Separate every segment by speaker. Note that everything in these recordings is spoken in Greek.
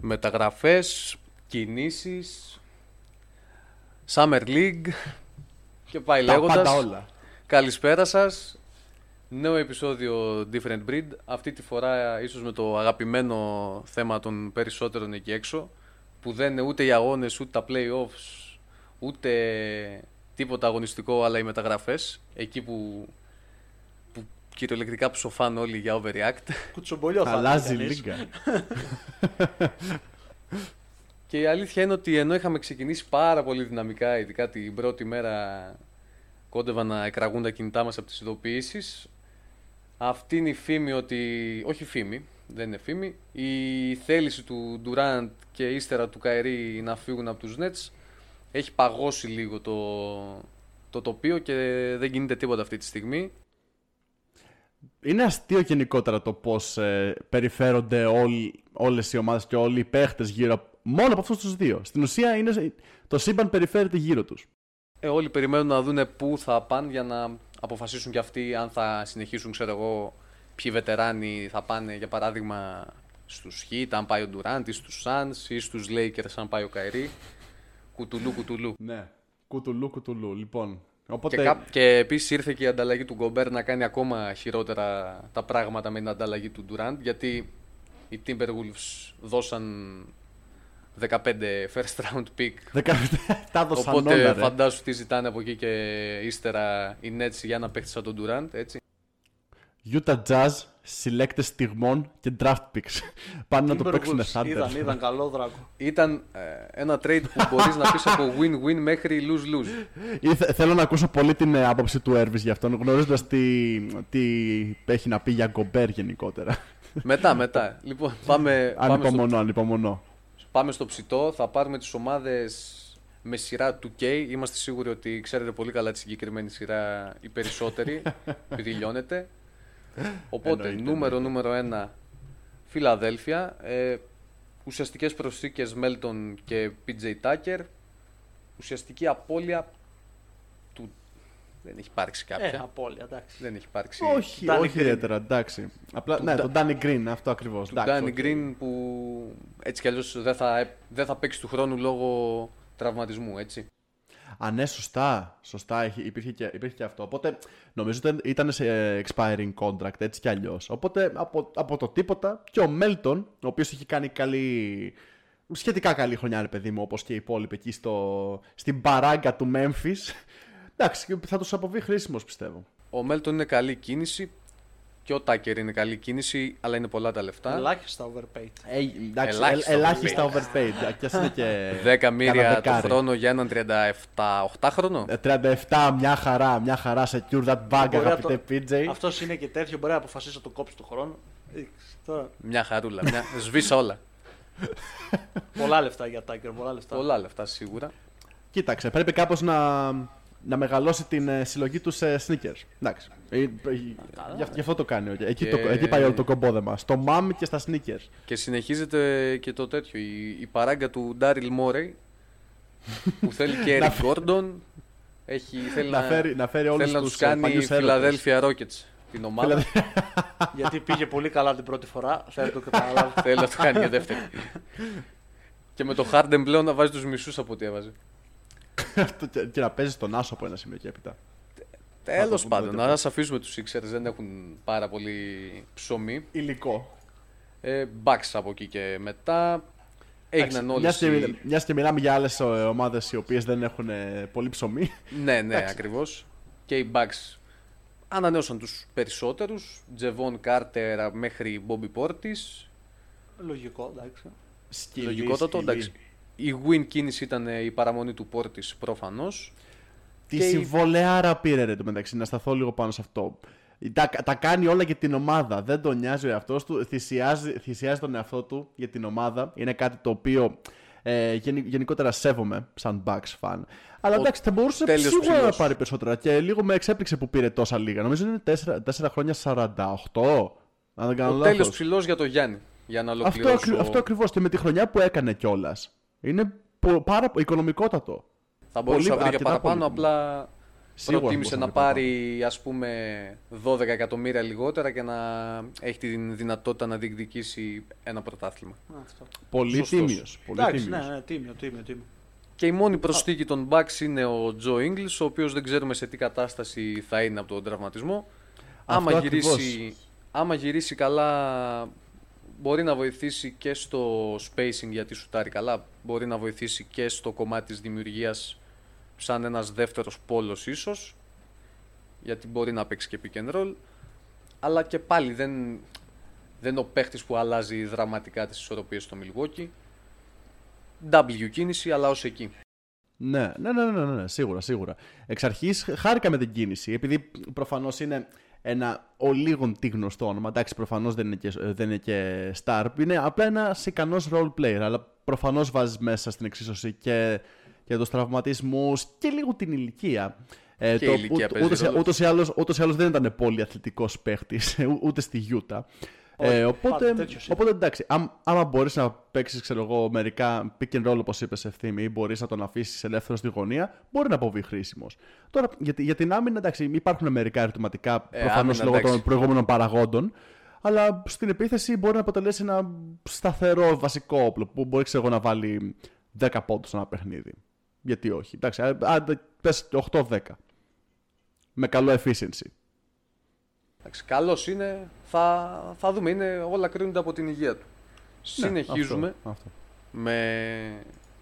Speaker 1: μεταγραφές, κινήσεις, Summer League και πάει
Speaker 2: Τα
Speaker 1: λέγοντας.
Speaker 2: πάντα όλα.
Speaker 1: Καλησπέρα σας. Νέο επεισόδιο Different Breed. Αυτή τη φορά ίσως με το αγαπημένο θέμα των περισσότερων εκεί έξω που δεν είναι ούτε οι αγώνες, ούτε τα playoffs, ούτε τίποτα αγωνιστικό, αλλά οι μεταγραφές. Εκεί που, που κυριολεκτικά ψοφάν όλοι για overreact.
Speaker 3: Κουτσομπολιό θα
Speaker 2: Αλλάζει
Speaker 3: έλεγε κανείς.
Speaker 2: λίγα.
Speaker 1: Και η αλήθεια είναι ότι ενώ είχαμε ξεκινήσει πάρα πολύ δυναμικά, ειδικά την πρώτη μέρα κόντευαν να εκραγούν τα κινητά μας από τις ειδοποιήσεις, αυτή είναι η φήμη ότι, όχι φήμη, δεν είναι φήμη, η θέληση του Ντουράντ και ύστερα του Καερί να φύγουν από τους Nets έχει παγώσει λίγο το, το τοπίο και δεν κινείται τίποτα αυτή τη στιγμή.
Speaker 2: Είναι αστείο γενικότερα το πώς περιφέρονται όλες οι ομάδες και όλοι οι παίχτες γύρω απ- μόνο από αυτούς τους δύο. Στην ουσία είναι, σε- το σύμπαν περιφέρεται γύρω τους.
Speaker 1: Ε, όλοι περιμένουν να δούνε πού θα πάνε για να αποφασίσουν κι αυτοί αν θα συνεχίσουν, ξέρω εγώ, ποιοι βετεράνοι θα πάνε, για παράδειγμα, στους Heat, αν πάει ο Durant, ή στους Suns, ή στους Lakers, αν πάει ο Καϊρή. Κουτουλού, κουτουλού.
Speaker 2: Ναι. Κουτουλού, κουτουλού. Λοιπόν. Οπότε.
Speaker 1: Και, κά... και επίσης ήρθε και η ανταλλαγή του Γκομπέρ να κάνει ακόμα χειρότερα τα πράγματα με την ανταλλαγή του Durant, γιατί οι Timberwolves δώσαν 15 first round pick
Speaker 2: δεκα- τα έδωσαν όλα.
Speaker 1: Οπότε
Speaker 2: ρε.
Speaker 1: φαντάσου τι ζητάνε από εκεί και ύστερα οι Nets για να παίχτη σαν τον Durant, έτσι.
Speaker 2: Utah Jazz, συλλέκτε στιγμών και draft picks. Πάνε να το
Speaker 3: Timberwolves,
Speaker 2: παίξουν
Speaker 3: Είδαν,
Speaker 2: Thunder.
Speaker 3: είδαν καλό δράκο.
Speaker 1: Ήταν ε, ένα trade που μπορείς να πεις από win-win μέχρι lose-lose.
Speaker 2: Ήθε- Θέλω να ακούσω πολύ την ε, άποψη του Έρβης για αυτόν, γνωρίζοντας τι, τι έχει να πει για Γκομπέρ γενικότερα.
Speaker 1: μετά, μετά. Λοιπόν, πάμε, πάμε, στο,
Speaker 2: Ανυπομονώ, ανυπομονώ.
Speaker 1: πάμε στο ψητό. Θα πάρουμε τις ομάδες με σειρά 2K. Είμαστε σίγουροι ότι ξέρετε πολύ καλά τη συγκεκριμένη σειρά οι περισσότεροι, επειδή λιώνετε. Οπότε,
Speaker 2: Εννοείται,
Speaker 1: νούμερο νούμερο 1, Φιλαδέλφια. Ε, ουσιαστικές προσθήκες Melton και PJ Tucker. Ουσιαστική απώλεια του... Δεν έχει υπάρξει
Speaker 3: Ε,
Speaker 1: κάποια.
Speaker 3: απόλυτα, εντάξει.
Speaker 1: Δεν έχει υπάρξει.
Speaker 2: Όχι,
Speaker 3: Danny
Speaker 2: όχι
Speaker 3: Green.
Speaker 2: ιδιαίτερα, εντάξει. Απλά, ναι, τον Danny Green, αυτό ακριβώς.
Speaker 1: Του Danny Green που έτσι κι αλλιώς δεν θα, δεν θα παίξει του χρόνου λόγω τραυματισμού, έτσι.
Speaker 2: Α, ναι, σωστά. Σωστά, έχει- υπήρχε και, υπήρχε και αυτό. Οπότε, νομίζω ότι ήταν σε ε, expiring contract, έτσι κι αλλιώς. Οπότε, από, από το τίποτα και ο Μέλτον, ο οποίος είχε κάνει καλή. Σχετικά καλή χρονιά, ρε παιδί μου, όπως και οι υπόλοιποι εκεί στο, στην παράγκα του Memphis. Εντάξει, θα τους αποβεί χρήσιμος, πιστεύω.
Speaker 1: Ο Μέλτον είναι καλή κίνηση και ο Τάκερ είναι καλή κίνηση, αλλά είναι πολλά τα λεφτά.
Speaker 3: Ελάχιστα overpaid.
Speaker 2: Ε, εντάξει,
Speaker 1: Ελάχιστα
Speaker 2: ελάχιστα, ελάχιστα overpaid. Κι ας είναι και.
Speaker 1: 10 μύρια το
Speaker 2: καναδεκάρι.
Speaker 1: χρόνο για έναν 37-8χρονο.
Speaker 2: Ε, 37, μια χαρά, μια χαρά. Secure that bag,
Speaker 3: Μπορεί να το-
Speaker 2: αγαπητέ PJ.
Speaker 3: Αυτός είναι και τέτοιο, μπορεί να αποφασίσει να το κόψει του χρόνου. Ε, Τώρα,
Speaker 1: Μια χαρούλα. Μια... Σβήσα όλα.
Speaker 3: πολλά λεφτά για Τάκερ, πολλά λεφτά.
Speaker 1: Πολλά λεφτά σίγουρα.
Speaker 2: Κοίταξε, πρέπει κάπως να, να μεγαλώσει την ε, συλλογή τους σε sneakers. Εντάξει. Ε, ε, γι' αυ- Γι' αυτό το κάνει. όχι. Εκεί,
Speaker 1: Και-
Speaker 2: το, εκεί πάει όλο το κομπόδεμα. Στο MAM και στα sneakers.
Speaker 1: Και συνεχίζεται και το τέτοιο. Η, η παράγκα του Ντάριλ Μόρεϊ που θέλει και
Speaker 2: Να
Speaker 1: Eric
Speaker 2: φε-
Speaker 1: Gordon. Έχει, θέλει
Speaker 2: Να φέρει- να φέρει όλους
Speaker 1: θέλει να
Speaker 2: τους,
Speaker 1: τους
Speaker 2: ε,
Speaker 1: κάνει η
Speaker 2: παλιούς έρωτες.
Speaker 1: Philadelphia Rockets την ομάδα.
Speaker 3: Γιατί πήγε πολύ καλά την πρώτη φορά, θέλω να το καταλάβω.
Speaker 1: θέλει να το κάνει για δεύτερη. και με το Harden πλέον να βάζει τους μισούς από ό,τι έβαζε.
Speaker 2: Αυτό και, και να παίζεις τον Άσο από ένα σημείο και έπειτα.
Speaker 1: Τέλος
Speaker 2: πούμε
Speaker 1: πάντων,
Speaker 2: μετά.
Speaker 1: να σας αφήσουμε τους Sixers, δεν έχουν πάρα πολύ ψωμί.
Speaker 2: Υλικό.
Speaker 1: Ε, Bucks από εκεί και μετά. έγιναν όλες
Speaker 2: Μιας και,
Speaker 1: οι...
Speaker 2: μιας και μιλάμε για άλλες ομάδες οι οποίες δεν έχουν ε, πολύ ψωμί.
Speaker 1: Ναι, ναι, ακριβώς. Και οι Bucks ανανέωσαν τους περισσότερους. Τζεβόν Κάρτερα μέχρι Μπόμπι Πόρτη.
Speaker 3: Λογικό, εντάξει.
Speaker 2: Σκυλή,
Speaker 1: Λογικότατο,
Speaker 2: σκυλή.
Speaker 1: εντάξει. Η win κίνηση ήταν ε, η παραμονή του Πόρτης προφανώς.
Speaker 2: Τη
Speaker 1: και η-
Speaker 2: συμβολεάρα πήρε ρε το μεταξύ, να σταθώ λίγο πάνω σε αυτό. Τα, τα κάνει όλα για την ομάδα. Δεν τον νοιάζει ο εαυτός του. Θυσιάζει, θυσιάζει τον εαυτό του για την ομάδα. Είναι κάτι το οποίο ε, γενι- γενικότερα σέβομαι σαν Bucks fan. Αλλά
Speaker 1: Ο
Speaker 2: εντάξει, θα μπορούσε
Speaker 1: τέλειος
Speaker 2: σίγουρα
Speaker 1: ψηλός.
Speaker 2: να πάρει περισσότερα. Και λίγο με εξέπληξε που πήρε τόσα λίγα. Νομίζω είναι 4, χρόνια 48. Αν δεν κάνω
Speaker 1: Ο τέλειος
Speaker 2: λάθος.
Speaker 1: ψηλό για το Γιάννη. Για να
Speaker 2: Αυτό,
Speaker 1: ολοκληρώσω.
Speaker 2: ακρι, αυτό ακριβώς και με τη χρονιά που έκανε κιόλας. Είναι πο- πάρα πο- οικονομικότατο.
Speaker 1: Θα μπορούσε να
Speaker 2: πολύ-
Speaker 1: βρει και
Speaker 2: αρκετά
Speaker 1: παραπάνω,
Speaker 2: πολύ.
Speaker 1: απλά
Speaker 2: Σίγουρα
Speaker 1: προτίμησε
Speaker 2: θα μπορούσε να
Speaker 1: να
Speaker 2: βρει παραπάνω.
Speaker 1: πάρει ας πούμε 12 εκατομμύρια λιγότερα και να έχει την δυνατότητα να διεκδικήσει ένα πρωτάθλημα.
Speaker 3: Αυτό.
Speaker 2: Πολύ
Speaker 1: Σωστός.
Speaker 2: τίμιος. Πολύ
Speaker 3: Εντάξει,
Speaker 2: τίμιος.
Speaker 3: ναι, ναι, τίμιο, τίμιο, τίμιο.
Speaker 1: Και η μόνη προσθήκη των Bucks είναι ο Τζο Ίγκλς, ο οποίος δεν ξέρουμε σε τι κατάσταση θα είναι από τον τραυματισμό. Άμα
Speaker 2: ακριβώς.
Speaker 1: γυρίσει, άμα γυρίσει καλά μπορεί να βοηθήσει και στο spacing γιατί σουτάρει καλά, μπορεί να βοηθήσει και στο κομμάτι της δημιουργίας σαν ένας δεύτερος πόλος ίσως, γιατί μπορεί να παίξει και pick and roll, αλλά και πάλι δεν, δεν είναι ο παίχτης που αλλάζει δραματικά τις ισορροπίες στο Milwaukee. W κίνηση, αλλά ως εκεί.
Speaker 2: Ναι, ναι, ναι, ναι, ναι, ναι, σίγουρα, σίγουρα. Εξ αρχής χάρηκα με την κίνηση, επειδή προφανώς είναι ένα ολίγον τι γνωστό όνομα. Εντάξει, προφανώς δεν, είναι και- δεν είναι και star. Είναι απλά ένα ικανό role player, αλλά προφανώς βάζεις μέσα στην εξίσωση και, και τους τραυματισμούς και λίγο την ηλικία. Ε,
Speaker 1: Και η ηλικία
Speaker 2: ούτ-
Speaker 1: παίζει
Speaker 2: ούτως,
Speaker 1: ρόλο.
Speaker 2: ούτως ή άλλως, ούτως ή άλλως δεν ήταν πολύ αθλητικός παίχτης, ού- ούτε στη Γιούτα. Ε, οπότε,
Speaker 3: πάντα τέτοιος είναι.
Speaker 2: οπότε εντάξει, αμ- άμα μπορείς να παίξεις ξέρω εγώ, μερικά pick and roll όπως είπες ευθύμη ή μπορείς να τον αφήσεις ελεύθερο στη γωνία, μπορεί να αποβεί χρήσιμος. Τώρα για, τη- για την άμυνα εντάξει, υπάρχουν μερικά ερωτηματικά
Speaker 1: Ε,
Speaker 2: προφανώς
Speaker 1: άμυνα,
Speaker 2: λόγω των
Speaker 1: εντάξει.
Speaker 2: προηγούμενων παραγόντων. Αλλά στην επίθεση μπορεί να αποτελέσει ένα σταθερό βασικό όπλο που μπορεί ξέρω εγώ, να βάλει 10 πόντους σε ένα παιχνίδι. Γιατί όχι. Εντάξει, α- άντε πες 8-10. Με καλό efficiency.
Speaker 1: Εντάξει, καλός είναι, θα, θα δούμε, είναι, όλα κρίνονται από την υγεία του. Συνεχίζουμε
Speaker 2: Ναι, Αυτό, αυτό.
Speaker 1: με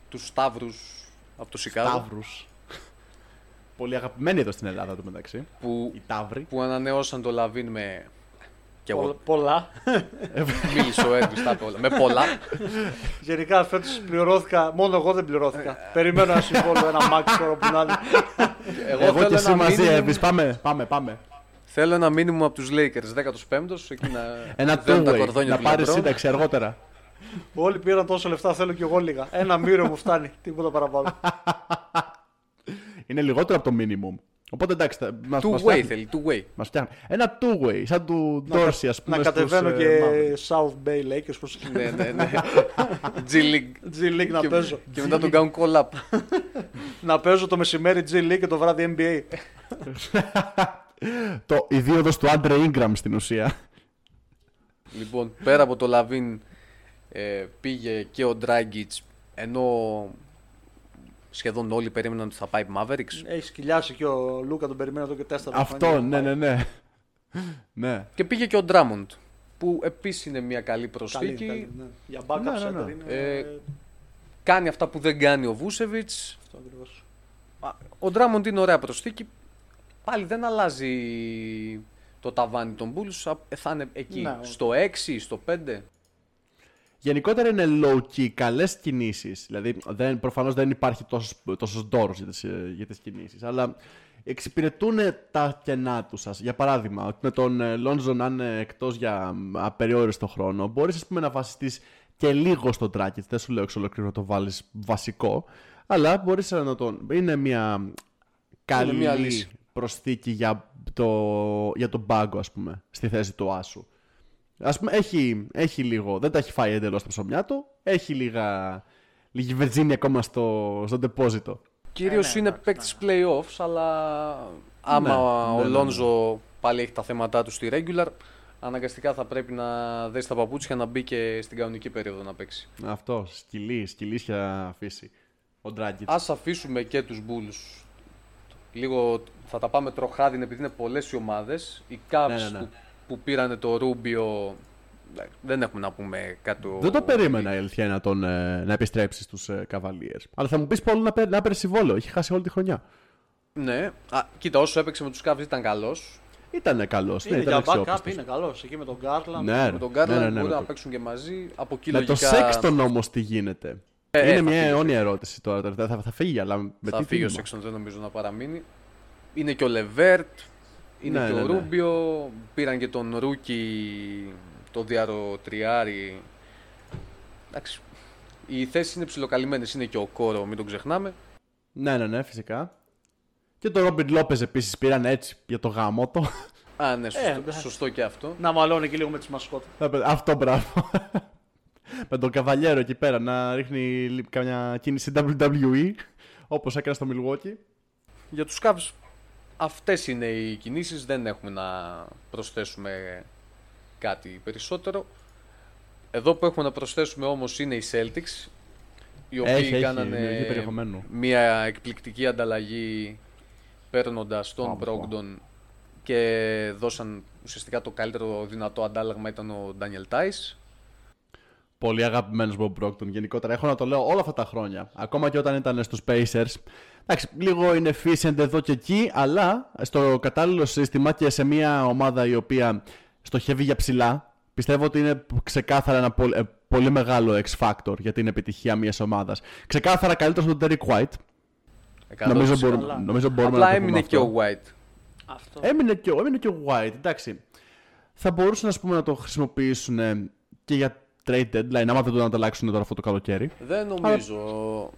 Speaker 1: τους Σταύρους από το Σικάγο
Speaker 2: Ταύρους. Πολύ αγαπημένοι εδώ στην Ελλάδα του μεταξύ.
Speaker 1: που,
Speaker 2: Οι Ταύροι.
Speaker 1: που ανανεώσαν το Λαβίν με... Και
Speaker 3: Πο-
Speaker 1: εγώ
Speaker 3: Πολλά.
Speaker 1: μίλησε ο Έρβης, τα είπε όλα. Με πολλά.
Speaker 3: Γενικά φέτος πληρώθηκα. Μόνο εγώ δεν πληρώθηκα. Περιμένω ένα συμβόλαιο, ένα μάξι τώρα που να είναι.
Speaker 1: Εγώ,
Speaker 2: Εγώ, και
Speaker 1: ένα
Speaker 2: εσύ μαζί,
Speaker 1: minimum-
Speaker 2: Εύης. Πάμε, πάμε, πάμε.
Speaker 1: Θέλω ένα μήνυμο από τους Lakers, 15ος, εκεί να
Speaker 2: Ένα
Speaker 1: δένουν τα
Speaker 2: two-way.
Speaker 1: κορδόνια
Speaker 2: Να
Speaker 1: του
Speaker 2: πάρεις
Speaker 1: LeBron.
Speaker 2: σύνταξη αργότερα.
Speaker 3: Όλοι πήραν τόσα λεφτά, θέλω κι εγώ λίγα. Ένα μύρο μου φτάνει. Τίποτα παραπάνω.
Speaker 2: Είναι λιγότερο από το minimum. Οπότε εντάξει, θα- μας, μας
Speaker 1: Two-way
Speaker 2: φτιάχνει.
Speaker 1: θέλει, two-way.
Speaker 2: Μας φτιάχνει. Ένα two-way, σαν του Dorsey, ας πούμε.
Speaker 3: να
Speaker 2: στους,
Speaker 3: κατεβαίνω
Speaker 2: ε,
Speaker 3: και
Speaker 2: Mavericks.
Speaker 3: South Bay Lakers πως
Speaker 1: ναι, ναι, ναι. G League.
Speaker 3: G League να
Speaker 1: και,
Speaker 3: παίζω.
Speaker 1: και μετά τον κάνουν call up.
Speaker 3: Να παίζω το μεσημέρι G League και το βράδυ NBA.
Speaker 2: Το ιδίωδος του Άντρε Ingram στην ουσία.
Speaker 1: Λοιπόν, πέρα από το Λαβίν ε, πήγε και ο Ντράγκιτς ενώ σχεδόν όλοι περίμεναν ότι θα πάει Mavericks.
Speaker 3: Έχει σκυλιάσει και ο Λούκα τον περιμένω εδώ και τέσσερα
Speaker 2: Αυτό, ναι, ναι, ναι. Ναι.
Speaker 1: Και πήγε και ο Ντράμοντ που επίσης είναι μια καλή
Speaker 3: Καλή,
Speaker 1: προσθήκη.
Speaker 3: καλή, ναι. Για
Speaker 2: Ναι,
Speaker 3: backup
Speaker 2: ναι, ναι.
Speaker 3: center είναι
Speaker 1: Ε,
Speaker 3: ε,
Speaker 1: Κάνει αυτά που δεν κάνει ο Βούσεβιτς.
Speaker 3: αυτό ακριβώς.
Speaker 1: Ο Ντράμοντ είναι ωραία προσθήκη. Πάλι δεν αλλάζει το ταβάνι των Bulls. Α, ε, Θα είναι εκεί
Speaker 3: Ναι.
Speaker 1: στο 6, στο 5.
Speaker 2: Γενικότερα είναι low key, καλές κινήσεις. Δηλαδή, δεν, προφανώς δεν υπάρχει τόσος τόσος ντόρο για τις για τις κινήσεις. Αλλά εξυπηρετούν τα κενά τους σας. Για παράδειγμα, ότι με τον ε, Λόντζο να είναι εκτός για μ, απεριόριστο χρόνο, μπορείς να βασιστείς και λίγο στον τράκι. Δεν σου λέω εξ ολοκλήρου να το βάλεις βασικό. Αλλά μπορείς να τον. Είναι μια καλή
Speaker 1: μια λύση.
Speaker 2: προσθήκη για, το, για τον πάγκο, ας πούμε, στη θέση του Άσου. Ας πούμε, έχει, έχει λίγο, δεν τα έχει φάει εντελώς τα ψωμιά του, έχει λίγα, λίγη βενζίνη ακόμα στο, στο ντεπόζιτο.
Speaker 1: Κυρίω
Speaker 3: ναι,
Speaker 1: είναι παίκτη
Speaker 3: εντάξει,
Speaker 1: playoffs, αλλά άμα
Speaker 2: ναι,
Speaker 1: ο
Speaker 2: ναι, ναι.
Speaker 1: Λόνζο πάλι έχει τα θέματα του στη regular, αναγκαστικά θα πρέπει να δέσει τα παπούτσια να μπει και στην κανονική περίοδο να παίξει.
Speaker 2: Αυτό, σκυλή, σκυλή και αφήσει. Ο Ντράγκητς.
Speaker 1: Ας αφήσουμε και τους Bulls. Λίγο θα τα πάμε τροχάδιν επειδή είναι πολλές οι ομάδες. Οι Cavs
Speaker 2: Ναι, ναι, ναι.
Speaker 1: Που, που πήρανε το Ρούμπιο εντάξει, ε, δεν έχουμε να πούμε κάτι. το-
Speaker 2: Δεν το περίμενα η αλήθεια να, τον, ε, να επιστρέψει στους ε, Cavaliers. Αλλά θα μου πεις Πόλο να, παίρ- να παίρνει συμβόλαιο. Είχε χάσει όλη τη χρονιά.
Speaker 1: Ναι. Α, κοίτα, όσο έπαιξε με τους Cavs ήταν καλός.
Speaker 2: Ήταν καλός. Ναι,
Speaker 3: Είναι
Speaker 2: ήταν
Speaker 3: για backup,
Speaker 2: αξιόπιστος.
Speaker 3: είναι καλός. Εκεί με τον Garland.
Speaker 2: Ναι,
Speaker 1: Με τον
Speaker 2: ναι,
Speaker 1: Garland
Speaker 2: ναι, ναι,
Speaker 1: μπορούν
Speaker 2: με
Speaker 1: να
Speaker 2: το-
Speaker 1: παίξουν και μαζί. Από εκεί
Speaker 2: Με το
Speaker 1: λογικά
Speaker 2: Σέξτον όμως τι γίνεται.
Speaker 1: Ε,
Speaker 2: είναι
Speaker 1: ε, θα
Speaker 2: μια
Speaker 1: φύγει.
Speaker 2: αιώνια ερώτηση τώρα. τελευταία. Θα, θα φύγει, αλλά με
Speaker 1: θα φύγει
Speaker 2: τι
Speaker 1: ο
Speaker 2: τίμημα.
Speaker 1: Σέξτον, δεν νομίζω να παραμείνει. Είναι και ο Λεβέρτ, είναι
Speaker 2: Ναι,
Speaker 1: και
Speaker 2: ναι,
Speaker 1: ο
Speaker 2: ναι.
Speaker 1: Ρούμπιο, πήραν και τον Ρούκι, το Διαροτριάρι. Εντάξει, οι θέσεις είναι ψιλοκαλυμμένες, είναι και ο Κόρο, μην τον ξεχνάμε.
Speaker 2: Ναι, ναι, ναι, φυσικά. Και τον Ρόμπιν Λόπες επίσης πήραν έτσι για το γάμο του.
Speaker 1: Α,
Speaker 2: Ε,
Speaker 1: ναι, σωστό,
Speaker 3: εντάξει.
Speaker 1: σωστό και αυτό.
Speaker 3: Να μαλώνει και λίγο με τις μασκότες.
Speaker 2: Να πε- Αυτό μπράβο. με τον Καβαλιέρο εκεί πέρα να ρίχνει λι- καμιά κίνηση WWE όπως έκανε στο Milwaukee.
Speaker 1: Για τους Cavs αυτές είναι οι κινήσεις, δεν έχουμε να προσθέσουμε κάτι περισσότερο. Εδώ που έχουμε να προσθέσουμε όμως είναι οι Celtics, οι οποίοι
Speaker 2: Έχει, έχει, δημιουργεί
Speaker 1: κάνανε
Speaker 2: περιεχομένο.
Speaker 1: μια εκπληκτική ανταλλαγή παίρνοντας τον
Speaker 2: Πάμε,
Speaker 1: Brogdon και δώσαν ουσιαστικά το καλύτερο δυνατό αντάλλαγμα ήταν ο Daniel Tice.
Speaker 2: Πολύ αγαπημένος Μπομπ Μπρόκτον γενικότερα. Έχω να το λέω όλα αυτά τα χρόνια. Ακόμα και όταν ήταν στους Pacers. Εντάξει, λίγο είναι efficient εδώ και εκεί, αλλά στο κατάλληλο σύστημα και σε μια ομάδα η οποία στοχεύει για ψηλά, πιστεύω ότι είναι ξεκάθαρα ένα πολύ, ε, πολύ μεγάλο X-factor για την επιτυχία μιας ομάδας. Ξεκάθαρα καλύτερος από τον Derek
Speaker 1: 100%.
Speaker 2: White. Νομίζω μπορούμε,
Speaker 3: καλά.
Speaker 2: νομίζω μπορούμε να
Speaker 1: Απλά
Speaker 2: το πούμε
Speaker 1: έμεινε και
Speaker 2: αυτό.
Speaker 1: ο White.
Speaker 3: Αυτό.
Speaker 2: Έμεινε και, ο- έμεινε και ο White, εντάξει. Θα μπορούσαν ας πούμε, να το χρησιμοποιήσουν ε, και για trade deadline, άμα δεν τον ανταλλάξουν τώρα αυτό το καλοκαίρι.
Speaker 1: Δεν νομίζω.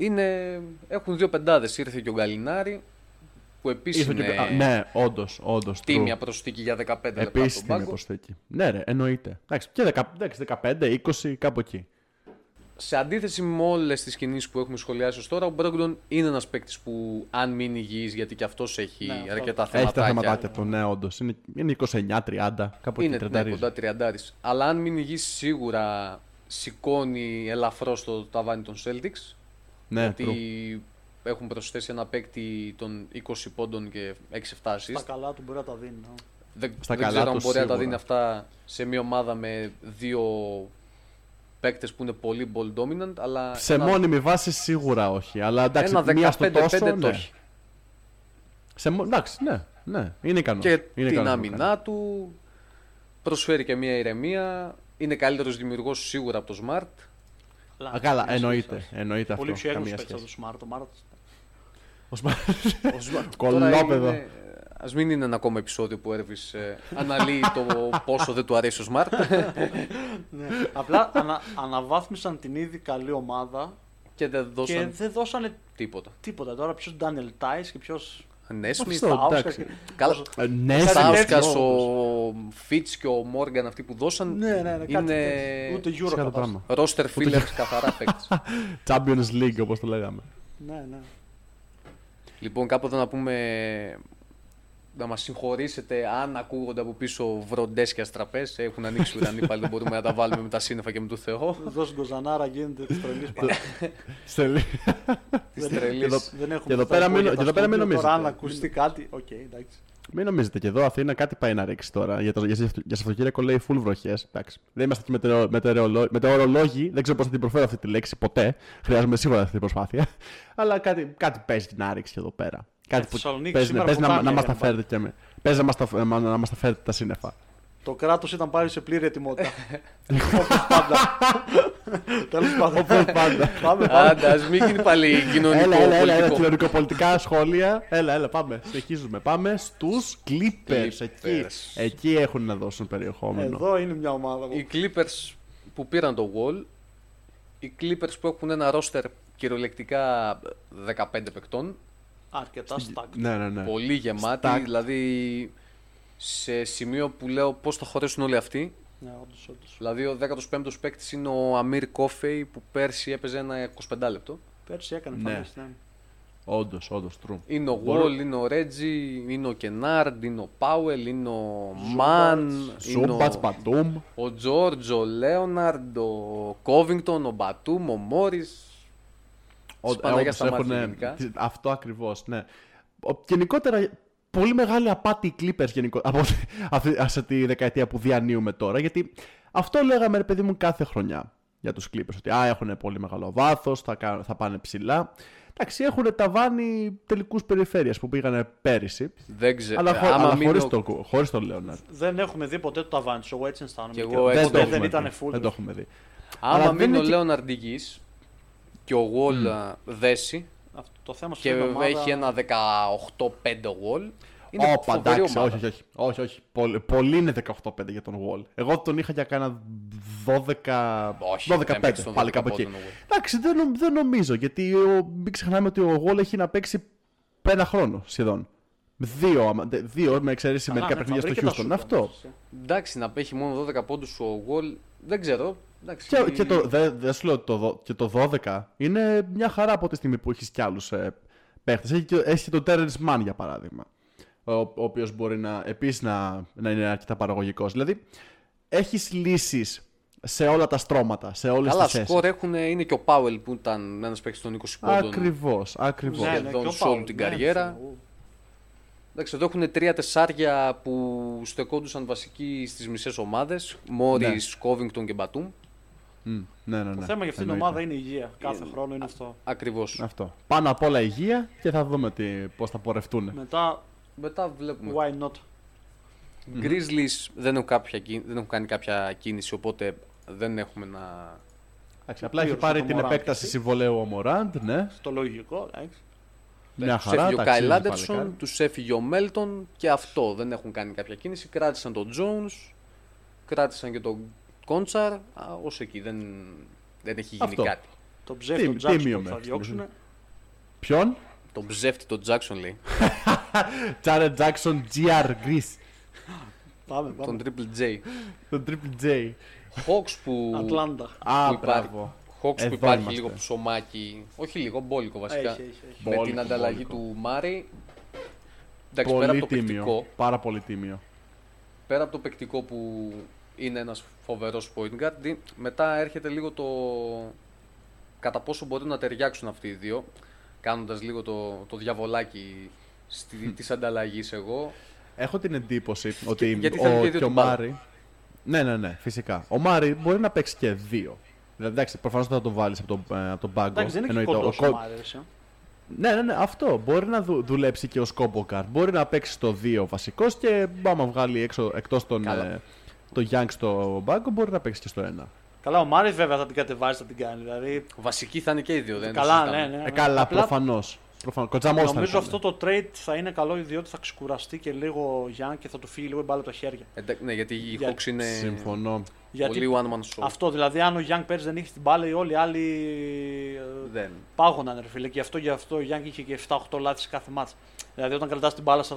Speaker 1: Είναι... Έχουν δύο πεντάδες. Ήρθε και ο Γκαλινάρη που επίσης
Speaker 2: Ήρθε
Speaker 1: είναι
Speaker 2: και- α, ναι, όντως, όντως.
Speaker 1: τίμια προσθήκη για 15 λεπτά
Speaker 2: Επίση
Speaker 1: στον
Speaker 2: τίμια
Speaker 1: πάγκο.
Speaker 2: προσθήκη. Ναι, ρε, εννοείται. Εντάξει, και 10 εντάξει, 15, 20, κάπου εκεί.
Speaker 1: Σε αντίθεση με όλες τις κινήσεις που έχουμε σχολιάσει ως τώρα, ο Μπρόγκτον είναι ένας παίκτης που, αν μείνει υγιής, γιατί και αυτός έχει
Speaker 3: Ναι, αυτό.
Speaker 1: αρκετά
Speaker 2: Έχει τα
Speaker 1: θεματάκια.
Speaker 2: θεματάκια του, ναι, όντως. Είναι, είναι 29, 30, κάπου
Speaker 1: Είναι
Speaker 2: εκεί.
Speaker 1: ναι,
Speaker 2: 30.
Speaker 1: κοντά 30. Αλλά αν μείνει υγιής, σίγουρα σηκώνει ελαφρώς το ταβάνι των Celtics.
Speaker 2: ναι,
Speaker 1: γιατί
Speaker 2: true.
Speaker 1: έχουν προσθέσει ένα παίκτη των 20 πόντων και 6-7 assists.
Speaker 3: Στα καλά του μπορεί να Ε, τα δίνει. ναι.
Speaker 1: Δεν,
Speaker 2: Στα
Speaker 1: δεν
Speaker 2: καλά
Speaker 1: ξέρω αν
Speaker 2: του
Speaker 1: μπορεί να τα
Speaker 2: σίγουρα.
Speaker 1: δίνει αυτά σε μια ομάδα με δύο παίκτες που είναι πολύ ball dominant, αλλά
Speaker 2: Σε
Speaker 1: ένα,
Speaker 2: μόνιμη βάση σίγουρα όχι. Αλλά εντάξει,
Speaker 1: ένα
Speaker 2: μία στο
Speaker 1: 15-5
Speaker 2: τόσο.
Speaker 1: το
Speaker 2: ναι.
Speaker 1: έχει.
Speaker 2: Σε, μο- εντάξει, ναι, ναι. Είναι ικανός.
Speaker 1: Και την
Speaker 2: είναι ικανός να το κάνει.
Speaker 1: άμυνά του προσφέρει και μια ηρεμία. Είναι καλύτερος δημιουργός σίγουρα από το Smart.
Speaker 3: Καλά,
Speaker 2: Α, Καλά,
Speaker 3: είναι
Speaker 2: εννοείται.
Speaker 3: σχέση.
Speaker 2: Εννοείται αυτό.
Speaker 3: Πολύ πιο έγνωστος
Speaker 2: καμία
Speaker 3: παίκτης από
Speaker 2: σχέση.
Speaker 3: το Smart. Ο Smart
Speaker 2: Ο
Speaker 1: Ο
Speaker 2: Σμαρ-
Speaker 1: Smart
Speaker 2: Κολόπεδο.
Speaker 1: Ας μην είναι ένα ακόμα επεισόδιο που έρβεις ε, αναλύει το πόσο δεν του αρέσει ο Smart.
Speaker 3: Ναι. Απλά ανα, αναβάθμισαν την ήδη καλή ομάδα
Speaker 1: και δεν
Speaker 3: και
Speaker 1: δώσαν
Speaker 3: δεν δώσανε
Speaker 1: τίποτα.
Speaker 3: τίποτα. Τώρα ποιος Ντάνιελ Τάις και ποιος.
Speaker 1: Ναι, Smith.
Speaker 2: Αυτό,
Speaker 3: Τάουσκα
Speaker 2: εντάξει.
Speaker 3: και-
Speaker 1: Καλά.
Speaker 2: Ε, Ναι,
Speaker 3: Κάτι
Speaker 2: σίγουρα.
Speaker 3: τέτοιο.
Speaker 1: Τάουσκα, ο Φίτ και ο Μόργαν αυτοί που δώσαν
Speaker 3: Ναι, ναι, ναι, κάτι τέτοιο.
Speaker 1: είναι
Speaker 3: Ούτε Euro
Speaker 2: Σιγά το
Speaker 3: κατάσταση.
Speaker 2: πράγμα.
Speaker 1: roster fillers καθαρά παίκτες.
Speaker 2: Champions League, όπως το λέγαμε.
Speaker 3: Ναι, ναι.
Speaker 1: λοιπόν, κάποτε να πούμε να μας συγχωρήσετε αν ακούγονται από πίσω βροντές και αστραπές. Έχουν ανοίξει ουρανοί πάλι, δεν μπορούμε να τα βάλουμε με τα σύννεφα και με το Θεό.
Speaker 3: Δώσει γκοζανάρα, γίνεται τη τρελή
Speaker 2: Σε λίγο.
Speaker 1: Της τρελής.
Speaker 3: Δεν έχουμε
Speaker 2: Και εδώ
Speaker 3: στα
Speaker 2: πέρα
Speaker 3: υπόλοιπα
Speaker 2: μην- και εδώ πέρα
Speaker 3: στούντιο.
Speaker 2: μην νομίζετε.
Speaker 3: Τώρα, αν ακουστεί κάτι, οκ, εντάξει.
Speaker 2: Μην νομίζετε και εδώ, Αθήνα κάτι πάει να ρίξει τώρα. Για, το, για, για Σαββατοκύριακο λέει full βροχές. Εντάξει. Δεν είμαστε και μετεωρο, μετεωρολο- μετεωρολόγοι. Δεν ξέρω πώς θα την προφέρω αυτή τη λέξη ποτέ. Χρειάζομαι σίγουρα αυτή την προσπάθεια. Αλλά κάτι, κάτι παίζει να ρίξει και εδώ πέρα. Κάτι
Speaker 3: Ε, Θεσσαλονίκη
Speaker 2: παίζει,
Speaker 3: σήμερα
Speaker 2: παίζει να,
Speaker 3: ποτάμια
Speaker 2: να μας τα
Speaker 3: είναι.
Speaker 2: φέρετε και εμεί. Παίζει να μας τα, να μας- να μας τα φέρετε τα σύννεφα.
Speaker 3: Το κράτος ήταν πάλι σε πλήρη ετοιμότητα. Όπως πάντα. Τέλος πάντων.
Speaker 2: Όπως πάντα.
Speaker 3: Πάμε, πάμε.
Speaker 1: Άντα, ας μην γίνει πάλι κοινωνικό
Speaker 2: Έλα, έλα, έλα, έλα
Speaker 1: πολιτικό.
Speaker 2: κοινωνικοπολιτικά σχόλια. Έλα, έλα, πάμε. Συνεχίζουμε. Πάμε στους Clippers. Εκεί,
Speaker 1: Clippers.
Speaker 2: εκεί έχουν να δώσουν περιεχόμενο.
Speaker 3: Εδώ είναι μια ομάδα. που-
Speaker 1: Οι Clippers που πήραν το Wall, οι Clippers που έχουν ένα roster κυριολεκτικά 15 παικτών,
Speaker 3: Αρκετά στάκ.
Speaker 2: Ναι, ναι, ναι.
Speaker 1: πολύ γεμάτη.
Speaker 2: Stacked.
Speaker 1: Δηλαδή σε σημείο που λέω πώς θα χωρέσουν όλοι αυτοί.
Speaker 3: Ναι, όντως, όντως.
Speaker 1: Δηλαδή ο 15ος παίκτης είναι ο Αμίρ Κόφεϊ που πέρσι έπαιζε ένα 25 λεπτό.
Speaker 3: Πέρσι έκανε
Speaker 2: Ναι.
Speaker 3: εμφανίσεις, ναι.
Speaker 2: Όντως, όντως, true.
Speaker 1: Είναι ο
Speaker 2: Μπορώ-
Speaker 1: Wall, είναι ο Ρέτζι, είναι ο Κενάρντ, είναι ο Πάουελ, είναι ο Μαν, είναι
Speaker 2: Σούμπατ,
Speaker 1: ο-
Speaker 2: πατούμ.
Speaker 1: ο Τζόρτζ, ο Λέοναρντ, ο Κόβινγκτον, ο Μπατούμ, ο Μόρις.
Speaker 2: Ο-
Speaker 1: Σπανάκια
Speaker 2: ε, όντως
Speaker 1: στα μάτια
Speaker 2: έχουνε-
Speaker 1: γενικά.
Speaker 2: τι- Αυτό ακριβώς, ναι. Ο- γενικότερα, πολύ μεγάλη απάτη οι Clippers γενικο- από αυτή- σε τη δεκαετία που διανύουμε τώρα. Γιατί Αυτό λέγαμε, ρε παιδί μου, κάθε χρονιά για τους Clippers. Ότι α, έχουν πολύ μεγάλο βάθος, θα, κα- θα πάνε ψηλά. Εντάξει, έχουν ταβάνει τελικούς περιφέρειας που πήγανε πέρυσι.
Speaker 1: Δεν ξέρω.
Speaker 2: αλλά χω,
Speaker 1: Ε, Άμα
Speaker 2: αλλά
Speaker 1: μείνω-
Speaker 2: χωρίς, το, κου- χωρίς τον Λέοναρντ.
Speaker 3: Δεν έχουμε δει ποτέ το ταβάνι σου. Εγώ έτσι αισθάνομαι.
Speaker 1: Κι εγώ
Speaker 3: ποτέ
Speaker 1: έτσι το
Speaker 3: δεν,
Speaker 1: έχουμε
Speaker 3: ήταν full.
Speaker 2: Δεν το έχουμε δει. Αλλά
Speaker 1: Άμα
Speaker 2: δεν
Speaker 1: μείνει ο
Speaker 2: είναι και-
Speaker 1: Λέοναρντ υγιής και ο Wall α, δέσει
Speaker 3: Αυτό το θέμα σου
Speaker 1: και
Speaker 3: είναι η
Speaker 1: βέβαια
Speaker 3: ομάδα.
Speaker 1: έχει ένα 18-5 Wall. Είναι
Speaker 2: Όπα,
Speaker 1: φοβερή
Speaker 2: εντάξει,
Speaker 1: ομάδα.
Speaker 2: όχι, όχι, όχι. όχι, όχι. Πολύ, πολύ είναι 18-5 για τον Wall. Εγώ τον είχα για κάνα 12.
Speaker 1: Όχι,
Speaker 2: 12-5,
Speaker 1: δεν παίξει τον
Speaker 2: πάλι
Speaker 1: 12
Speaker 2: κάπου εκεί.
Speaker 1: τον Wall.
Speaker 2: Εντάξει, δεν, νο- δεν νομίζω, γιατί ο, μην ξεχνάμε ότι ο Wall έχει να παίξει ένα χρόνο σχεδόν. Δύο, άμα- δε- δύο με εξαίρεση
Speaker 3: Καλά,
Speaker 2: μερικά
Speaker 3: ναι, θα
Speaker 2: παιχνίδια
Speaker 3: βρει
Speaker 2: στο
Speaker 3: και τα
Speaker 2: Houston.
Speaker 3: σουτ
Speaker 2: Αυτό.
Speaker 3: όμως, εσύ.
Speaker 1: Εντάξει, να παίχει μόνο 12 πόντους ο Wall, δεν ξέρω. Εντάξει,
Speaker 2: Και, και το, δεν δεν σου λέω ότι το, δο- και το 12 είναι μια χαρά από τη στιγμή που έχεις κι άλλους ε, παίχτες. Έχει, και- έχει και τον Terrence Mann για παράδειγμα. Ο, ο οποίος μπορεί να, επίσης να, να είναι αρκετά παραγωγικός. Δηλαδή, έχεις λύσεις σε όλα τα στρώματα, σε όλες τι
Speaker 1: Καλά,
Speaker 2: θέσεις.
Speaker 1: σκορ έχουν, είναι και ο Πάουελ που ήταν ένας παίκτης των 20 πόντων.
Speaker 2: Ακριβώς, ακριβώς.
Speaker 1: Ναι.
Speaker 3: και ο
Speaker 1: σε
Speaker 3: Paul,
Speaker 1: όλη την
Speaker 3: ναι,
Speaker 1: καριέρα.
Speaker 3: ξέρω.
Speaker 1: Εντάξει, εδώ έχουν τρία τεσσάρια που στεκόντουσαν βασικοί στις μισές ομάδες.
Speaker 2: Ναι.
Speaker 1: Μόρις, Κόβινγκτον και Μπατούμ.
Speaker 2: Μμ, ναι, ναι, ναι.
Speaker 3: Το θέμα για αυτήν την
Speaker 2: Εννοείται.
Speaker 3: ομάδα είναι η υγεία. Κάθε χρόνο είναι αυτό.
Speaker 1: Ακριβώς.
Speaker 2: Αυτό. Πάνω απ' όλα υγεία και θα δούμε τι, πώς θα πορευτούν.
Speaker 3: Μετά,
Speaker 1: Μετά βλέπουμε.
Speaker 3: why not.
Speaker 1: Grizzlies δεν έχουν, κάποια, κιν- δεν έχουν κάνει κάποια κίνηση, οπότε δεν έχουμε να...
Speaker 2: Εντάξει, απλά έχει
Speaker 3: πλήρωσε
Speaker 2: πάρει
Speaker 3: το
Speaker 2: την
Speaker 3: Morant,
Speaker 2: επέκταση
Speaker 3: έτσι.
Speaker 2: συμβολέου ο Μωράντ, ναι.
Speaker 3: Το λογικό, εντάξει.
Speaker 2: Μια
Speaker 1: τους
Speaker 2: χαρά,
Speaker 1: έφυγε ο
Speaker 2: ταξίδι
Speaker 1: Κάιλ
Speaker 2: του
Speaker 1: Άντερσον,
Speaker 2: παλικάρι.
Speaker 1: τους έφυγε ο Μέλτον και αυτό. Δεν έχουν κάνει κάποια κίνηση. Κράτησαν τον Jones, κράτησαν και τον Κόντσαρ. Α, ως εκεί δεν, δεν έχει γίνει
Speaker 2: Αυτό.
Speaker 1: κάτι.
Speaker 3: Το
Speaker 2: Τι-
Speaker 3: ψεύδι, τον
Speaker 2: τι
Speaker 3: Τζάξον
Speaker 2: μείωμε,
Speaker 3: που θα
Speaker 2: ας πούμε.
Speaker 3: διώξουν.
Speaker 2: Ποιον?
Speaker 1: Τον ψεύτη τον Τζάξον λέει.
Speaker 2: Jared Jackson GR Greece.
Speaker 3: Πάμε, πάμε.
Speaker 1: τον Triple J.
Speaker 2: Το Triple J.
Speaker 1: Hawks που,
Speaker 3: Ατλάντα.
Speaker 2: Α,
Speaker 1: που υπάρχει,
Speaker 2: μπράβο.
Speaker 1: Hawks που
Speaker 2: Εδώ
Speaker 1: υπάρχει
Speaker 2: είμαστε.
Speaker 1: λίγο ψωμάκι. Όχι λίγο, μπόλικο βασικά.
Speaker 3: Έχει, έχει, έχει.
Speaker 1: Με
Speaker 2: Μπόλικο,
Speaker 1: την ανταλλαγή
Speaker 2: μπόλικο.
Speaker 1: του Μάρι. Εντάξει, πέρα
Speaker 2: Πολύ
Speaker 1: από το
Speaker 2: τίμιο.
Speaker 1: παικτικό,
Speaker 2: Πάρα πολύ τίμιο.
Speaker 1: πέρα από το παικτικό που είναι ένας φοβερός point guard, δι- μετά έρχεται λίγο το κατά πόσο μπορούν να ταιριάξουν αυτοί οι δύο, κάνοντας λίγο το, το διαβολάκι στη, της ανταλλαγής εγώ.
Speaker 2: Έχω την εντύπωση ότι
Speaker 1: γιατί θέλει και
Speaker 2: ο,
Speaker 1: δύο
Speaker 2: και
Speaker 1: την
Speaker 2: ο
Speaker 1: μπάλα.
Speaker 2: Μάρι. Ναι, ναι, ναι, φυσικά. Ο Μάρι μπορεί να παίξει και δύο. Δηλαδή, εντάξει, προφανώς δεν θα τον βάλεις από τον, ε, από τον πάγκο.
Speaker 3: Εντάξει, δεν είναι και
Speaker 2: Εννοείται, ο
Speaker 3: κοντός
Speaker 2: Κο-
Speaker 3: ο Μάρες, ε.
Speaker 2: Ναι, ναι, ναι, αυτό. Μπορεί να δου- δουλέψει και ο Σκόμποκαρ. Μπορεί να παίξει το 2 βασικός και άμα βγάλει έξω εκτός τον.
Speaker 1: Καλά.
Speaker 2: Ε, το Young στο μπάγκο μπορεί να παίξει και στο 1.
Speaker 3: Καλά, ο Μάρις βέβαια θα την κατεβάζει, θα την κάνει. Δηλαδή,
Speaker 1: Βασικοί θα είναι και οι δύο, δεν το
Speaker 3: καλά,
Speaker 1: συζητάμε.
Speaker 3: ναι, ναι.
Speaker 2: Ε, καλά,
Speaker 3: Απλά
Speaker 2: προφανώς. Προφανώς. Κοτζαμός θα
Speaker 3: Νομίζω
Speaker 2: είναι
Speaker 3: αυτό το trade θα είναι καλό διότι θα ξεκουραστεί και λίγο ο Γιάννη και θα του φύγει λίγο η μπάλα από τα χέρια.
Speaker 1: Εντά- ναι, γιατί οι
Speaker 3: Για-
Speaker 1: Hawks είναι
Speaker 2: πάντα. Συμφωνώ.
Speaker 3: Γιατί
Speaker 1: πολύ one man show.
Speaker 3: αυτό, δηλαδή, αν ο Γιάννη πέρσι δεν είχε την μπάλα, οι όλοι οι άλλοι ε,
Speaker 1: Δεν.
Speaker 3: πάγωναν, ρε φίλε. Και αυτό, γι' αυτό ο Γιάννη είχε και 7-8 λάθη σε κάθε μάτς. Δηλαδή, όταν κρατάς την μπάλα 40,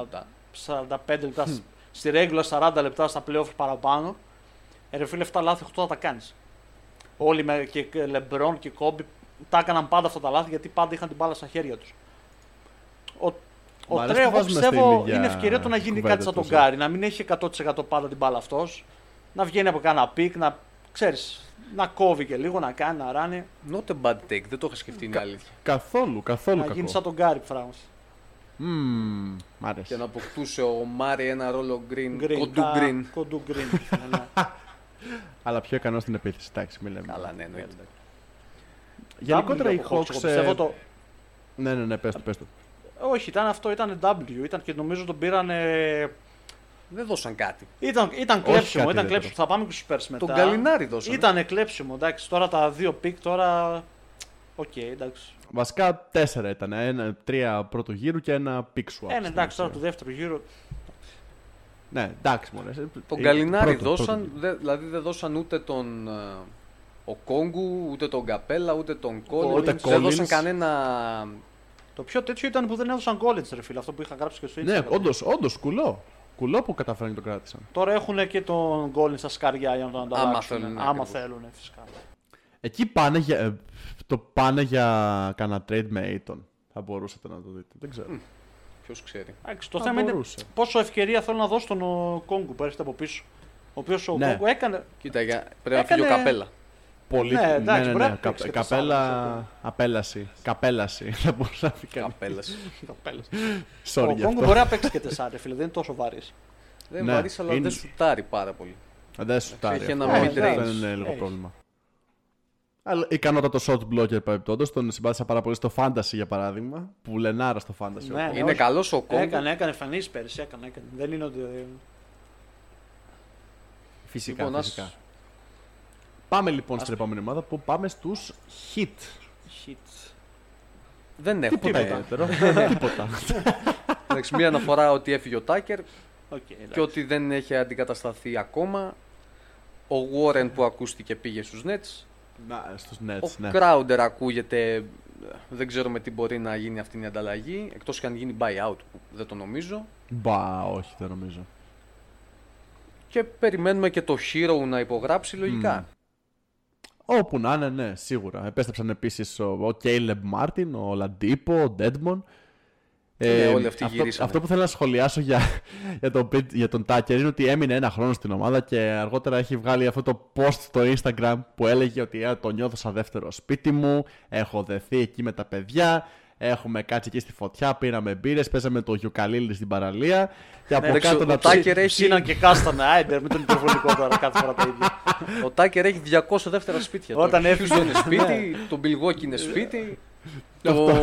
Speaker 1: λεπτά.
Speaker 3: 45 λεπτά, σ- στη regular 40 λεπτά, στα playoff παραπάνω, ε, ρε φίλε, 7 λάθη, 8 θα τα κάνεις. Όλοι με, και Λεμπρόν και Κόμπι τα έκαναν πάντα αυτά τα λάθη γιατί πάντα είχαν την μπάλα στα χέρια τους. Ο,
Speaker 2: Μ'
Speaker 3: ο
Speaker 2: αρέσει
Speaker 3: Τρέ,
Speaker 2: που
Speaker 3: εγώ
Speaker 2: βάζουμε
Speaker 3: πιστεύω,
Speaker 2: στιγμή για
Speaker 3: είναι ευκαιρία του να γίνει
Speaker 2: κουβέντα
Speaker 3: κάτι σαν τον
Speaker 2: τόσο.
Speaker 3: Γκάρι, να μην έχει 100% πάντα την μπάλα αυτός, να βγαίνει από κάνα πικ, να ξέρεις, να κόβει και λίγο, να κάνει, να ράνει,
Speaker 1: Not a bad take, δεν το είχα σκεφτεί είναι αλήθεια.
Speaker 2: Καθόλου, καθόλου
Speaker 3: να γίνει σαν
Speaker 2: κακό.
Speaker 3: τον Γκάρι πράγμα.
Speaker 2: Μμμ, μ' αρέσει.
Speaker 1: Και να αποκτούσε ο Μάρι ένα ρόλο green,
Speaker 3: Green,
Speaker 1: κοντού
Speaker 3: τα-
Speaker 1: green.
Speaker 3: Κοντού green. ναι, ναι.
Speaker 2: Αλλά πιο ικανό στην επίθεση. Εντάξει, μην λέμε.
Speaker 1: Καλά, ναι,
Speaker 3: Ε,
Speaker 1: εννοείται.
Speaker 2: Γενικότερα
Speaker 3: W
Speaker 2: οι
Speaker 3: από Hawks,
Speaker 2: Hawks.
Speaker 3: εγώ πιστεύω
Speaker 2: ε,
Speaker 3: το-
Speaker 2: Ναι, ναι, ναι, πες το, πες το.
Speaker 3: Ε, Όχι, ήταν αυτό, ήταν W. Ήταν και νομίζω τον πήραν. ε,
Speaker 1: Δεν δώσαν κάτι.
Speaker 3: Ήταν, ήταν
Speaker 2: Όχι
Speaker 3: κλέψιμο,
Speaker 2: κάτι
Speaker 3: ήταν
Speaker 2: ιδιαίτερο.
Speaker 3: κλέψιμο. Θα πάμε και στους Πέρσι μετά.
Speaker 1: Τον ναι. Καλινάρη δώσαν.
Speaker 3: Ήταν κλέψιμο, εντάξει. Τώρα τα δύο πικ τώρα. Οκ, εντάξει.
Speaker 2: Βασικά τέσσερα ήταν. Ένα, τρία πρώτου γύρου και ένα pick swap.
Speaker 3: Ένα
Speaker 2: στην
Speaker 3: Ε, ναι, εντάξει τώρα του
Speaker 2: ουσία.
Speaker 3: δεύτερου γύρου.
Speaker 2: Ναι, εντάξει, μωρέ.
Speaker 1: Τον
Speaker 2: Ε,
Speaker 1: Καλινάρη
Speaker 2: πρώτο,
Speaker 1: δώσαν,
Speaker 2: πρώτο.
Speaker 1: δε- δηλαδή δεν δώσαν ούτε τον ε, ο Κόγκου, ούτε τον Καπέλα, ούτε τον Κόλλιν.
Speaker 2: ούτε
Speaker 1: Δεν
Speaker 2: Collins.
Speaker 1: δώσαν κανένα...
Speaker 3: Το πιο τέτοιο ήταν που δεν έδωσαν Collins, ρε φίλε, αυτό που είχα γράψει και στο Instagram.
Speaker 2: Ναι, όντως, όντως, κουλό. Κουλό που καταφέραν και το κράτησαν.
Speaker 3: Τώρα έχουν και τον Collins στα σκαριά για να τον ανταλλάξουν.
Speaker 1: θέλουν, ναι,
Speaker 3: Άμα
Speaker 1: ακριβώς.
Speaker 3: θέλουν, φυσικά.
Speaker 2: Εκεί πάνε για, ε, το πάνε για κανένα trade με Aiton. Θα μπορούσατε να το δείτε. Δεν ξέρω.
Speaker 1: Ποιος ξέρει.
Speaker 3: Εντάξει, το
Speaker 2: Θα
Speaker 3: θέμα
Speaker 2: μπορούσε.
Speaker 3: είναι πόσο ευκαιρία θέλουν να δώσουν τον Κόγκου που έρχεται από πίσω. Ο οποίος ο
Speaker 2: Ναι.
Speaker 3: Κόγκου έκανε.
Speaker 1: Κοίτα, για... πρέπει να φύγει ο
Speaker 3: Έκανε-
Speaker 1: Καπέλα.
Speaker 2: Πολύ.
Speaker 3: Ναι, εντάξει, μπορεί να
Speaker 2: κα-
Speaker 3: παίξει και
Speaker 2: καπέλα.
Speaker 3: τεσσάρων,
Speaker 2: Απέλαση. Καπέλαση. Θα μπορούσε να πει κανείς.
Speaker 1: Καπέλας.
Speaker 3: Καπέλες.
Speaker 2: Sorry
Speaker 3: Ο
Speaker 2: γι'
Speaker 3: Κόγκου
Speaker 2: αυτό.
Speaker 3: μπορεί να παίξει και τεσσάρι, φίλε, δεν είναι τόσο βαρύς.
Speaker 1: δεν
Speaker 2: Ναι,
Speaker 1: βαρύς, αλλά
Speaker 2: είναι-
Speaker 1: δεν σουτάρει πάρα πολύ.
Speaker 2: Δεν σου τάρει. Ε,
Speaker 1: Έχει ένα
Speaker 2: αυτό.
Speaker 3: mid-range.
Speaker 2: Αυτό είναι λίγο
Speaker 3: Έχει.
Speaker 2: πρόβλημα. Αλλά ικανότατο shot blocker παρεπτόντω. Τον συμπάθησα πάρα πολύ στο Fantasy για παράδειγμα. Που λενάρα στο Fantasy.
Speaker 3: Ναι.
Speaker 1: Είναι
Speaker 3: όχι.
Speaker 1: καλός ο κόμπο.
Speaker 3: Έκανε, έκανε εμφανίσεις πέρυσι. Έκανε, έκανε. Δεν είναι ότι.
Speaker 2: Φυσικά.
Speaker 1: Λοιπόν, ας-
Speaker 2: φυσικά. Πάμε λοιπόν στην επόμενη ομάδα που πάμε στους Hit.
Speaker 3: Hit.
Speaker 1: Δεν έχουμε.
Speaker 2: Τίποτα
Speaker 1: ε,
Speaker 2: ιδιαίτερο. Τίποτα.
Speaker 1: εντάξει, μία αναφορά ότι έφυγε ο Τάκερ
Speaker 3: Okay,
Speaker 1: και ότι δεν έχει αντικατασταθεί ακόμα. Ο Warren που ακούστηκε πήγε στους Nets.
Speaker 2: Να, στους
Speaker 1: Ο
Speaker 2: Nets, ναι.
Speaker 1: Crowder ακούγεται, ε, δεν ξέρω με τι μπορεί να γίνει αυτή η ανταλλαγή, εκτός και αν γίνει buyout, που δεν το νομίζω.
Speaker 2: Μπα, όχι, δεν νομίζω.
Speaker 1: Και περιμένουμε και το Hero να υπογράψει λογικά.
Speaker 2: Όπου να είναι, ναι, σίγουρα. Επέστρεψαν επίσης ο, ο Caleb Martin, ο Λαντίπο, ο Deadmon.
Speaker 1: Ναι, όλοι αυτοί
Speaker 2: αυτό,
Speaker 1: γυρίσανε.
Speaker 2: αυτό που θέλω να σχολιάσω για, για, τον, Pit- για τον Tucker είναι ότι έμεινε ένα χρόνο στην ομάδα και αργότερα έχει βγάλει αυτό το post στο Instagram που έλεγε ότι «Ε, το νιώθω σαν δεύτερο σπίτι μου, έχω δεθεί εκεί με τα παιδιά, έχουμε κάτσει εκεί στη φωτιά, πήραμε μπύρες, παίζαμε το γιουκαλίλι στην παραλία και από
Speaker 1: εντάξει,
Speaker 2: κάτω
Speaker 1: ο
Speaker 2: να
Speaker 1: Tucker-
Speaker 2: ψάξει.
Speaker 1: Τάκερ έχει-
Speaker 3: Σύναν και κάστανε Άιντερ με τον υπερβολικό τώρα κάθε φορά τα ίδια.
Speaker 1: Ο Τάκερ έχει 200 δεύτερα σπίτια.
Speaker 3: Όταν
Speaker 1: το
Speaker 3: έφυγε. Ναι.
Speaker 1: Houston είναι σπίτι, το Milwaukee είναι σπίτι, το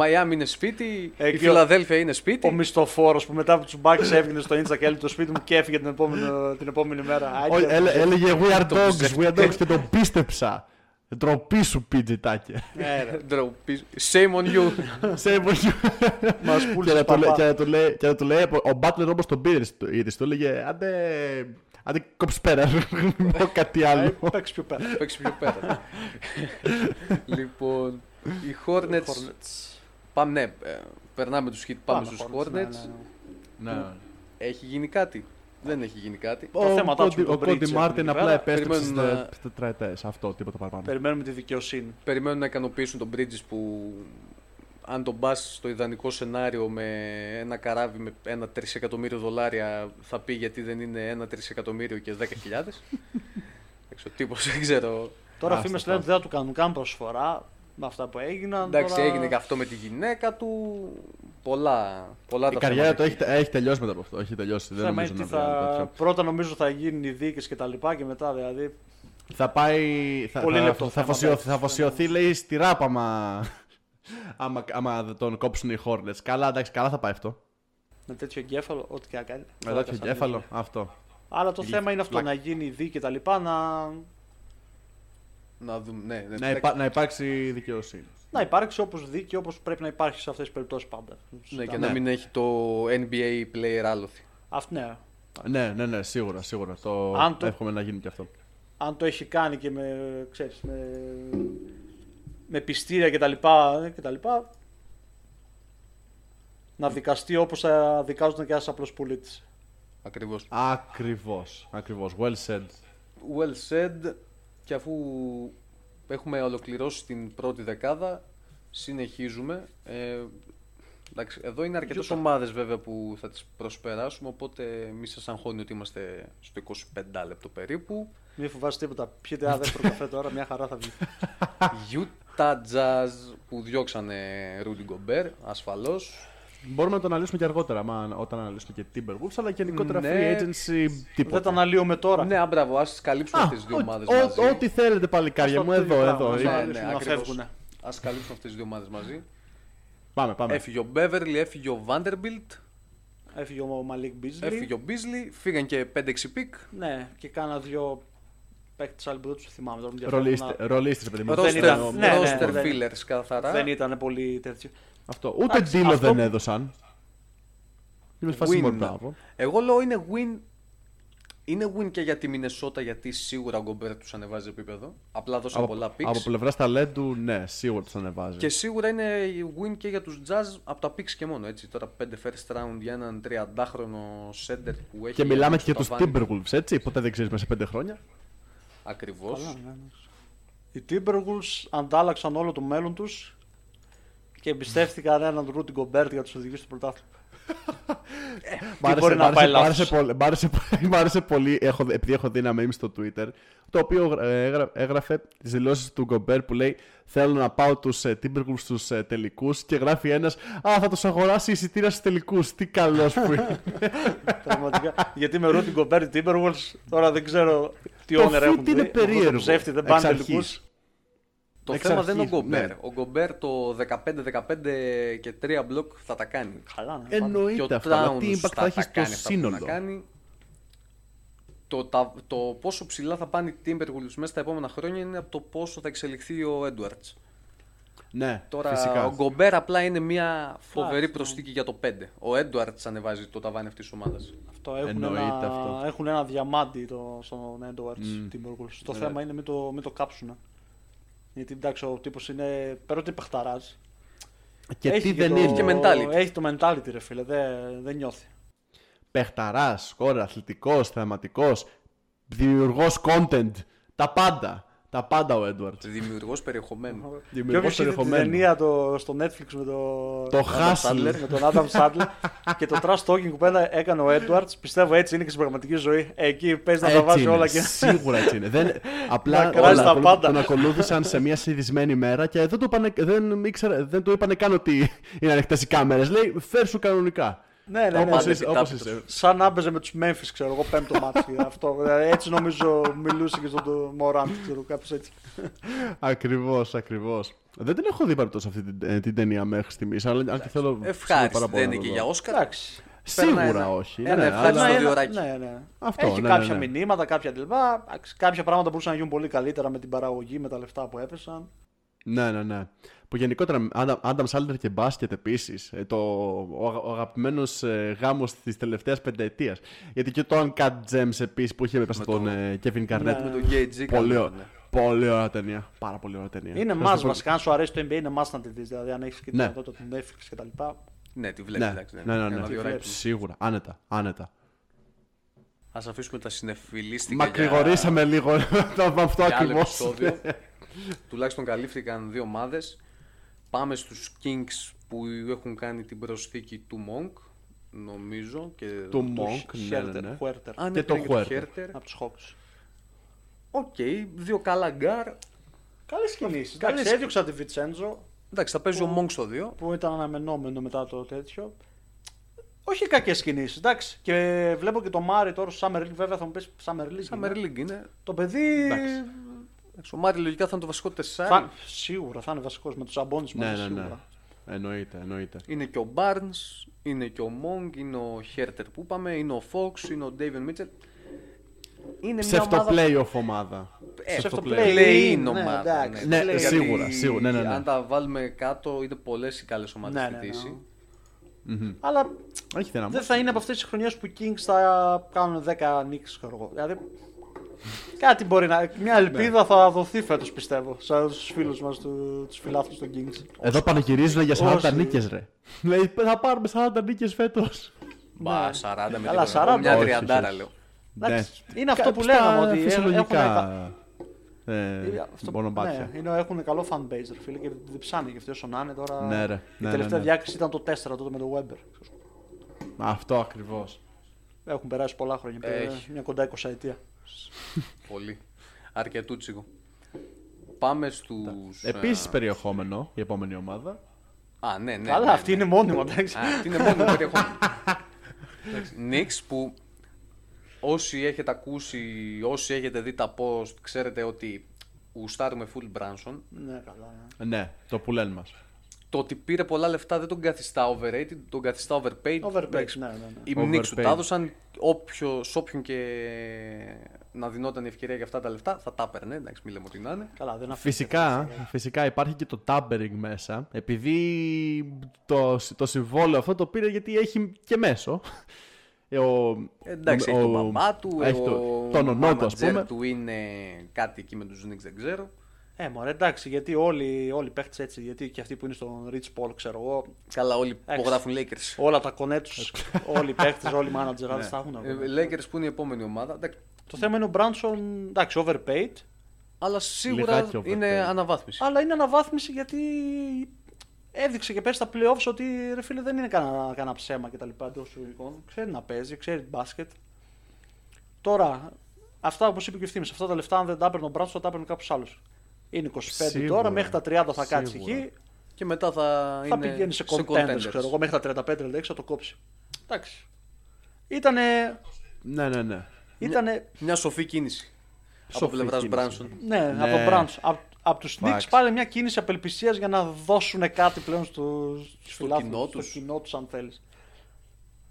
Speaker 1: Miami είναι σπίτι,
Speaker 3: Ε,
Speaker 1: η
Speaker 3: και ο-
Speaker 1: Φιλαδέλφια είναι σπίτι.
Speaker 3: Ο μισθοφόρος που μετά από τους μπάκες έβγαινε στο Insta και έλεγε το σπίτι μου και έφυγε την επόμενη, την επόμενη μέρα.
Speaker 2: Όχι,
Speaker 3: Άιντερ.
Speaker 2: έλε- έλεγε We are
Speaker 1: Το
Speaker 2: dogs,
Speaker 1: ψεύτηκε.
Speaker 2: we are dogs και τον πίστεψα. Ντροπή σου, PG Tucker.
Speaker 3: Ναι, ρε.
Speaker 1: Ντροπή. Shame on you.
Speaker 2: Σε εποχή.
Speaker 3: Μας
Speaker 2: Και
Speaker 3: πούλησε
Speaker 2: να του λέ-
Speaker 3: παπά.
Speaker 2: και να του λέει- και να του λέει, ο Μπάτλερ όμως τον πήρε στο- είδες, του έλεγε άντε, άντε κόψε πέρα, μω κάτι άλλο.
Speaker 3: Ε, Παίξε πιο πέρα.
Speaker 1: Παίξει πιο πέρα. λοιπόν, οι Hornets Πάμε, ναι, ε, περνάμε τους hit, πάμε, στους Hornets.
Speaker 3: Hornets, ναι, ναι, ναι.
Speaker 1: Έχει γίνει κάτι. Δεν έχει γίνει κάτι.
Speaker 2: Ο
Speaker 3: θέμα
Speaker 2: Κόντι-
Speaker 3: τάτσου με
Speaker 2: Ο
Speaker 3: τον Bridge,
Speaker 2: Κόντι Μάρτιν
Speaker 3: εκεί
Speaker 2: απλά
Speaker 3: πέρα.
Speaker 2: επέστρεψε
Speaker 1: Περιμένουν να-
Speaker 2: στις τετραετές, αυτό, τίποτα παραπάνω.
Speaker 3: Περιμένουμε τη δικαιοσύνη.
Speaker 1: Περιμένουν να ικανοποιήσουν τον Bridges που αν τον πας στο ιδανικό σενάριο με ένα καράβι με ένα τρισεκατομμύριο δολάρια θα πει γιατί δεν είναι ένα τρισεκατομμύριο και 10.000. Εντάξει, ο τύπος δεν ξέρω.
Speaker 3: Τώρα
Speaker 2: Άστα,
Speaker 3: φήμε
Speaker 2: πάμε.
Speaker 3: λένε ότι δεν θα του κάνουν καν προσφορά με αυτά που έγιναν.
Speaker 1: Εντάξει,
Speaker 3: τώρα...
Speaker 1: έγινε και αυτό με τη γυναίκα του. Πολλά, πολλά
Speaker 2: Η
Speaker 1: τα
Speaker 2: καριέρα του
Speaker 1: θέματα.
Speaker 2: έχει, έχει τελειώσει μετά από αυτό. Έχει τελειώσει. Δεν
Speaker 3: Θέμα
Speaker 2: νομίζω
Speaker 3: είναι
Speaker 2: να
Speaker 3: τι
Speaker 2: βρει άλλο
Speaker 3: θα...
Speaker 2: τέτοιο.
Speaker 3: Πρώτα νομίζω θα γίνουν οι δίκες και τα λοιπά και μετά δηλαδή.
Speaker 2: Θα πάει. Θα,
Speaker 3: Πολύ
Speaker 2: θα,
Speaker 3: λεπτό
Speaker 2: θα,
Speaker 3: θέμα,
Speaker 2: φωσιωθεί,
Speaker 3: εντάξει,
Speaker 2: θα φωσιωθεί, λέει, στη ράπα άμα, άμα, άμα τον κόψουν οι Hornets. Καλά, εντάξει, καλά θα πάει αυτό.
Speaker 3: Με τέτοιο εγκέφαλο, ό,τι και να κάνει.
Speaker 2: Με
Speaker 3: Τώρα
Speaker 2: τέτοιο
Speaker 3: θα
Speaker 2: κέφαλο,
Speaker 3: σαντίζουν.
Speaker 2: αυτό.
Speaker 3: Αλλά το
Speaker 2: Γλυκ-
Speaker 3: θέμα είναι αυτό
Speaker 2: πλάκα.
Speaker 3: να γίνει η δίκη και τα λοιπά. Να,
Speaker 1: Να δούμε, ναι, ναι,
Speaker 2: Να,
Speaker 1: εντάξει.
Speaker 2: υπά- να υπάρξει δικαιοσύνη.
Speaker 3: να υπάρξει όπως δίκη όπως πρέπει να υπάρχει σε αυτές τις περιπτώσεις πάντα.
Speaker 1: Ναι, και
Speaker 3: Συζητάμε.
Speaker 1: να μην έχει το NBA player άλοθη.
Speaker 3: Αυτ- ναι.
Speaker 2: Ναι, ναι, ναι, σίγουρα, σίγουρα. Το
Speaker 3: Αν το-
Speaker 2: εύχομαι να γίνει και αυτό.
Speaker 3: Αν το έχει κάνει και με, ξέρεις, με, με πιστήρια και τα λοιπά, ε, και τα λοιπά να δικαστεί όπως θα δικάζονταν και ένας απλός πολίτης.
Speaker 1: Ακριβώς.
Speaker 2: Ακριβώς, ακριβώς. Well said.
Speaker 1: Well said. Και αφού έχουμε ολοκληρώσει την πρώτη δεκάδα, συνεχίζουμε. Ε, εντάξει, εδώ είναι αρκετές
Speaker 3: Utah.
Speaker 1: ομάδες βέβαια που θα τις προσπεράσουμε, οπότε μη σας αγχώνει ότι είμαστε στο 25 λεπτό περίπου.
Speaker 3: Μην φοβάσαι τίποτα. Πιείτε ένα δεύτερο καφέ τώρα, μια χαρά θα βγει.
Speaker 1: Utah Jazz που διώξανε Rudy Gobert, ασφαλώς.
Speaker 2: Μπορούμε να το αναλύσουμε και αργότερα, μα, όταν αναλύσουμε και Timberwolves, αλλά γενικότερα
Speaker 1: Ναι.
Speaker 2: free agency
Speaker 3: Δεν τα
Speaker 2: τίποτα.
Speaker 3: αναλύουμε τώρα.
Speaker 1: Ναι, α, μπράβο, ας τις καλύψουμε
Speaker 2: Α,
Speaker 1: αυτές τις δύο
Speaker 2: ό-
Speaker 1: ομάδες
Speaker 2: ό-
Speaker 1: μαζί.
Speaker 2: Ό,τι θέλετε παλικάρια
Speaker 3: Αυτό
Speaker 2: μου,
Speaker 3: το
Speaker 2: εδώ,
Speaker 3: ίδιο
Speaker 2: εδώ.
Speaker 3: πράγμα,
Speaker 1: Ναι,
Speaker 2: Είναι-
Speaker 3: να
Speaker 1: ναι,
Speaker 3: να
Speaker 1: ακριβώς.
Speaker 3: φεύγουνε.
Speaker 1: Ας καλύψουμε αυτές τις δύο ομάδες μαζί.
Speaker 2: Πάμε, πάμε.
Speaker 1: Έφυγε ο Beverly, έφυγε ο Vanderbilt,
Speaker 3: Έφυγε ο Μαλίκ
Speaker 1: έφυγε
Speaker 3: Μπίζλι.
Speaker 1: ο Beasley, φύγαν και 5-6 πικ.
Speaker 3: Ναι, και κάνα δύο παίκτες άλλοι που δεν τους θυμάμαι. τώρα, μου διαφεύγουν
Speaker 2: Ρολίστε,
Speaker 3: να-
Speaker 2: ρολίστε, παιδί μου.
Speaker 3: Ρόστερ-
Speaker 2: Δεν ήταν ο-
Speaker 3: ναι, ναι,
Speaker 1: Ρόστερ
Speaker 3: ναι.
Speaker 1: fillers καθαρά.
Speaker 3: Δεν ήταν πολύ τέτοιο.
Speaker 2: Αυτό. Ούτε
Speaker 3: Εντάξει,
Speaker 2: deal
Speaker 3: αυτό-
Speaker 2: δεν έδωσαν. Είμαι σε φάση
Speaker 1: Win.
Speaker 2: μόνο μπράβο.
Speaker 1: Εγώ λέω είναι win. Είναι win και για τη Μινεσότα γιατί σίγουρα ο Γκομπέρ τους ανεβάζει επίπεδο. Απλά δώσαν πολλά picks.
Speaker 2: από πλευράς ταλέντου, ναι, σίγουρα τους ανεβάζει.
Speaker 1: Και σίγουρα είναι win και για τους Jazz από τα picks και μόνο. Έτσι. Τώρα 5 first round για έναν 30χρονο center που έχει.
Speaker 2: Και μιλάμε και για τους
Speaker 1: στο ταβάνι.
Speaker 2: Timberwolves, έτσι. Ποτέ δεν ξέρεις μέσα σε πέντε χρόνια.
Speaker 1: Ακριβώς.
Speaker 3: ναι, Οι Timberwolves αντάλλαξαν όλο το μέλλον τους και εμπιστεύτηκαν έναν Ρούτιν Γκομπέρτ για να τους οδηγήσει στο πρωτάθλημα.
Speaker 2: Μ' άρεσε-
Speaker 3: Ε, μπορεί
Speaker 2: μ'
Speaker 3: να
Speaker 2: άρεσε-
Speaker 3: πάει
Speaker 2: μ'
Speaker 3: λάθος.
Speaker 2: άρεσε πολύ- Μ' άρεσε πολύ- μ' άρεσε πολύ, έχω, επειδή έχω δει ένα meme στο Twitter, το οποίο ε, έγρα- έγραφε τις δηλώσεις του Γκομπέρ που λέει Θέλω να πάω τους ε, Timberwolves στους ε, τελικούς και γράφει ένας Α, θα τους αγοράσει εισιτήρια στους τελικούς. Τι καλός που είναι.
Speaker 3: Πραγματικά. Γιατί με ρούτιν κομπέρι Timberwolves, τώρα δεν ξέρω τι
Speaker 2: Το
Speaker 3: owner έχουν.
Speaker 2: fit είναι
Speaker 3: δει. Αυτό το
Speaker 2: περίεργο.
Speaker 3: Ψεύτη, δεν
Speaker 2: Εξ
Speaker 3: πάνε
Speaker 2: αρχής.
Speaker 3: τελικού.
Speaker 1: Το
Speaker 2: Εξ
Speaker 1: θέμα δεν είναι ο
Speaker 2: αρχής,
Speaker 1: Γκομπέρ.
Speaker 2: ναι.
Speaker 1: Ο Γκομπέρ το 15-15 και 3 μπλοκ θα τα κάνει.
Speaker 3: Καλά, ναι.
Speaker 1: Και ο
Speaker 2: Εννοείται αυτό. αλλά Τι
Speaker 1: Towns
Speaker 2: impact θα έχει
Speaker 1: τα
Speaker 2: στο
Speaker 1: κάνει αυτά που
Speaker 2: σύνολο.
Speaker 1: να κάνει. Το, τα- το πόσο ψηλά θα πάνε οι Timberwolves μέσα στα επόμενα χρόνια είναι από το πόσο θα εξελιχθεί ο Edwards.
Speaker 2: Ναι,
Speaker 1: Τώρα
Speaker 2: φυσικά.
Speaker 1: ο Γκομπέρ απλά είναι μια φοβερή
Speaker 3: Εντάξει,
Speaker 1: προσθήκη για το 5. Ο Edwards ανεβάζει το ταβάνι αυτής της ομάδας.
Speaker 3: Αυτό έχουν,
Speaker 2: Εννοείται
Speaker 3: ένα,
Speaker 2: αυτό.
Speaker 3: έχουν ένα διαμάντι το, στον Edwards Timberwolves.
Speaker 2: Ε.
Speaker 3: Το θέμα είναι μην το, μην το κάψουν. Γιατί εντάξει, ο τύπος είναι πέρα ότι παιχταράς.
Speaker 2: Και τι δεν
Speaker 1: έχει και
Speaker 2: είναι.
Speaker 1: mentality.
Speaker 3: Έχει το mentality, ρε φίλε. Δεν, δεν νιώθει.
Speaker 2: Πεχταρά, σκόρ, αθλητικός, θεαματικός, δημιουργός content. Τα πάντα. Τα πάντα ο Έντουαρτ.
Speaker 1: Δημιουργός περιεχομένου.
Speaker 2: Δημιουργός
Speaker 3: Ποιος είδε την
Speaker 2: περιεχομένου.
Speaker 3: ταινία το, στο Netflix με, το,
Speaker 2: Το
Speaker 3: Adam
Speaker 2: Hustle.
Speaker 3: Sandler, με τον Adam Sandler και το trash talking που έλα- έκανε ο Edwards. Πιστεύω έτσι είναι και στην πραγματική ζωή. Εκεί παίζει να τα βάζει
Speaker 2: είναι,
Speaker 3: όλα και.
Speaker 2: Σίγουρα έτσι είναι. Δεν, απλά
Speaker 3: Να κράζει τα
Speaker 2: τον,
Speaker 3: πάντα.
Speaker 2: τον ακολούθησαν σε μια συνηθισμένη μέρα και δεν, το πάνε, δεν, ήξερα, δεν του είπανε καν ότι είναι ανοιχτές οι κάμερες. Λέει, φέρ σου κανονικά.
Speaker 3: ναι, ναι, ναι.
Speaker 2: Όπως
Speaker 1: ναι,
Speaker 2: είσαι-
Speaker 1: ναι,
Speaker 2: όπως
Speaker 1: ναι,
Speaker 2: είσαι.
Speaker 3: Σαν να έπαιζε με τους Memphis, ξέρω εγώ, πέμπτο μάτι. αυτό. Ε, Έτσι νομίζω μιλούσε και στον το- Morant, ξέρω κάπως έτσι.
Speaker 2: Ακριβώς, ακριβώς. Δεν την έχω δει παρεπτό αυτή την, ε, την ταινία μέχρι στιγμής, αλλά αν και θέλω.
Speaker 1: Ευχάριστη
Speaker 2: πάρα πολύ
Speaker 1: Ε, δεν
Speaker 2: να
Speaker 1: είναι και
Speaker 2: το
Speaker 1: για
Speaker 2: δω.
Speaker 1: Όσκαρ.
Speaker 3: Εντάξει.
Speaker 2: Σίγουρα
Speaker 1: Περνάει ένα-
Speaker 2: όχι.
Speaker 1: ένα
Speaker 2: ναι,
Speaker 1: ευχάριστο
Speaker 2: αλλά-
Speaker 1: δι- διωράκι.
Speaker 3: ναι, ναι.
Speaker 2: Αυτό,
Speaker 3: Έχει
Speaker 2: ναι,
Speaker 3: κάποια
Speaker 2: ναι, ναι.
Speaker 3: μηνύματα, κάποια τελικά. Κάποια πράγματα μπορούσαν να γίνουν πολύ καλύτερα με την παραγωγή, με τα λεφτά που έπεσαν.
Speaker 2: Ναι, ναι, ναι. Που γενικότερα, Άνταμ Σάλτερ και μπάσκετ επίσης. Το, ο, αγα- ο αγαπημένος ε, γάμος της τελευταίας πενταετίας. Γιατί και το Uncut Gems επίσης που είχε μέσα
Speaker 1: Με
Speaker 2: τον
Speaker 1: το- Ναι.
Speaker 2: ε, Kevin Garnett.
Speaker 1: Με
Speaker 3: Ναι.
Speaker 1: τον Gage
Speaker 2: Πολύ, ω- πολύ ωραία ταινία. Πάρα πολύ ωραία ταινία.
Speaker 3: Είναι
Speaker 2: Σας
Speaker 3: μα
Speaker 2: Ε, το πω-
Speaker 3: βασικά, αν σου αρέσει το NBA, είναι μα να τη δεις. Δηλαδή, αν έχεις και τη
Speaker 2: Ναι.
Speaker 3: δυνατότητα του Netflix και τα λοιπά.
Speaker 1: Ναι, τη βλέπεις.
Speaker 2: Ναι, ναι, ναι, ναι,
Speaker 1: Ένα διωράκι.
Speaker 2: Σίγουρα. Άνετα. άνετα.
Speaker 1: Ας αφήσουμε τα συνεφιλίστικα.
Speaker 2: Μακρηγορήσαμε λίγο το- με αυτό Ναι,
Speaker 1: για άλλο
Speaker 2: ακριβώς.
Speaker 1: επεισόδιο. Τουλάχιστον καλύφθηκαν δύο ομάδες. Πάμε στους Kings που έχουν κάνει την προσθήκη του Monk, νομίζω. Και
Speaker 2: Τους
Speaker 3: Monk,
Speaker 2: Monk. Ναι, ναι, ναι.
Speaker 3: Χουέρτερ.
Speaker 1: Α, ναι,
Speaker 2: και το
Speaker 1: πήραν το
Speaker 2: Huerter.
Speaker 1: Huerter.
Speaker 3: Από τους Hawks.
Speaker 1: Οκ, δύο καλά γκάρ.
Speaker 3: Καλές κινήσεις.
Speaker 1: Καλές.
Speaker 3: Εντάξει, έδιωξα τη Βιτσέντζο
Speaker 1: Εντάξει, θα παίζει ο Monk στο 2.
Speaker 3: που ήταν αναμενόμενο μετά το τέτοιο. Όχι κακές κινήσεις, εντάξει. Και βλέπω και το Μάρι τώρα στο Summer League, βέβαια θα μου πεις Summer League.
Speaker 1: Summer
Speaker 2: Ναι.
Speaker 3: είναι.
Speaker 1: League είναι.
Speaker 3: Το παιδί.
Speaker 2: Εντάξει.
Speaker 1: ε. Εντάξει, Ο Μάρι λογικά θα είναι το βασικό τεσσάρι.
Speaker 3: Θα... Σίγουρα θα είναι βασικός με τους Αμπόνι
Speaker 2: Ναι, ναι, ναι.
Speaker 3: σίγουρα.
Speaker 2: Εννοείται, εννοείται.
Speaker 1: Είναι και ο Barnes, είναι και ο Monk, είναι ο Χέρτερ που είπαμε, είναι ο Fox, είναι ο David Mitchell. Είναι μια ομάδα
Speaker 2: Ψευτοπλέι-off ομάδα.
Speaker 1: Ε,
Speaker 3: Ψευτοπλέι.
Speaker 1: Play-in
Speaker 3: Ναι,
Speaker 1: ομάδα.
Speaker 3: εντάξει,
Speaker 2: Ναι,
Speaker 1: Γιατί
Speaker 2: σίγουρα, σίγουρα, ναι, ναι, ναι.
Speaker 1: Αν τα βάλουμε κάτω, είναι πολλές οι καλές ομάδες
Speaker 3: Ναι,
Speaker 1: ναι,
Speaker 3: ναι, ναι.
Speaker 1: στη Δύση.
Speaker 3: Αλλά
Speaker 2: Όχι, δεν
Speaker 3: δεν θα είναι από αυτές τις χρονιές που οι Kings θα κάνουν 10 νίκες, ξέρω εγώ. Δηλαδή. Κάτι μπορεί να. Μια
Speaker 2: Ναι.
Speaker 3: ελπίδα θα δοθεί φέτος, πιστεύω, στου φίλους μας, τους φιλάθλους των Kings.
Speaker 2: Εδώ πανηγυρίζουν για 40
Speaker 3: Όσοι-
Speaker 2: νίκες, ρε. Λέει, θα πάρουμε 40 νίκες φέτος.
Speaker 1: Μπα, 40 με
Speaker 3: Ναι. Καλά,
Speaker 1: τίποτα.
Speaker 3: 40.
Speaker 1: Μια
Speaker 2: Όχι,
Speaker 1: τριαντάρα
Speaker 2: όχι.
Speaker 1: λέω.
Speaker 2: Ναι.
Speaker 3: Εντάξει, είναι αυτό που λέγαμε ότι έχουν-
Speaker 2: φυσιολογικά. Ε,
Speaker 3: Αυτό-
Speaker 2: μονοπάτια.
Speaker 3: Ναι, είναι, έχουν καλό fan base, ρε φίλε, και διψάνε και αυτοί όσο να είναι τώρα.
Speaker 2: Ναι, ρε.
Speaker 3: Η
Speaker 2: Ναι, ναι,
Speaker 3: τελευταία
Speaker 2: ναι.
Speaker 3: διάκριση ήταν το 4 τότε με τον Weber.
Speaker 2: Αυτό ακριβώς.
Speaker 3: Έχουν περάσει πολλά χρόνια. πέρα,
Speaker 1: Έχει. Ναι,
Speaker 3: Μια κοντά 20 ετία.
Speaker 1: Πολύ. Αρκετούτσικο. Πάμε στους.
Speaker 2: Επίση περιεχόμενο η επόμενη ομάδα.
Speaker 1: Α, ναι, ναι.
Speaker 3: Καλά,
Speaker 1: ναι, ναι.
Speaker 3: αυτή είναι μόνιμα, εντάξει.
Speaker 1: Α, αυτή είναι μόνο περιεχόμενο. Νίξ που όσοι έχετε ακούσει, όσοι έχετε δει τα post, ξέρετε ότι γουστάρουμε full Branson.
Speaker 3: ναι, καλά. Ναι.
Speaker 2: Ναι, το πουλέν μας.
Speaker 1: Το ότι πήρε πολλά λεφτά δεν τον καθιστά overrated, τον καθιστά overpaid.
Speaker 3: Overpaid,
Speaker 1: Εντάξει,
Speaker 3: ναι, ναι, ναι.
Speaker 1: Οι
Speaker 2: Overpaid.
Speaker 1: Knicks του τα έδωσαν. Όποιο, σ' όποιον και να δινόταν η ευκαιρία για αυτά τα λεφτά θα τα έπαιρνε. Εντάξει, μη λέμε ότι να είναι.
Speaker 3: Καλά, δεν αφήνει.
Speaker 2: Φυσικά, φυσικά υπάρχει και το tampering μέσα. Επειδή το, το συμβόλαιο αυτό το πήρε γιατί έχει και μέσο. Ε, Ο,
Speaker 1: Εντάξει,
Speaker 2: ο-
Speaker 1: έχει τον μπαμπά του,
Speaker 2: έχει
Speaker 1: ο,
Speaker 2: το- τον ονό του, ας
Speaker 1: manager
Speaker 2: πούμε.
Speaker 1: του είναι κάτι εκεί με τους Knicks, δεν ξέρω.
Speaker 3: Ε, μωρέ, εντάξει, γιατί όλοι, όλοι οι παίχτες έτσι. Γιατί και αυτοί που είναι στον Rich Paul, ξέρω εγώ.
Speaker 1: Καλά, όλοι
Speaker 3: Εντάξει.
Speaker 1: υπογράφουν Lakers.
Speaker 3: Όλα τα κονέ τους, όλοι οι παίχτες, όλοι οι managers,
Speaker 2: Ναι.
Speaker 3: δεν θα έχουν.
Speaker 1: Ε,
Speaker 3: αγώνα.
Speaker 1: Lakers που είναι η επόμενη ομάδα. Εντάξει,
Speaker 3: Το θέμα είναι ο Branson, εντάξει, overpaid,
Speaker 1: αλλά σίγουρα
Speaker 2: Λιγάκι overpaid.
Speaker 1: είναι αναβάθμιση.
Speaker 3: αλλά είναι αναβάθμιση γιατί έδειξε και πέρσι στα playoffs ότι ρε φίλε δεν είναι κανένα, κανένα ψέμα κτλ. Εντό εισαγωγικών. Ξέρει να παίζει, ξέρει μπάσκετ. Τώρα, αυτά όπως είπε και ο Ευθύμης, αυτά τα λεφτά αν δεν τα έπαιρνε ο Μπράτσο θα τα έπαιρνε κάποιος άλλος. Είναι 25
Speaker 2: Σίγουρα.
Speaker 3: τώρα, μέχρι τα 30 θα κάτσει
Speaker 2: Σίγουρα.
Speaker 3: εκεί.
Speaker 1: Και μετά θα,
Speaker 3: Θα
Speaker 1: είναι
Speaker 3: πηγαίνει σε contenders,
Speaker 1: contenders.
Speaker 3: ξέρω εγώ, μέχρι τα 35-36 θα το κόψει.
Speaker 1: Εντάξει.
Speaker 3: Ήτανε.
Speaker 2: Ναι, ναι, ναι.
Speaker 3: ήτανε
Speaker 1: Μια σοφή κίνηση. από
Speaker 2: Σοφή
Speaker 1: πλευράς
Speaker 2: κίνηση.
Speaker 1: Μπράνσον.
Speaker 3: ναι,
Speaker 2: Ναι.
Speaker 3: από τον Browns. Από, από τους Knicks
Speaker 2: Facts.
Speaker 3: πάλι μια κίνηση απελπισίας για να δώσουν κάτι πλέον στους στους φιλάθλους,
Speaker 1: κοινό τους.
Speaker 3: Στο κοινό τους, αν θέλεις.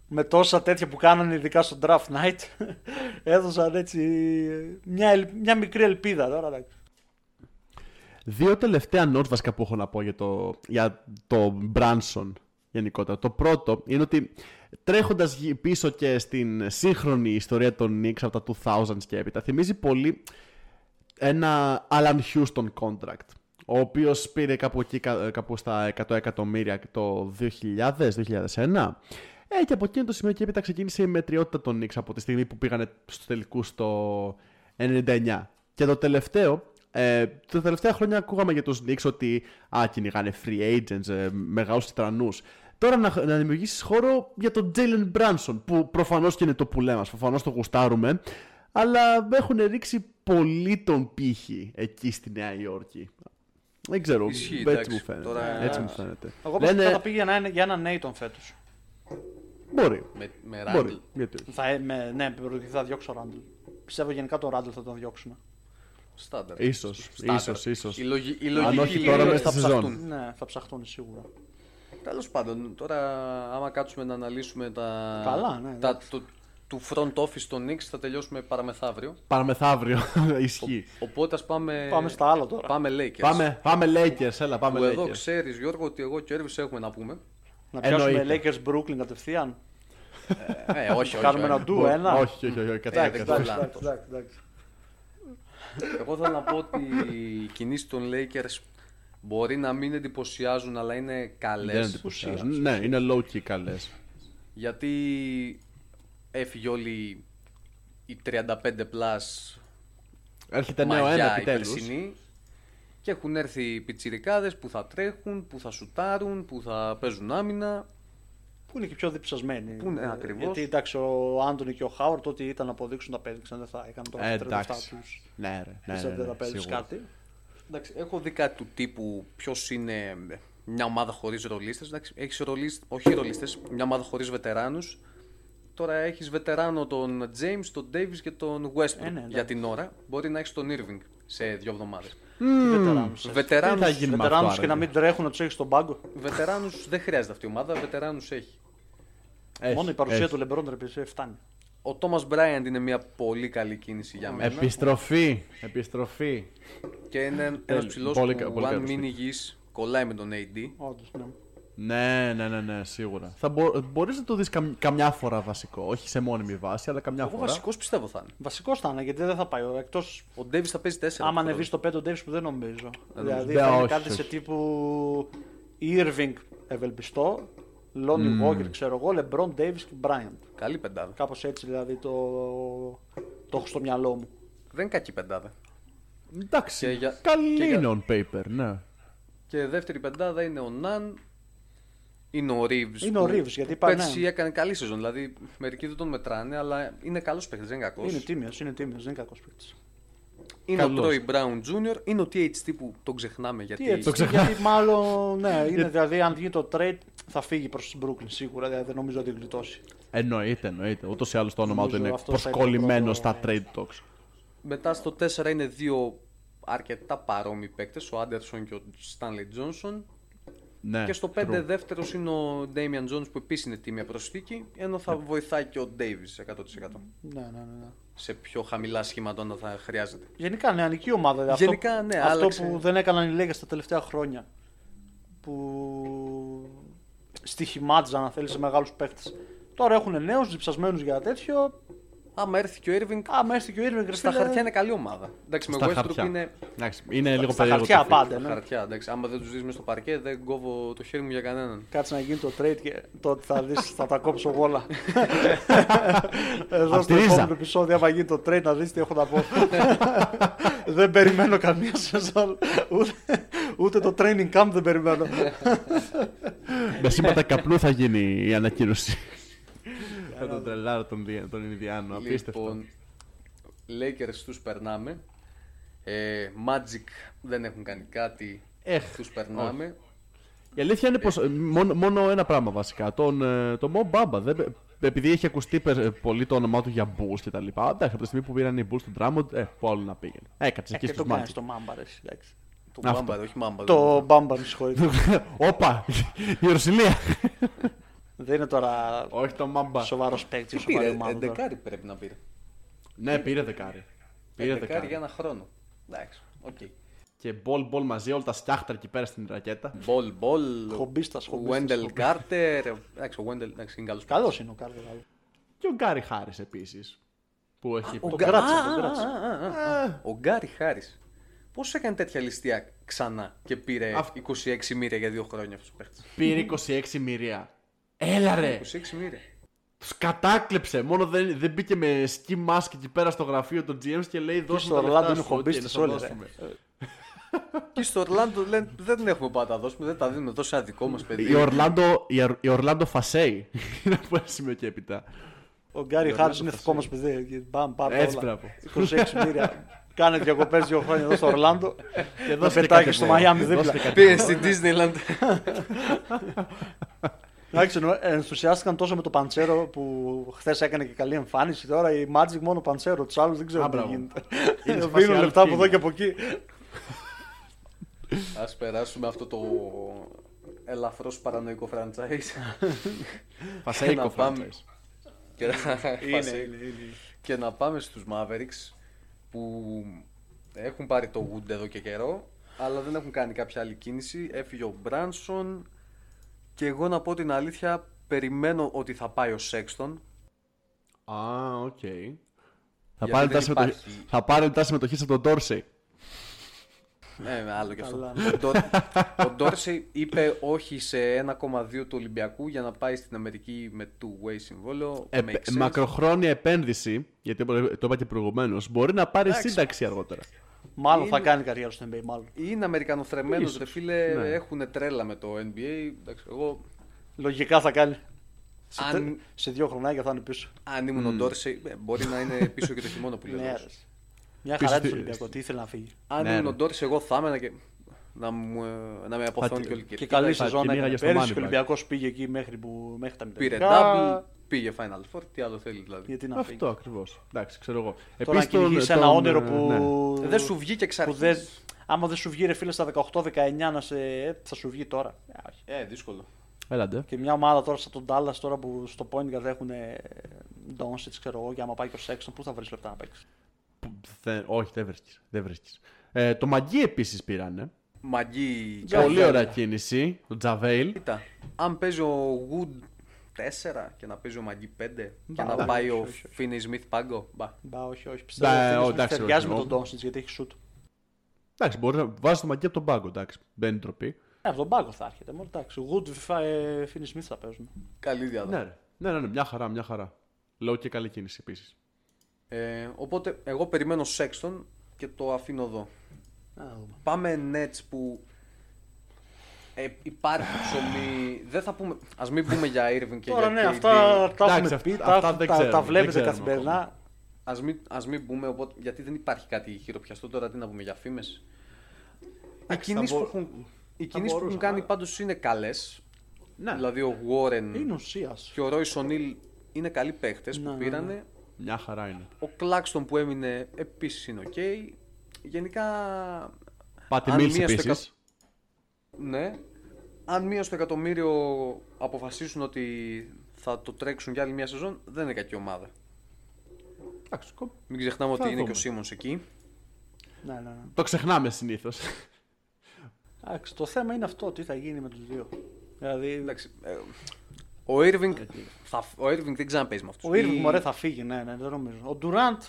Speaker 3: Με τόσα τέτοια που κάνανε, ειδικά στο draft night, έδωσαν έτσι μια, ελ- μια μικρή ελπίδα. Τώρα, εντάξει.
Speaker 2: Δύο τελευταία notes βασικά που έχω να πω για το, για το Branson γενικότερα. Το πρώτο είναι ότι τρέχοντας γυ- πίσω και στην σύγχρονη ιστορία των Knicks από τα 2000s και έπειτα, θυμίζει πολύ ένα Alan Houston contract, ο οποίος πήρε κάπου εκεί, κα- κάπου στα 100 εκατομμύρια το 2000-2001. Ε, και από εκείνο το σημείο και έπειτα ξεκίνησε η μετριότητα των Knicks από τη στιγμή που πήγανε στους τελικούς το 99. Και το τελευταίο, ε, τα τελευταία χρόνια ακούγαμε για τους Knicks ότι α, κυνηγάνε free agents, ε, μεγάλους τρανούς. Τώρα να, να δημιουργήσεις χώρο για τον Jalen Branson, που προφανώς και είναι το πουλέ μας, προφανώς το γουστάρουμε. Αλλά έχουν ρίξει πολύ τον πύχη εκεί στη Νέα Υόρκη. Δεν ξέρω,
Speaker 1: Ισχύει,
Speaker 2: έτσι
Speaker 1: εντάξει.
Speaker 2: μου φαίνεται.
Speaker 1: Τώρα-
Speaker 2: Έτσι μου φαίνεται.
Speaker 3: Εγώ
Speaker 2: Λένε,
Speaker 3: προσωπικά θα πήγα να είναι για έναν Νέιτον φέτος.
Speaker 2: Μπορεί,
Speaker 1: Με, με Ράντλ.
Speaker 2: μπορεί. Γιατί όχι.
Speaker 3: Θα, ε- με, ναι, προηγουθεί θα διώξω ο Ράντλ. Πιστεύω γενικά τον Ράντλ θα τον διώξουν.
Speaker 1: Στάνταρ.
Speaker 2: Ίσως,
Speaker 1: Στάνταρ.
Speaker 2: ίσως, ίσως.
Speaker 1: Η, λογι- η λογική
Speaker 2: όχι
Speaker 1: λέει
Speaker 2: τώρα,
Speaker 1: ότι
Speaker 2: μέσα
Speaker 1: θα
Speaker 2: στη
Speaker 1: ψαχτούν.
Speaker 2: σεζόν.
Speaker 3: Ναι, θα ψαχτούν σίγουρα.
Speaker 1: Τέλος πάντων, τώρα άμα κάτσουμε να αναλύσουμε τα,
Speaker 3: Καλά, ναι,
Speaker 1: τα του, του front office των Knicks θα τελειώσουμε παραμεθαύριο.
Speaker 2: Παραμεθαύριο, ισχύει.
Speaker 1: Οπότε ας πάμε,
Speaker 3: Πάμε στα άλλα τώρα.
Speaker 1: πάμε Lakers.
Speaker 2: Πάμε, πάμε Lakers, έλα,
Speaker 1: Που
Speaker 2: πάμε
Speaker 1: εδώ
Speaker 2: Lakers.
Speaker 1: ξέρεις Γιώργο ότι εγώ και ο Έρβης έχουμε να πούμε.
Speaker 3: Να πιάσουμε
Speaker 2: Εννοείται.
Speaker 3: Lakers Brooklyn κατευθείαν.
Speaker 1: ε, όχι, όχι.
Speaker 3: Κάνουμε
Speaker 1: όχι.
Speaker 3: ένα ντου,
Speaker 2: Μπο-
Speaker 3: ένα.
Speaker 2: Όχι, όχι, όχι, όχι, κατά,
Speaker 1: Ε, δεν
Speaker 2: κατά.
Speaker 1: καλά. Εγώ θέλω να πω ότι οι κινήσεις των Lakers μπορεί να μην εντυπωσιάζουν αλλά είναι καλές.
Speaker 2: Δεν εντυπωσιάζουν. Ναι, είναι low key καλές.
Speaker 1: Γιατί έφυγε όλοι οι 35 plus
Speaker 2: Έρχεται νέο
Speaker 1: μαγιά
Speaker 2: ένα
Speaker 1: η
Speaker 2: επιτέλους.
Speaker 1: περσινή. Και έχουν έρθει οι πιτσιρικάδες που θα τρέχουν, που θα σουτάρουν, που θα παίζουν άμυνα.
Speaker 3: Που είναι και πιο διψασμένοι.
Speaker 1: Πού είναι,
Speaker 3: Ε,
Speaker 1: ακριβώς.
Speaker 3: Γιατί εντάξει, ο Άντωνη και ο Χάουαρτ ό,τι ήταν να αποδείξουν τα παίρνουν. Δεν θα έκαναν τώρα
Speaker 2: Ε,
Speaker 3: στα 37
Speaker 2: εντάξει.
Speaker 3: τους.
Speaker 2: Ναι, ρε, ναι,
Speaker 3: Ξέρετε,
Speaker 2: ναι,
Speaker 3: θα
Speaker 2: ναι,
Speaker 3: παίζεις
Speaker 2: σίγουρα.
Speaker 3: κάτι.
Speaker 1: Εντάξει, έχω δει κάτι του τύπου ποιος είναι μια ομάδα χωρίς ρολίστες. Έχει ρολίστε, όχι ρολίστες, μια ομάδα χωρίς βετεράνους. Τώρα έχεις βετεράνο τον James, τον Davis και τον Westbrook
Speaker 3: Ε, ναι, εντάξει.
Speaker 1: για την ώρα. Μπορεί να έχεις τον Irving σε δύο εβδομάδες.
Speaker 3: Βετεράνους. ε. έτσι.
Speaker 1: Βετεράνους,
Speaker 2: θα γίνει. με αυτό,
Speaker 3: Βετεράνους και
Speaker 2: άραγε.
Speaker 3: να μην τρέχουν να τους έχεις στον πάγκο.
Speaker 1: βετεράνους δεν χρειάζεται αυτή η ομάδα, βετεράνους έχει.
Speaker 2: Έχει,
Speaker 3: Μόνο η παρουσία
Speaker 2: έχει.
Speaker 3: του Λεμπρόν ρε φτάνει.
Speaker 1: Ο Thomas Bryant είναι μια πολύ καλή κίνηση για μένα.
Speaker 2: Επιστροφή, επιστροφή.
Speaker 1: Και είναι ένας ψηλός
Speaker 2: Πολύ κα-
Speaker 1: που
Speaker 2: πολύ
Speaker 1: αν
Speaker 2: καλός
Speaker 1: μείνει
Speaker 2: τύπος.
Speaker 1: υγιής κολλάει με τον AD.
Speaker 3: Όντως, ναι.
Speaker 2: Ναι, ναι, ναι, ναι, σίγουρα. Θα μπο... μπορείς να το δεις καμ- καμιά φορά βασικό, όχι σε μόνιμη βάση, αλλά καμιά
Speaker 1: Εγώ
Speaker 2: φορά.
Speaker 1: βασικός πιστεύω θα είναι.
Speaker 3: Βασικός θα είναι γιατί δεν θα πάει. ο- Εκτός
Speaker 1: Ο Davis θα παίζει 4.
Speaker 3: Άμα ανεβείς στο 5 ο Davis που δεν νομίζω. δηλαδή
Speaker 2: Ναι,
Speaker 3: θα είναι
Speaker 2: όχι,
Speaker 3: κάτι
Speaker 2: όχι.
Speaker 3: σε τύπου Irving ευελπιστώ, Lonnie Walker ξέρω εγώ, LeBron Davis και Bryant.
Speaker 1: Καλή πεντάδα.
Speaker 3: Κάπως έτσι δηλαδή το, το έχω στο μυαλό μου.
Speaker 1: Δεν είναι κακή πεντάδα.
Speaker 2: Εντάξει,
Speaker 1: Και για-
Speaker 2: καλή
Speaker 1: και για-
Speaker 2: είναι on paper, ναι.
Speaker 1: Και δεύτερη πεντάδα είναι ο Ναν. Είναι ο Reeves.
Speaker 3: Είναι ο
Speaker 1: που-
Speaker 3: Reeves, γιατί
Speaker 1: που
Speaker 3: είπα, ναι.
Speaker 1: Πέρσι έκανε καλή σεζόν. Δηλαδή μερικοί δεν τον μετράνε, αλλά είναι καλός παίχτη, δεν είναι κακός.
Speaker 3: Είναι τίμιος, είναι τίμιος, δεν είναι κακός παίκτης.
Speaker 1: Είναι ο
Speaker 2: Καλός.
Speaker 1: Troy Brown Jr. Είναι ο THT που τον ξεχνάμε
Speaker 3: Τι
Speaker 1: γιατί.
Speaker 3: έτσι, γιατί μάλλον, ναι, είναι δηλαδή αν γίνει το trade θα φύγει προς την Brooklyn σίγουρα, δηλαδή δεν νομίζω ότι γλιτώσει.
Speaker 2: Εννοείται, εννοείται. Ούτως ή άλλως το όνομά του
Speaker 3: Νομίζω
Speaker 2: είναι
Speaker 3: αυτό θα ήταν το
Speaker 2: προσκολλημένο
Speaker 3: πρώτο-
Speaker 2: στα trade talks.
Speaker 1: Μετά στο 4 είναι δύο αρκετά παρόμοιοι παίκτες, ο Άντερσον και ο Stanley Johnson.
Speaker 2: Ναι,
Speaker 1: και στο 5
Speaker 2: true.
Speaker 1: δεύτερος είναι ο Damian Jones που επίσης είναι τίμια προσθήκη, ενώ θα
Speaker 2: Ναι.
Speaker 1: βοηθάει και ο Davis 100%.
Speaker 3: Ναι, ναι, ναι. ναι.
Speaker 1: Σε πιο χαμηλά σχήματα όταν θα χρειάζεται.
Speaker 3: Γενικά νεανική ομάδα. δηλαδή,
Speaker 1: Γενικά,
Speaker 3: αυτό,
Speaker 1: ναι,
Speaker 3: αυτό
Speaker 1: άλλαξε.
Speaker 3: που δεν έκαναν οι Lakers τα τελευταία χρόνια. Που στοιχημάτιζαν, αν θέλεις, σε μεγάλους παίχτε. Τώρα έχουν νέους, διψασμένους για τέτοιο.
Speaker 1: Άμα έρθει και ο Irving,
Speaker 3: Άμα έρθει και ο Irving, ρε
Speaker 1: Στα
Speaker 3: φίλε,
Speaker 1: χαρτιά είναι καλή ομάδα. Εντάξει, με
Speaker 2: Στα
Speaker 1: Westbrook
Speaker 2: χαρτιά.
Speaker 1: είναι.
Speaker 2: Εντάξει, είναι λίγο
Speaker 3: στα
Speaker 2: περίεργο. το
Speaker 3: χαρτιά
Speaker 2: fit.
Speaker 1: Τα
Speaker 3: πάντα. ναι.
Speaker 1: χαρτιά, εντάξει. Άμα δεν τους δεις μες στο παρκέ, δεν κόβω το χέρι μου για κανέναν.
Speaker 3: Κάτσε να γίνει το trade και τότε θα δεις, θα τα κόψω εγώ όλα. Εδώ
Speaker 2: Απ' τη
Speaker 3: στο
Speaker 2: ρίζα.
Speaker 3: επόμενο επεισόδιο, άμα γίνει το trade, να δεις τι έχω να πω. Δεν περιμένω καμία σεζόν. Ούτε, Ούτε το training camp δεν περιμένω.
Speaker 2: Με σύμπατα καπνού θα γίνει η ανακοίνωση. Θα τον τρελάρω τον, Δι- τον Ινδιάνο. Απίστευτο.
Speaker 1: Λοιπόν, Lakers τους περνάμε. Ε, Magic δεν έχουν κάνει κάτι.
Speaker 2: Εχ,
Speaker 1: Τους περνάμε.
Speaker 2: Η αλήθεια είναι πως ε, μόνο, μόνο ένα πράγμα βασικά. Τον, ε, τον Mo Bamba. Δεν, πε- επειδή έχει ακουστεί πε- πολύ το όνομά του για Bulls και τα λοιπά. Εντάξει, από τη στιγμή που πήραν οι Bulls του Drummond, ε, που άλλο να πήγαινε. Έκατσε
Speaker 3: Ε,
Speaker 2: εκεί
Speaker 3: και το
Speaker 2: στους
Speaker 3: κάνει
Speaker 2: μάτς.
Speaker 3: το μάμπα, ρε. εσύ, εντάξει.
Speaker 1: Το
Speaker 2: αυτό.
Speaker 1: Μπάμπα, ρε, όχι Μάμπα.
Speaker 3: Το μπάμπα, με συγχωρείτε.
Speaker 2: Όπα, Ιερουσαλία.
Speaker 3: Δεν είναι τώρα
Speaker 2: Όχι το Μάμπα. ε,
Speaker 3: σοβαρός παίκτης,
Speaker 1: Τι πήρε,
Speaker 3: σοβαρή ομάδα. τώρα.
Speaker 1: εντεκάρι πρέπει να πήρε.
Speaker 2: Ναι, πήρε δεκάρι. Πήρε
Speaker 1: Εντεκάρι Ε, για
Speaker 2: δεκάρι.
Speaker 1: ένα χρόνο. Εντάξει, οκ.
Speaker 2: Και μπολ μπολ μαζί όλα τα στιάχτρα εκεί πέρα στην ρακέτα.
Speaker 1: Μπολ, μπολ.
Speaker 3: Χομπίστας, χομπίστας,
Speaker 1: Βέντελ
Speaker 3: χομπίστας.
Speaker 1: Κάρτερ. Εντάξει, ο Βέντελ εντάξει, είναι καλός.
Speaker 3: Καλός είναι ο Κάρτερ. καλό.
Speaker 2: Και ο Γκάρι Χάρη επίσης. Που έχει.
Speaker 1: Ο
Speaker 2: το-
Speaker 1: Γκά-
Speaker 3: κράτησε,
Speaker 1: Α,
Speaker 3: τον
Speaker 1: α,
Speaker 3: κράτησε.
Speaker 1: α, α, α,
Speaker 3: Ε.
Speaker 1: α. Ο Γκάρι Χάρη. Πώς έκανε τέτοια ληστεία ξανά και πήρε
Speaker 2: Αυ-
Speaker 1: 26 μοίρια για δύο χρόνια αυτός ο παίχτη.
Speaker 2: Πήρε 26 μοιρία. Έλα ρε!
Speaker 1: 26 μοίρια.
Speaker 2: Τους κατάκλεψε. Μόνο δεν, δεν μπήκε με σκι μάσκ εκεί πέρα στο γραφείο των GMs και λέει
Speaker 3: Και
Speaker 2: δώσε
Speaker 3: στο
Speaker 2: μου τα
Speaker 3: Ορλάντο
Speaker 2: λεφτά
Speaker 3: είναι
Speaker 2: σου. οκ, να
Speaker 3: χομπίστας
Speaker 2: σου
Speaker 3: όλοι.
Speaker 2: δώσουμε».
Speaker 3: ρε.
Speaker 1: Και στο Ορλάντο λένε δεν την έχουμε πάει να τα δώσουμε, δεν τα δίνουμε τόσο αδικό μας
Speaker 2: Η
Speaker 1: παιδί.
Speaker 2: Ορλάντο, η, Ορ- η Ορλάντο Φασέι. Είναι από ένα σημείο και έπειτα.
Speaker 3: Ο Γκάρι Χάρι είναι δικό μας παιδί. Μπαμ, πάρ' τα
Speaker 2: Έτσι,
Speaker 3: όλα.
Speaker 2: μπράβο.
Speaker 3: 26 μοίρια. Κάνε διακοπές δύο χρόνια εδώ στο Ορλάντο.
Speaker 2: Και
Speaker 3: πετάει
Speaker 2: κάτι
Speaker 3: και στο
Speaker 2: μόνο.
Speaker 3: Miami
Speaker 2: Δώστε
Speaker 3: δίπλα.
Speaker 2: κάτι
Speaker 1: Πήγε
Speaker 2: μόνο.
Speaker 1: στην Disneyland.
Speaker 3: Εντάξει, εννο- ενθουσιάστηκαν τόσο με το Παντσέρο που χθες έκανε και καλή εμφάνιση. Τώρα η Magic μόνο Παντσέρο. Τους άλλους δεν ξέρω
Speaker 2: Α,
Speaker 3: τι
Speaker 2: μπράβο.
Speaker 3: γίνεται.
Speaker 2: Είναι σπάσει
Speaker 3: Δίνουν
Speaker 2: άλλο
Speaker 3: λεφτά από
Speaker 2: team.
Speaker 3: εδώ και από εκεί.
Speaker 1: Ας περάσουμε αυτό το ελαφρώς παρανοϊκό franchise.
Speaker 2: Φασέικο
Speaker 1: Να πάμε.
Speaker 2: franchise.
Speaker 1: και, να... και να πάμε στους Mavericks που έχουν πάρει το Wood εδώ και καιρό αλλά δεν έχουν κάνει κάποια άλλη κίνηση. Έφυγε ο Μπράνσον και εγώ να πω την αλήθεια περιμένω ότι θα πάει ο Σέξτον.
Speaker 2: Α, οκ. Θα
Speaker 1: Γιατί
Speaker 2: πάρει,
Speaker 1: δεν
Speaker 2: μετά συμμετοχή-
Speaker 1: υπάρχει.
Speaker 2: θα πάρει μετά συμμετοχή από τον Τόρσεϊ.
Speaker 1: Ε, με άλλο κι αυτό.
Speaker 3: Καλά, ναι.
Speaker 1: Ο Ντόρ- ο Ντόρση είπε όχι σε 1,2 του Ολυμπιακού για να πάει στην Αμερική με two-way συμβόλαιο.
Speaker 2: Ε,
Speaker 1: Makes sense.
Speaker 2: μακροχρόνια επένδυση, γιατί το είπα και προηγουμένως, μπορεί να πάρει
Speaker 1: Εντάξει.
Speaker 2: σύνταξη αργότερα.
Speaker 3: Μάλλον θα
Speaker 1: Είναι-
Speaker 3: κάνει καριέρα στο NBA, μάλλον.
Speaker 1: Είναι Αμερικανοθρεμένος ρε
Speaker 2: Ίσως,
Speaker 1: φίλε,
Speaker 2: ναι.
Speaker 1: έχουν τρέλα με το NBA. Εντάξει, εγώ
Speaker 3: Λογικά θα κάνει. Σε,
Speaker 1: Αν-
Speaker 3: τε- σε δύο χρονάκια θα είναι πίσω.
Speaker 1: αν ήμουν ο Ντόρση, ε, μπορεί να είναι πίσω και το χειμώνα που λέω.
Speaker 3: Ναι, ρε. Μια
Speaker 2: Πίσω
Speaker 3: χαρά του
Speaker 2: στη-
Speaker 3: Ολυμπιακού. Τι ήθελε να φύγει.
Speaker 1: αν
Speaker 2: Ναι,
Speaker 1: ήμουν
Speaker 2: ρε.
Speaker 1: ο Ντόρση, εγώ θα έμενα και να, μου, ε, να με αποθώνει
Speaker 2: τη-
Speaker 1: και όλη η
Speaker 3: Και
Speaker 1: Κερκίδα.
Speaker 3: καλή
Speaker 2: θα
Speaker 3: σεζόν
Speaker 2: την
Speaker 3: έκανε
Speaker 2: πήγα στο
Speaker 3: πέρυσι.
Speaker 2: Money
Speaker 3: Ο Ολυμπιακός πήγε εκεί μέχρι, που, μέχρι τα
Speaker 1: Πήρε
Speaker 3: μητέρα.
Speaker 1: double, πήγε Final Four, τι άλλο θέλει δηλαδή.
Speaker 3: Γιατί να φύγει.
Speaker 2: Αυτό ακριβώς. Εντάξει, ξέρω εγώ.
Speaker 3: Τώρα να
Speaker 2: τον-
Speaker 3: κυνηγήσει
Speaker 2: τον,
Speaker 3: ένα όνειρο
Speaker 2: ε,
Speaker 3: που.
Speaker 2: ναι.
Speaker 1: Δεν σου βγήκε εξ
Speaker 3: που δεν-
Speaker 1: αρχής.
Speaker 3: Άμα δεν σου βγει ρε φίλε στα 18-19 να σε. ε, θα σου βγει τώρα. Ε, όχι.
Speaker 1: Ε, δύσκολο.
Speaker 2: Έλαντε.
Speaker 3: Και μια ομάδα τώρα σαν τον Dallas τώρα που στο point guard έχουν Ντόνσιτ, ξέρω εγώ, και άμα πάει και ο Σέξον, πού θα βρεις λεπτά να παίξεις.
Speaker 2: Που- δεν- όχι, δεν βρίσκεις. Δεν βρίσκεις. Ε, το Μαγκί επίσης πήρανε.
Speaker 1: Μαγκή,
Speaker 3: Τζα-
Speaker 2: Πολύ ωραία κίνηση. Το Τζαβέιλ.
Speaker 1: Κοίτα, αν παίζει ο Wood 4 και να παίζει ο Μαγκή 5 και
Speaker 3: Μπα,
Speaker 1: να
Speaker 3: όχι,
Speaker 1: πάει ο
Speaker 3: όχι, όχι.
Speaker 1: Finney Smith πάγκο. Μπα.
Speaker 3: Μπα, όχι, όχι.
Speaker 2: Ναι,
Speaker 3: Πιστεύω
Speaker 2: ο,
Speaker 3: ότι
Speaker 2: εντάξει,
Speaker 3: ταιριάζει με
Speaker 2: όχι,
Speaker 3: τον
Speaker 2: όχι.
Speaker 3: Ντόνσιτ γιατί έχει σουτ.
Speaker 2: Εντάξει, μπορεί να βάζει το Μαγκί από τον πάγκο. Εντάξει, δεν είναι ντροπή.
Speaker 3: Ε, από τον πάγκο θα έρχεται. Μόνο εντάξει. Good, Finney Smith θα παίζουν.
Speaker 1: Καλή διαδρομή.
Speaker 2: Ναι, ρε. ναι, ναι, ναι, μια χαρά, μια χαρά. Λέω και καλή κίνηση επίσης.
Speaker 1: Ε, οπότε εγώ περιμένω Sexton και το αφήνω εδώ.
Speaker 3: Να δούμε.
Speaker 1: Πάμε Nets που ε, υπάρχει ψωμί. Δεν θα πούμε. Ας μην πούμε για Irving και
Speaker 3: Τώρα ναι,
Speaker 1: για
Speaker 3: αυτά τα
Speaker 2: Εντάξει,
Speaker 3: έχουμε
Speaker 2: αυτά-
Speaker 3: πει,
Speaker 2: αυτά
Speaker 3: τα,
Speaker 2: δεν
Speaker 3: τα, τα
Speaker 2: ξέρουμε,
Speaker 3: βλέπετε
Speaker 2: δεν ξέρουμε
Speaker 3: καθημερινά.
Speaker 1: Ας μην, ας μην πούμε, οπότε, γιατί δεν υπάρχει κάτι χειροπιαστό τώρα. Τι να πούμε για φήμες. Οι κινήσει που
Speaker 2: μπο-
Speaker 1: έχουν, οι κινήσεις που
Speaker 2: μπορούσαμε,
Speaker 1: έχουν κάνει
Speaker 2: αλλά-
Speaker 1: πάντως είναι καλές.
Speaker 2: Ναι.
Speaker 1: Δηλαδή ο Warren
Speaker 3: Είναι ουσίας.
Speaker 1: και ο Roy O'Neal είναι καλοί παίχτες
Speaker 3: Ναι, ναι,
Speaker 1: που
Speaker 3: ναι.
Speaker 1: πήρανε.
Speaker 2: Μια χαρά είναι.
Speaker 1: Ο Κλάξτον που έμεινε επίσης είναι οκ. Γενικά.
Speaker 2: Πάτη
Speaker 1: αν
Speaker 2: Μίλ
Speaker 1: μία στο εκατό-
Speaker 2: επίση.
Speaker 1: Ναι. Αν μία στο εκατομμύριο αποφασίσουν ότι θα το τρέξουν για άλλη μία σεζόν, δεν είναι κακή ομάδα.
Speaker 2: Εντάξει, κο-
Speaker 1: Μην ξεχνάμε
Speaker 2: Θα
Speaker 1: ότι είναι
Speaker 2: δούμε.
Speaker 1: και ο Σίμονς εκεί.
Speaker 3: Ναι, ναι, ναι.
Speaker 2: Το ξεχνάμε συνήθως.
Speaker 3: Εντάξει, το θέμα είναι αυτό, τι θα γίνει με τους δύο. Δηλαδή,
Speaker 1: Εντάξει, ε, ο Irving, θα, ο Irving δεν ξαναπέζει με αυτούς.
Speaker 3: Ε, ο Ήρβινγκ
Speaker 1: Ή-
Speaker 3: μωρέ θα φύγει, ναι, ναι, δεν νομίζω. Ο Ντουραντ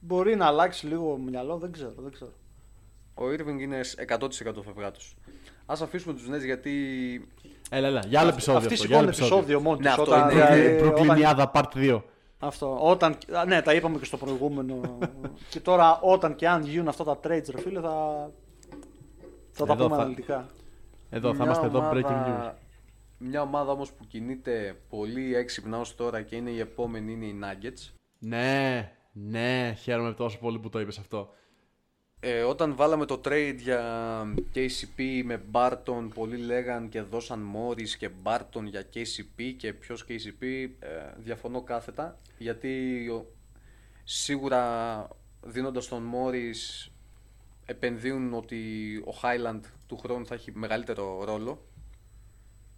Speaker 3: μπορεί να αλλάξει λίγο μυαλό, δεν ξέρω, δεν ξέρω.
Speaker 1: ο Irving είναι 100% φευγάτος. Ας αφήσουμε τους νέες γιατί
Speaker 2: Έλα, έλα, για άλλο επεισόδιο.
Speaker 3: Αυτή
Speaker 2: αυτό, για άλλο
Speaker 3: σηκώνει επεισόδιο μόνο
Speaker 1: Ναι,
Speaker 3: της,
Speaker 1: αυτό
Speaker 3: όταν,
Speaker 1: είναι.
Speaker 3: δηλαδή, όταν,
Speaker 2: Προκληνιάδα part 2.
Speaker 3: αυτό, όταν, α, ναι, τα είπαμε και στο προηγούμενο. και τώρα, όταν και αν γίνουν αυτά τα trades, ρε φίλε, θα, Θα τα
Speaker 2: Εδώ
Speaker 3: πούμε
Speaker 2: θα-
Speaker 3: αναλυτικά.
Speaker 2: Εδώ, θα
Speaker 1: Μια
Speaker 2: είμαστε εδώ breaking
Speaker 1: ομάδα-
Speaker 2: news.
Speaker 1: Μια ομάδα όμως που κινείται πολύ έξυπνα ως τώρα και είναι η επόμενη είναι οι Nuggets.
Speaker 2: Ναι, ναι, χαίρομαι τόσο πολύ που το είπες αυτό.
Speaker 1: Ε, όταν βάλαμε το trade για KCP με Barton, πολλοί λέγαν και δώσαν Μόρις και Barton για KCP και ποιος KCP, ε, διαφωνώ κάθετα, γιατί ο- σίγουρα δίνοντας τον Μόρις επενδύουν ότι ο Highland του χρόνου θα έχει μεγαλύτερο ρόλο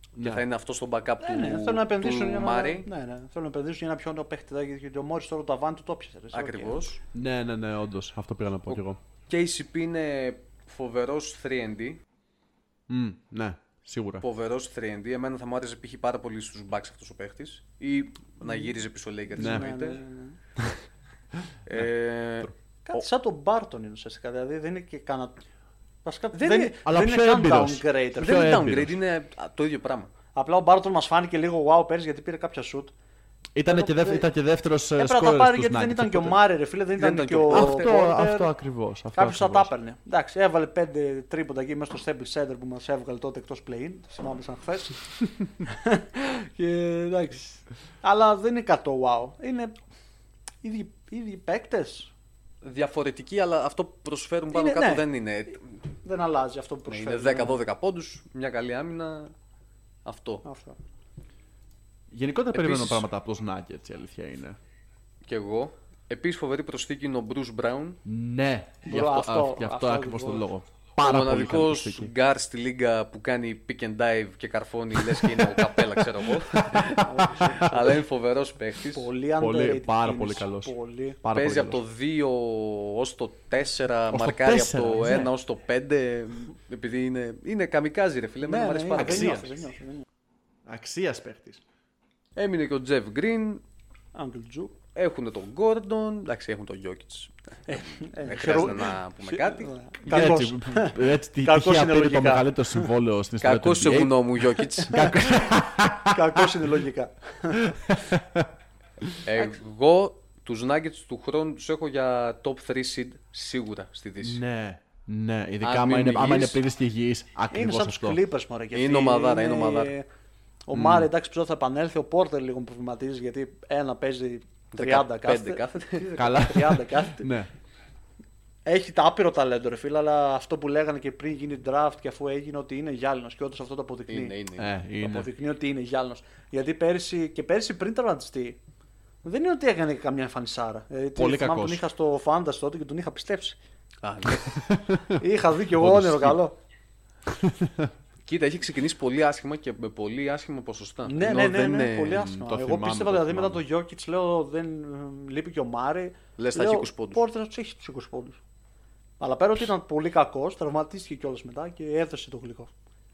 Speaker 1: και
Speaker 2: Ναι.
Speaker 1: θα είναι αυτό στο backup
Speaker 3: Ναι, ναι,
Speaker 1: του,
Speaker 3: θέλουν να επενδύσουν
Speaker 1: του
Speaker 3: για να.
Speaker 1: Murray.
Speaker 3: Ναι, ναι, θέλουν να επενδύσουν για ένα πιο νέο παίχτη. δηλαδή, Γιατί ο Μόρι τώρα το ταβάνι του το πιασε. ρε, εσύ, οκ.
Speaker 1: Ακριβώς.
Speaker 2: Ναι, ναι, ναι, όντως. Αυτό πήγα να πω κι εγώ.
Speaker 1: KCP είναι φοβερός 3D,
Speaker 2: Μμ, ναι, σίγουρα.
Speaker 1: Φοβερός 3D. Εμένα θα μου άρεσε π.χ. πάρα πολύ στους Bucks αυτός ο παίχτης. Ή να γύριζε πίσω Lakers
Speaker 2: Ναι.
Speaker 3: Ναι,
Speaker 1: εννοείται.
Speaker 3: ναι, ναι, ναι.
Speaker 1: Ε,
Speaker 3: Κάτι σαν τον Μπάρτον είναι ουσιαστικά. Δηλαδή δεν είναι και κανένα. Βασικά δεν,
Speaker 1: είναι-
Speaker 3: είναι,
Speaker 2: αλλά
Speaker 3: δεν είναι
Speaker 2: πιο
Speaker 3: καν
Speaker 2: έμπειρος.
Speaker 3: downgrade. ρε.
Speaker 1: δεν είναι downgrade,
Speaker 2: έμπειρος.
Speaker 1: είναι α, το ίδιο πράγμα.
Speaker 3: Απλά ο Μπάρτον μας φάνηκε λίγο wow πέρσι γιατί πήρε κάποια shoot.
Speaker 2: Ήτανε και, δεύ-
Speaker 3: ε,
Speaker 2: ήταν και δεύτερος σκόρερ.
Speaker 3: Έπρεπε να τα πάρει γιατί δεν ήταν και ο Μάρε, ρε φίλε, δεν
Speaker 1: Δεν
Speaker 3: ήταν και
Speaker 1: ήταν
Speaker 3: ο.
Speaker 1: και ο-
Speaker 2: Αυτό,
Speaker 3: Porter.
Speaker 2: αυτό ακριβώς.
Speaker 3: Κάποιος θα τα έπαιρνε. Εντάξει, έβαλε πέντε τρίποντα εκεί μέσα στο Stable Center που μας έβγαλε τότε εκτός play-in. το Θυμάμαι σαν χθες. και εντάξει. Αλλά δεν είναι κάτι το wow. Είναι ίδιοι, ίδιοι παίκτες.
Speaker 1: Διαφορετική, αλλά αυτό που προσφέρουν πάνω
Speaker 3: Είναι-
Speaker 1: κάτω
Speaker 3: ναι.
Speaker 1: δεν είναι.
Speaker 3: Δεν αλλάζει αυτό που
Speaker 1: Ναι,
Speaker 3: προσφέρει.
Speaker 1: είναι 10-12 πόντους, μια καλή άμυνα. Αυτό.
Speaker 3: Αυτό.
Speaker 2: Γενικότερα περιμένω
Speaker 1: Επίσης-
Speaker 2: πράγματα από τους Nuggets, η αλήθεια είναι.
Speaker 1: Κι εγώ. Επίσης φοβερή προσθήκη είναι ο Bruce Brown.
Speaker 2: Ναι, γι'
Speaker 3: Μπρο,
Speaker 2: αυτό,
Speaker 3: αυτό-
Speaker 2: αυτό, γι αυτό
Speaker 3: αυτό
Speaker 2: ακριβώς
Speaker 3: ακριβώς.
Speaker 2: τον λόγο.
Speaker 1: ο
Speaker 2: Πάρα πολύ
Speaker 1: μοναδικό
Speaker 2: καλή προσθήκη.
Speaker 1: γκάρ στη λίγα που κάνει pick and dive και καρφώνει λες και είναι ο καπέλα, ξέρω εγώ. αλλά είναι φοβερός παίχτης.
Speaker 3: Πολύ
Speaker 2: Πολύ-
Speaker 3: underrated
Speaker 2: πάρα
Speaker 3: κίνηση,
Speaker 2: πολύ καλός.
Speaker 3: Πολύ.
Speaker 2: Πάρα
Speaker 1: Παίζει
Speaker 2: πολύ
Speaker 1: από το 2 ως το 4,
Speaker 2: το
Speaker 1: μαρκάρει από
Speaker 2: 4,
Speaker 1: το 1
Speaker 2: ναι.
Speaker 1: ως το 5, επειδή είναι, είναι καμικάζι ρε
Speaker 3: Ναι,
Speaker 1: φίλε,
Speaker 2: Ναι,
Speaker 1: εμένα μου αρέσει πάρα
Speaker 3: δεν
Speaker 1: πολύ.
Speaker 3: νιώθω, δεν νιώθω, δεν νιώθω.
Speaker 2: Αξίας παίχτης.
Speaker 1: Έμεινε και ο Τζεφ Γκριν,
Speaker 3: Uncle Drew.
Speaker 1: έχουν τον Γκόρντον, εντάξει έχουν τον Γιώκητς,
Speaker 3: Ε,
Speaker 1: δεν
Speaker 3: χειρό-
Speaker 1: χρειάζεται να πούμε κάτι.
Speaker 3: Ε, καλός.
Speaker 2: Έτσι, έτσι τι-
Speaker 3: Κακός
Speaker 2: τυχαία
Speaker 3: είναι
Speaker 2: πήρε το
Speaker 3: λογικά.
Speaker 2: μεγαλύτερο συμβόλαιο στην ιστορία του
Speaker 1: Κακός σε
Speaker 2: NBA.
Speaker 1: βουνό μου Γιώκητς.
Speaker 3: Κακός είναι λογικά.
Speaker 1: Εγώ τους Nuggets του χρόνου τους έχω για top 3 seed σίγουρα στη Δύση.
Speaker 2: Ναι, ναι. Ειδικά
Speaker 1: Αν
Speaker 2: άμα
Speaker 1: μην
Speaker 2: είναι, άμα
Speaker 1: υγιής,
Speaker 2: είναι πλήρης και υγιής,
Speaker 3: Είναι
Speaker 2: ακριβώς
Speaker 3: σαν τους
Speaker 2: αυτό.
Speaker 3: Clippers μωρέ. και
Speaker 1: Είναι
Speaker 3: αυτοί
Speaker 1: ομαδάρα, είναι ομαδάρα.
Speaker 3: Ο Μάρε εντάξει ψώ θα επανέλθει, ο Πόρτερ λίγο μου προβληματίζει γιατί ένα παίζει 30
Speaker 1: 15
Speaker 3: κάθεται.
Speaker 1: κάθεται.
Speaker 2: Καλά.
Speaker 3: 30 κάθεται.
Speaker 2: Ναι.
Speaker 3: Έχει τα άπειρο ταλέντο ρε φίλε, αλλά αυτό που λέγανε και πριν γίνει draft και αφού έγινε ότι είναι γυάλινος και όντως αυτό το αποδεικνύει.
Speaker 1: Είναι, είναι.
Speaker 2: Ε,
Speaker 3: Το
Speaker 2: είναι.
Speaker 3: αποδεικνύει ότι είναι γυάλινος. Γιατί πέρσι και πέρσι πριν τραυματιστεί, δεν είναι ότι έκανε καμιά εμφανισάρα. Δηλαδή, τι,
Speaker 2: Πολύ
Speaker 3: θυμάμαι,
Speaker 2: κακός.
Speaker 3: Τον είχα στο Fantasy τότε και τον είχα πιστέψει.
Speaker 1: Α, ναι.
Speaker 3: είχα δει και εγώ
Speaker 2: Όντως,
Speaker 3: όνειρο
Speaker 2: ισχύει.
Speaker 3: καλό.
Speaker 1: Κοίτα, έχει ξεκινήσει πολύ άσχημα και με πολύ άσχημα ποσοστά.
Speaker 3: Ναι,
Speaker 1: Ενώ
Speaker 3: ναι, ναι,
Speaker 1: δεν
Speaker 3: ναι,
Speaker 1: είναι-
Speaker 3: πολύ άσχημα.
Speaker 2: το
Speaker 3: Εγώ
Speaker 2: θυμάμαι,
Speaker 3: πίστευα
Speaker 2: το
Speaker 3: δηλαδή μετά το
Speaker 2: θυμάμαι.
Speaker 3: Γιώκητ, λέω δεν μ, λείπει και ο Μάρι.
Speaker 1: Λες, θα
Speaker 3: Λέω,
Speaker 1: έχει 20 πόντους.
Speaker 3: Ο Πόρτερ θα του έχει του 20 πόντους. Αλλά πέρα ότι ήταν πολύ κακός, τραυματίστηκε κιόλας μετά και έδωσε το γλυκό.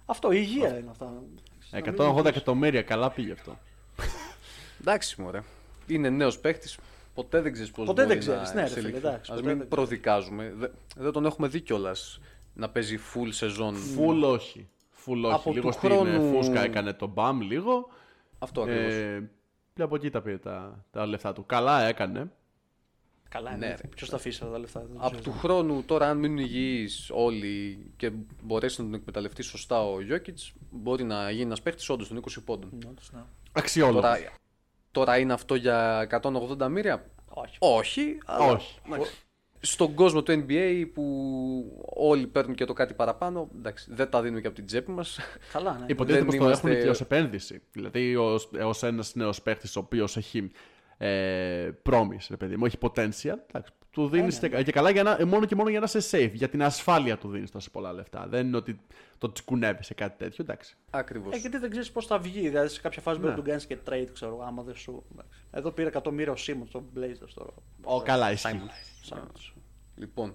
Speaker 3: Αυτό η υγεία είναι αυτά.
Speaker 2: Ε, 180 εκατομμύρια, καλά πήγε αυτό.
Speaker 1: Εντάξει, μωρέ. Είναι νέος παίχτης. Ποτέ δεν ξέρεις πώς
Speaker 3: Ποτέ
Speaker 1: μπορεί
Speaker 3: δεν ξέρεις,
Speaker 1: να
Speaker 3: ναι, ρε
Speaker 1: εξελιχθεί.
Speaker 3: φίλε, εντάξει,
Speaker 1: Ας
Speaker 3: ποτέ
Speaker 1: μην
Speaker 3: δεν
Speaker 1: προδικάζουμε. Δε- δεν τον έχουμε δει κιόλας να παίζει full σεζόν.
Speaker 2: Φουλ όχι. Ναι. Φουλ όχι.
Speaker 1: Από
Speaker 2: λίγο
Speaker 1: του
Speaker 2: στην ε,
Speaker 1: χρόνου-
Speaker 2: φούσκα έκανε τον μπαμ λίγο.
Speaker 1: Αυτό ακριβώ.
Speaker 2: Ε, πλέον από εκεί τα πήρε τα, τα λεφτά του. Καλά έκανε.
Speaker 3: Καλά,
Speaker 1: Ναι,
Speaker 3: ναι.
Speaker 1: ρε.
Speaker 3: Ποιος τα αφήσει αυτά τα λεφτά. δεν
Speaker 1: Από
Speaker 3: ξέρω.
Speaker 1: του χρόνου τώρα, αν μείνουν υγιείς όλοι και μπορέσει να τον εκμεταλλευτεί σωστά ο Γιώκητ, μπορεί να γίνει ένας παίχτης όντως των 20 πόντων.
Speaker 3: Ναι, όντως, ναι.
Speaker 2: Αξιόλογος.
Speaker 1: Τώρα, τώρα είναι αυτό για 180 μοίρια.
Speaker 3: Όχι.
Speaker 1: Όχι, αλλά
Speaker 2: Όχι.
Speaker 1: στον κόσμο του NBA που όλοι παίρνουν και το κάτι παραπάνω, εντάξει, δεν τα δίνουμε και από την τσέπη μας.
Speaker 3: Καλά, ναι.
Speaker 2: Υποτίθεται
Speaker 1: δεν
Speaker 2: πως το
Speaker 1: είμαστε-
Speaker 2: έχουν και ως επένδυση. Δηλαδή ως, ως ένας νέος παίχτης ο οποίος έχει ε, promise, ρε παιδί μου, έχει potential. Εντάξει,
Speaker 1: Ε,
Speaker 2: του δίνεις
Speaker 1: ναι,
Speaker 2: και, και καλά για να, ε, μόνο και μόνο για να είσαι safe. Για την ασφάλεια του δίνεις τόσο πολλά λεφτά. Δεν είναι ότι το τσικουνεύεις σε κάτι τέτοιο. Εντάξει.
Speaker 1: Ακριβώς.
Speaker 3: Ε, γιατί δεν ξέρεις πώς θα βγει. Δηλαδή σε κάποια φάση μπορεί να
Speaker 2: Ναι.
Speaker 3: τον κάνεις και trade, ξέρω εγώ, άμα δεν σου. εντάξει. Εδώ πήρε εκατομμύρια ο Σίμον στον Blazers τώρα.
Speaker 2: Ο, καλά ισχύει.
Speaker 3: Σάιμονς.
Speaker 1: Λοιπόν,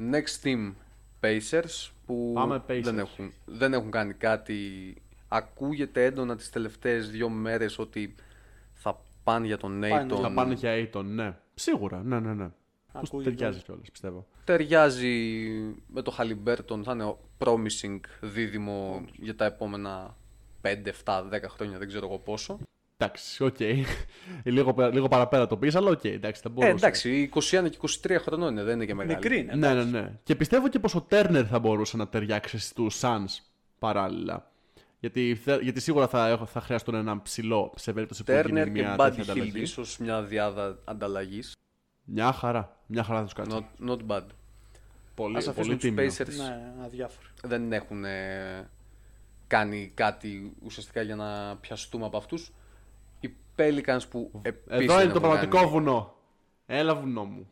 Speaker 1: next team Pacers που
Speaker 2: Πάμε Pacers.
Speaker 1: Δεν, έχουν, δεν έχουν κάνει κάτι. Ακούγεται έντονα τις τελευταίες δύο μέρες ότι θα πάνε για τον
Speaker 3: Πάνε.
Speaker 1: Νέιτον.
Speaker 2: Θα πάνε για Aiton, ναι. Σίγουρα, ναι, ναι, ναι. Μου
Speaker 3: Ακούγεται.
Speaker 2: ταιριάζει κιόλας, πιστεύω.
Speaker 1: Ταιριάζει με το Χαλιμπέρτον, θα είναι ο promising δίδυμο για τα επόμενα 5, 7, 10 χρόνια, δεν ξέρω εγώ πόσο.
Speaker 2: Εντάξει, οκ. λίγο, πα- λίγο παραπέρα το πεις, αλλά οκ. εντάξει, θα
Speaker 1: Ε,
Speaker 2: μπορούσε.
Speaker 1: εντάξει, 21 και 23 χρονών είναι, δεν είναι και μεγάλη.
Speaker 3: Μικρή είναι.
Speaker 2: Ναι, ναι, ναι. Και πιστεύω και πως ο Τέρνερ θα μπορούσε να ταιριάξει στους Suns παράλληλα. Γιατί, θε- γιατί σίγουρα θα, έχω- θα χρειαστούν έναν ψηλό σε περίπτωση που γίνει
Speaker 1: Τέρνερ και
Speaker 2: μια
Speaker 1: Buddy
Speaker 2: τέτοια
Speaker 1: Hill,
Speaker 2: ανταλλαγή.
Speaker 1: ίσως μια διάδα ανταλλαγής.
Speaker 2: Μια χαρά. Μια χαρά θα τους κάτσει.
Speaker 1: Not, not bad.
Speaker 2: πολύ,
Speaker 1: Ας αφήσουμε
Speaker 2: πολύ
Speaker 1: τους
Speaker 2: τίμιο.
Speaker 1: Pacers,
Speaker 3: Ναι, αδιάφορο.
Speaker 1: δεν έχουν ε, κάνει κάτι ουσιαστικά για να πιαστούμε από αυτούς. Οι Pelicans που επίσης
Speaker 2: Εδώ είναι
Speaker 1: έχουν
Speaker 2: το πραγματικό
Speaker 1: κάνει-
Speaker 2: βουνό. Έλα βουνό μου.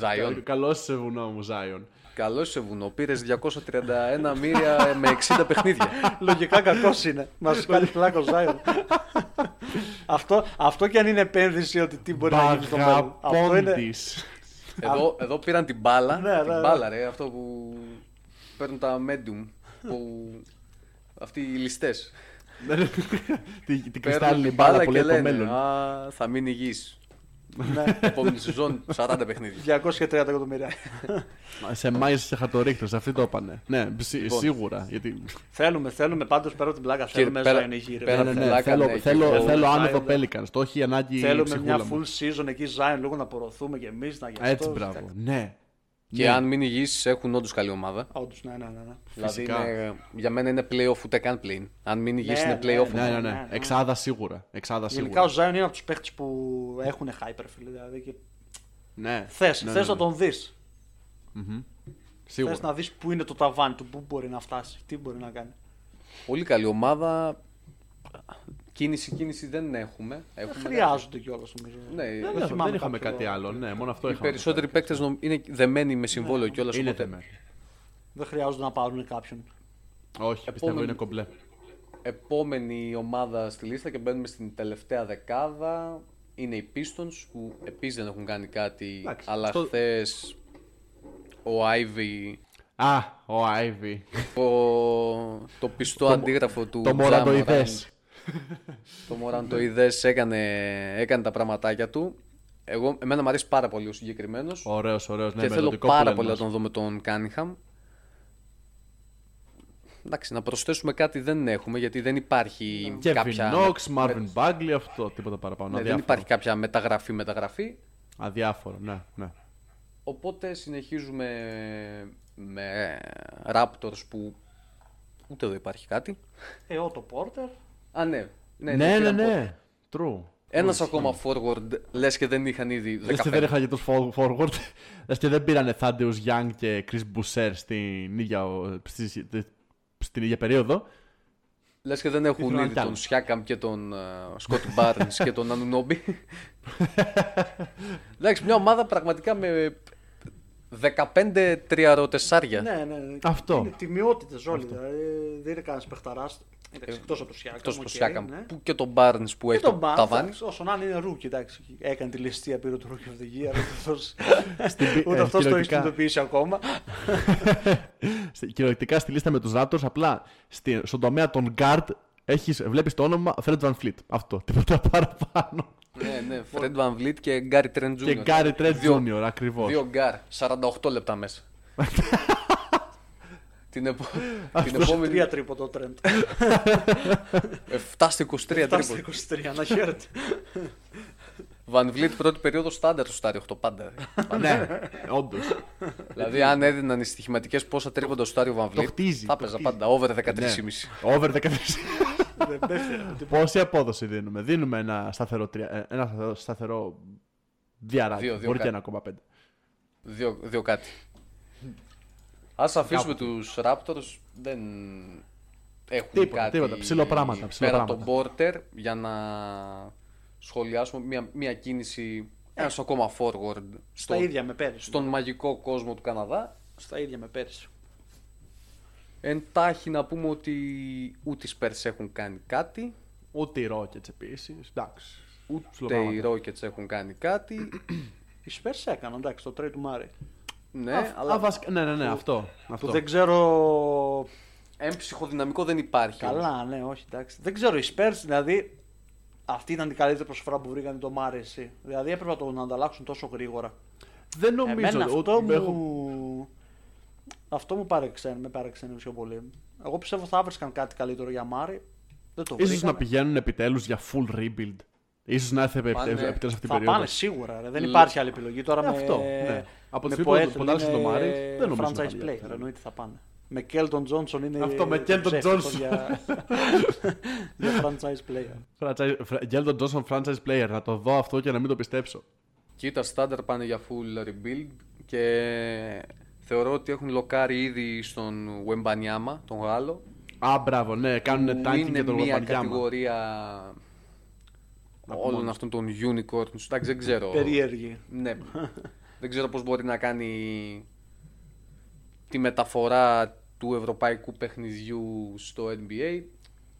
Speaker 1: Zion.
Speaker 2: Καλώ σε βουνό μου, Ζάιον.
Speaker 1: Καλό σε βουνό. Πήρε 231 μοίρια με 60 παιχνίδια.
Speaker 3: Λογικά κακός είναι. Μας κάνει πλάκος Ζάιον. αυτό, αυτό και αν είναι επένδυση ότι τι μπορεί να γίνει στο μέλλον. Αυτό είναι.
Speaker 2: Μπαγαπώντης.
Speaker 1: εδώ, εδώ πήραν την μπάλα.
Speaker 3: Ναι,
Speaker 1: την
Speaker 3: ναι, ναι.
Speaker 1: μπάλα, ρε. Αυτό που παίρνουν τα medium. Που... Αυτοί οι ληστές.
Speaker 2: Την την κρυστάλλινη μπάλα πολύ από το μέλλον.
Speaker 1: Α, θα μείνει υγιής.
Speaker 3: ναι,
Speaker 1: Επόμενη σεζόν 40 παιχνίδια.
Speaker 3: 230 εκατομμύρια.
Speaker 2: Σε μάιζε σε χατορίχτες, αυτοί το έπανε. Ναι, σι- σίγουρα. Γιατί
Speaker 3: θέλουμε, θέλουμε πάντως πέρα από την πλάκα.
Speaker 1: Κύριε,
Speaker 3: Θέλουμε
Speaker 1: πέρα-
Speaker 3: Ζάιον εκεί. ρε.
Speaker 1: πέρα-
Speaker 2: ναι, ναι,
Speaker 1: φυλάκα,
Speaker 2: θέλω,
Speaker 1: ναι, και
Speaker 2: θέλω,
Speaker 1: εγώ,
Speaker 2: θέλω
Speaker 3: Zion,
Speaker 2: άνοδο
Speaker 3: δεν-
Speaker 2: Pelicans. Το έχει ανάγκη η
Speaker 3: Θέλουμε
Speaker 2: ψυχούλα
Speaker 3: μια
Speaker 2: μου.
Speaker 3: full season εκεί Ζάιον λίγο να πορωθούμε κι εμείς να γι' αυτό.
Speaker 2: Έτσι, μπράβο. Ναι.
Speaker 1: Και αν μείνει υγιής έχουν όντως καλή ομάδα.
Speaker 3: Όντως, ναι, ναι, ναι. ναι.
Speaker 2: Φυσικά.
Speaker 1: Δηλαδή είναι, για μένα είναι playoff ούτε καν play. Αν μείνει υγιής
Speaker 3: Ναι,
Speaker 1: είναι
Speaker 3: ναι,
Speaker 1: playoff.
Speaker 2: Ναι, ναι,
Speaker 3: Ναι,
Speaker 2: ναι.
Speaker 3: ναι.
Speaker 2: Εξάδα σίγουρα. Εξάδα
Speaker 3: Γενικά
Speaker 2: σίγουρα.
Speaker 3: ο Ζάιον είναι από τους παίχτε που έχουν hyper, φίλε. Δηλαδή, και...
Speaker 2: Ναι.
Speaker 3: Θες,
Speaker 2: Ναι,
Speaker 3: θες
Speaker 2: ναι,
Speaker 3: να τον δεις.
Speaker 2: Σίγουρα.
Speaker 3: Θες να δεις πού είναι το ταβάνι του, πού μπορεί να φτάσει, τι μπορεί να κάνει.
Speaker 1: Πολύ καλή ομάδα. Κίνηση, κίνηση δεν έχουμε.
Speaker 3: Δεν
Speaker 1: έχουμε
Speaker 3: χρειάζονται κιόλας νομίζω.
Speaker 1: Ναι,
Speaker 3: δεν,
Speaker 2: Δεν,
Speaker 3: θυμάμαι
Speaker 2: δεν είχαμε
Speaker 3: κάποιο-
Speaker 2: κάτι άλλο. Ναι, μόνο αυτό
Speaker 1: Οι
Speaker 2: είχαμε.
Speaker 1: περισσότεροι παίκτε είναι δεμένοι με συμβόλαιο κιόλας.
Speaker 2: είναι θέμα.
Speaker 3: Δεν χρειάζονται να πάρουν κάποιον.
Speaker 2: Όχι, πιστεύω είναι κομπλέ.
Speaker 1: Επόμενη ομάδα στη λίστα και μπαίνουμε στην τελευταία δεκάδα είναι οι Pistons που επίσης δεν έχουν κάνει κάτι.
Speaker 2: Εντάξει,
Speaker 1: αλλά
Speaker 2: αυτό-
Speaker 1: χθες ο Ivy,
Speaker 2: Α, ο Άιβι.
Speaker 1: ο... το πιστό αντίγραφο του
Speaker 2: Το
Speaker 1: Ja
Speaker 2: μοραντοειδέ.
Speaker 1: Morant, Το Μωραντοειδέ έκανε, έκανε τα πραγματάκια του. Εγώ, εμένα μου αρέσει πάρα πολύ ο συγκεκριμένος.
Speaker 2: Ωραίος, ωραίος. Ναι,
Speaker 1: και θέλω
Speaker 2: μελλοντικό
Speaker 1: πάρα
Speaker 2: πλέον
Speaker 1: πολύ να
Speaker 2: μας.
Speaker 1: τον δω με τον Κάνιχαμ. Εντάξει, να προσθέσουμε κάτι δεν έχουμε γιατί δεν υπάρχει κάποια.
Speaker 2: Kevin Knox, Marvin Bagley, αυτό. Τίποτα παραπάνω.
Speaker 1: ναι, δεν
Speaker 2: αδιάφορο.
Speaker 1: υπάρχει κάποια μεταγραφή μεταγραφή.
Speaker 2: Αδιάφορο, ναι, ναι.
Speaker 1: Οπότε συνεχίζουμε με Raptors που ούτε εδώ υπάρχει κάτι.
Speaker 3: Ε, ο το Πόρτερ.
Speaker 1: Α, ναι. Ναι,
Speaker 2: Ναι, ναι,
Speaker 1: πήραν πο-
Speaker 2: ναι. True.
Speaker 1: Ένας ακόμα forward, λες και δεν είχαν ήδη 15.
Speaker 2: Λες και δεν είχαν και τους for- forward. Λες και δεν πήρανε Thaddeus Young και Chris Boucher στην ίδια, ο- στις- στην ίδια περίοδο.
Speaker 1: Λες και δεν έχουν
Speaker 2: να
Speaker 1: ήδη
Speaker 2: κάνουν.
Speaker 1: τον Σιάκαμ και τον ε, Σκοτ Μπάρν και τον Ανουνόμπι. Εντάξει, μια ομάδα πραγματικά με 15 τριαροτεσάρια.
Speaker 3: Ναι, ναι, ναι.
Speaker 2: Αυτό.
Speaker 3: Είναι τιμιότητες όλοι. Δηλαδή, δεν είναι κανένας παιχταράς. Εκτός από το Σιάκαμ.
Speaker 1: Εκτός από
Speaker 3: οκ,
Speaker 1: το Σιάκαμ
Speaker 3: ναι.
Speaker 1: που και τον Barnes που
Speaker 3: Και
Speaker 1: έχει
Speaker 3: τον
Speaker 1: το
Speaker 3: Μπάρν.
Speaker 1: ταβάνι.
Speaker 3: εντάξει, Όσο να είναι, είναι ρούκι, εντάξει. Έκανε τη ληστεία, πήρε το ρούκι of the year. ούτε αυτός- Ούτε
Speaker 2: ε,
Speaker 3: αυτός το έχει
Speaker 2: κυριολεκτικά.
Speaker 3: συνειδητοποιήσει ακόμα.
Speaker 2: Στη- Κυριολεκτικά στη λίστα με τους Raptors, απλά στη, στον τομέα των guard έχεις, βλέπεις το όνομα Fred Van Fleet. Αυτό, τίποτα παραπάνω.
Speaker 1: Ναι, ναι, Φρέντ Βαν Βλίτ και Γκάρι Τρεντ
Speaker 2: και Gary Trent Jr. ακριβώς.
Speaker 1: Δύο γκάρ, 48 λεπτά μέσα. την, επο... την επόμενη.
Speaker 3: Τρία τρίποντο το τρέντ.
Speaker 1: 7 στα 23
Speaker 3: Φτάσει
Speaker 1: τρίποτα.
Speaker 3: 23, να χαίρετε.
Speaker 1: Βαν Βλίτ πρώτη περίοδος στάνταρ στο στάρι 8 πάντα.
Speaker 2: ναι, όντως.
Speaker 1: Δηλαδή, αν έδιναν οι στοιχηματικές πόσα τρίποντα στο Άριο Βαμβλίτ,
Speaker 2: Το χτίζει,
Speaker 1: θα
Speaker 2: το
Speaker 1: έπαιζα
Speaker 2: χτίζει.
Speaker 1: πάντα over 13,5.
Speaker 2: ναι. Over 13.
Speaker 3: Δεν πέφτει.
Speaker 2: Πόση απόδοση δίνουμε. Δίνουμε ένα σταθερό, τρία- ε, ένα σταθερό, σταθερό διαράκι.
Speaker 1: Δύο, δύο
Speaker 2: Μπορεί και
Speaker 1: κάτι.
Speaker 2: ένα ακόμα πέντε.
Speaker 1: Δύο, δύο κάτι. Ας αφήσουμε τους Raptors. Δεν έχουν
Speaker 2: Τίποτα,
Speaker 1: κάτι.
Speaker 2: τίποτα. Ψιλοπράγματα,
Speaker 1: Πέρα
Speaker 2: ψιλοπράγματα.
Speaker 1: από τον Porter για να σχολιάσουμε μια, μια κίνηση.
Speaker 2: Ε.
Speaker 1: Ένας ακόμα forward
Speaker 3: Στα
Speaker 1: στον,
Speaker 3: ίδια με πέρυσι.
Speaker 1: στον μαγικό κόσμο του Καναδά.
Speaker 3: Στα ίδια με πέρυσι.
Speaker 1: Εντάχει να πούμε ότι ούτε οι Spurs έχουν κάνει κάτι.
Speaker 2: Ούτε οι Rockets επίσης. Εντάξει.
Speaker 1: Ούτε
Speaker 2: Ψιλοπράγματα.
Speaker 1: οι Rockets έχουν κάνει κάτι.
Speaker 3: Οι Spurs έκαναν, εντάξει, το trade του Μάρι.
Speaker 1: ναι,
Speaker 2: Α,
Speaker 1: αλλά
Speaker 2: α, βασικά- ναι, ναι, ναι, αυτό. αυτό.
Speaker 3: Που δεν ξέρω.
Speaker 1: Έμψυχο δυναμικό δεν υπάρχει. όμως.
Speaker 3: Καλά, ναι, όχι, εντάξει. Δεν ξέρω, οι Spurs δηλαδή. Αυτή ήταν η καλύτερη προσφορά που βρήκαν το Μάρι, εσύ. Δηλαδή έπρεπε να τον ανταλλάξουν τόσο γρήγορα.
Speaker 2: Δεν νομίζω
Speaker 3: Εμένα
Speaker 2: ότι
Speaker 3: αυτό μου.
Speaker 2: έχω-
Speaker 3: Αυτό μου παρεξένει, με παρεξένει πιο πολύ. Εγώ πιστεύω θα βρίσκαν κάτι καλύτερο για Μάρι. Δεν το
Speaker 2: Ίσως να
Speaker 3: βρήκαμε.
Speaker 2: πηγαίνουν επιτέλους για full rebuild. Ίσως να έρθει επι-
Speaker 1: Πάνε-
Speaker 2: επιτέλους αυτή την
Speaker 3: Θα
Speaker 2: περίοδο.
Speaker 3: πάνε σίγουρα. Ρε. Δεν υπάρχει άλλη επιλογή. Τώρα
Speaker 2: Ε,
Speaker 3: με
Speaker 2: αυτό, ναι. Από τη
Speaker 3: με
Speaker 2: στιγμή που
Speaker 3: Poeltl
Speaker 2: ποντάρεις
Speaker 3: είναι
Speaker 2: στο Μάρις, δεν νομίζω να
Speaker 3: Franchise
Speaker 2: θα βγει.
Speaker 3: player, εννοείται θα πάνε. Με Κέλτον Τζόνσον είναι.
Speaker 2: Αυτό, με
Speaker 3: το
Speaker 2: Kelton
Speaker 3: ψεύτικο
Speaker 2: Johnson.
Speaker 3: Για... για franchise player.
Speaker 2: Γκέλτον Τζόνσον franchise player, να το δω αυτό και να μην το πιστέψω.
Speaker 1: Κοίτα, στάνταρ πάνε για full rebuild και θεωρώ ότι έχουν λοκάρει ήδη στον Wembanyama, τον Γάλλο.
Speaker 2: Α, μπράβο, ναι,
Speaker 1: που
Speaker 2: κάνουν tanking
Speaker 1: είναι
Speaker 2: για τον
Speaker 1: μια
Speaker 2: Γουαπαριάμα.
Speaker 1: κατηγορία όλων αυτών των unicorns. Εντάξει, δεν ξέρω.
Speaker 3: Περίεργη.
Speaker 1: Ναι. δεν ξέρω πώς μπορεί να κάνει τη μεταφορά του ευρωπαϊκού παιχνιδιού στο NBA.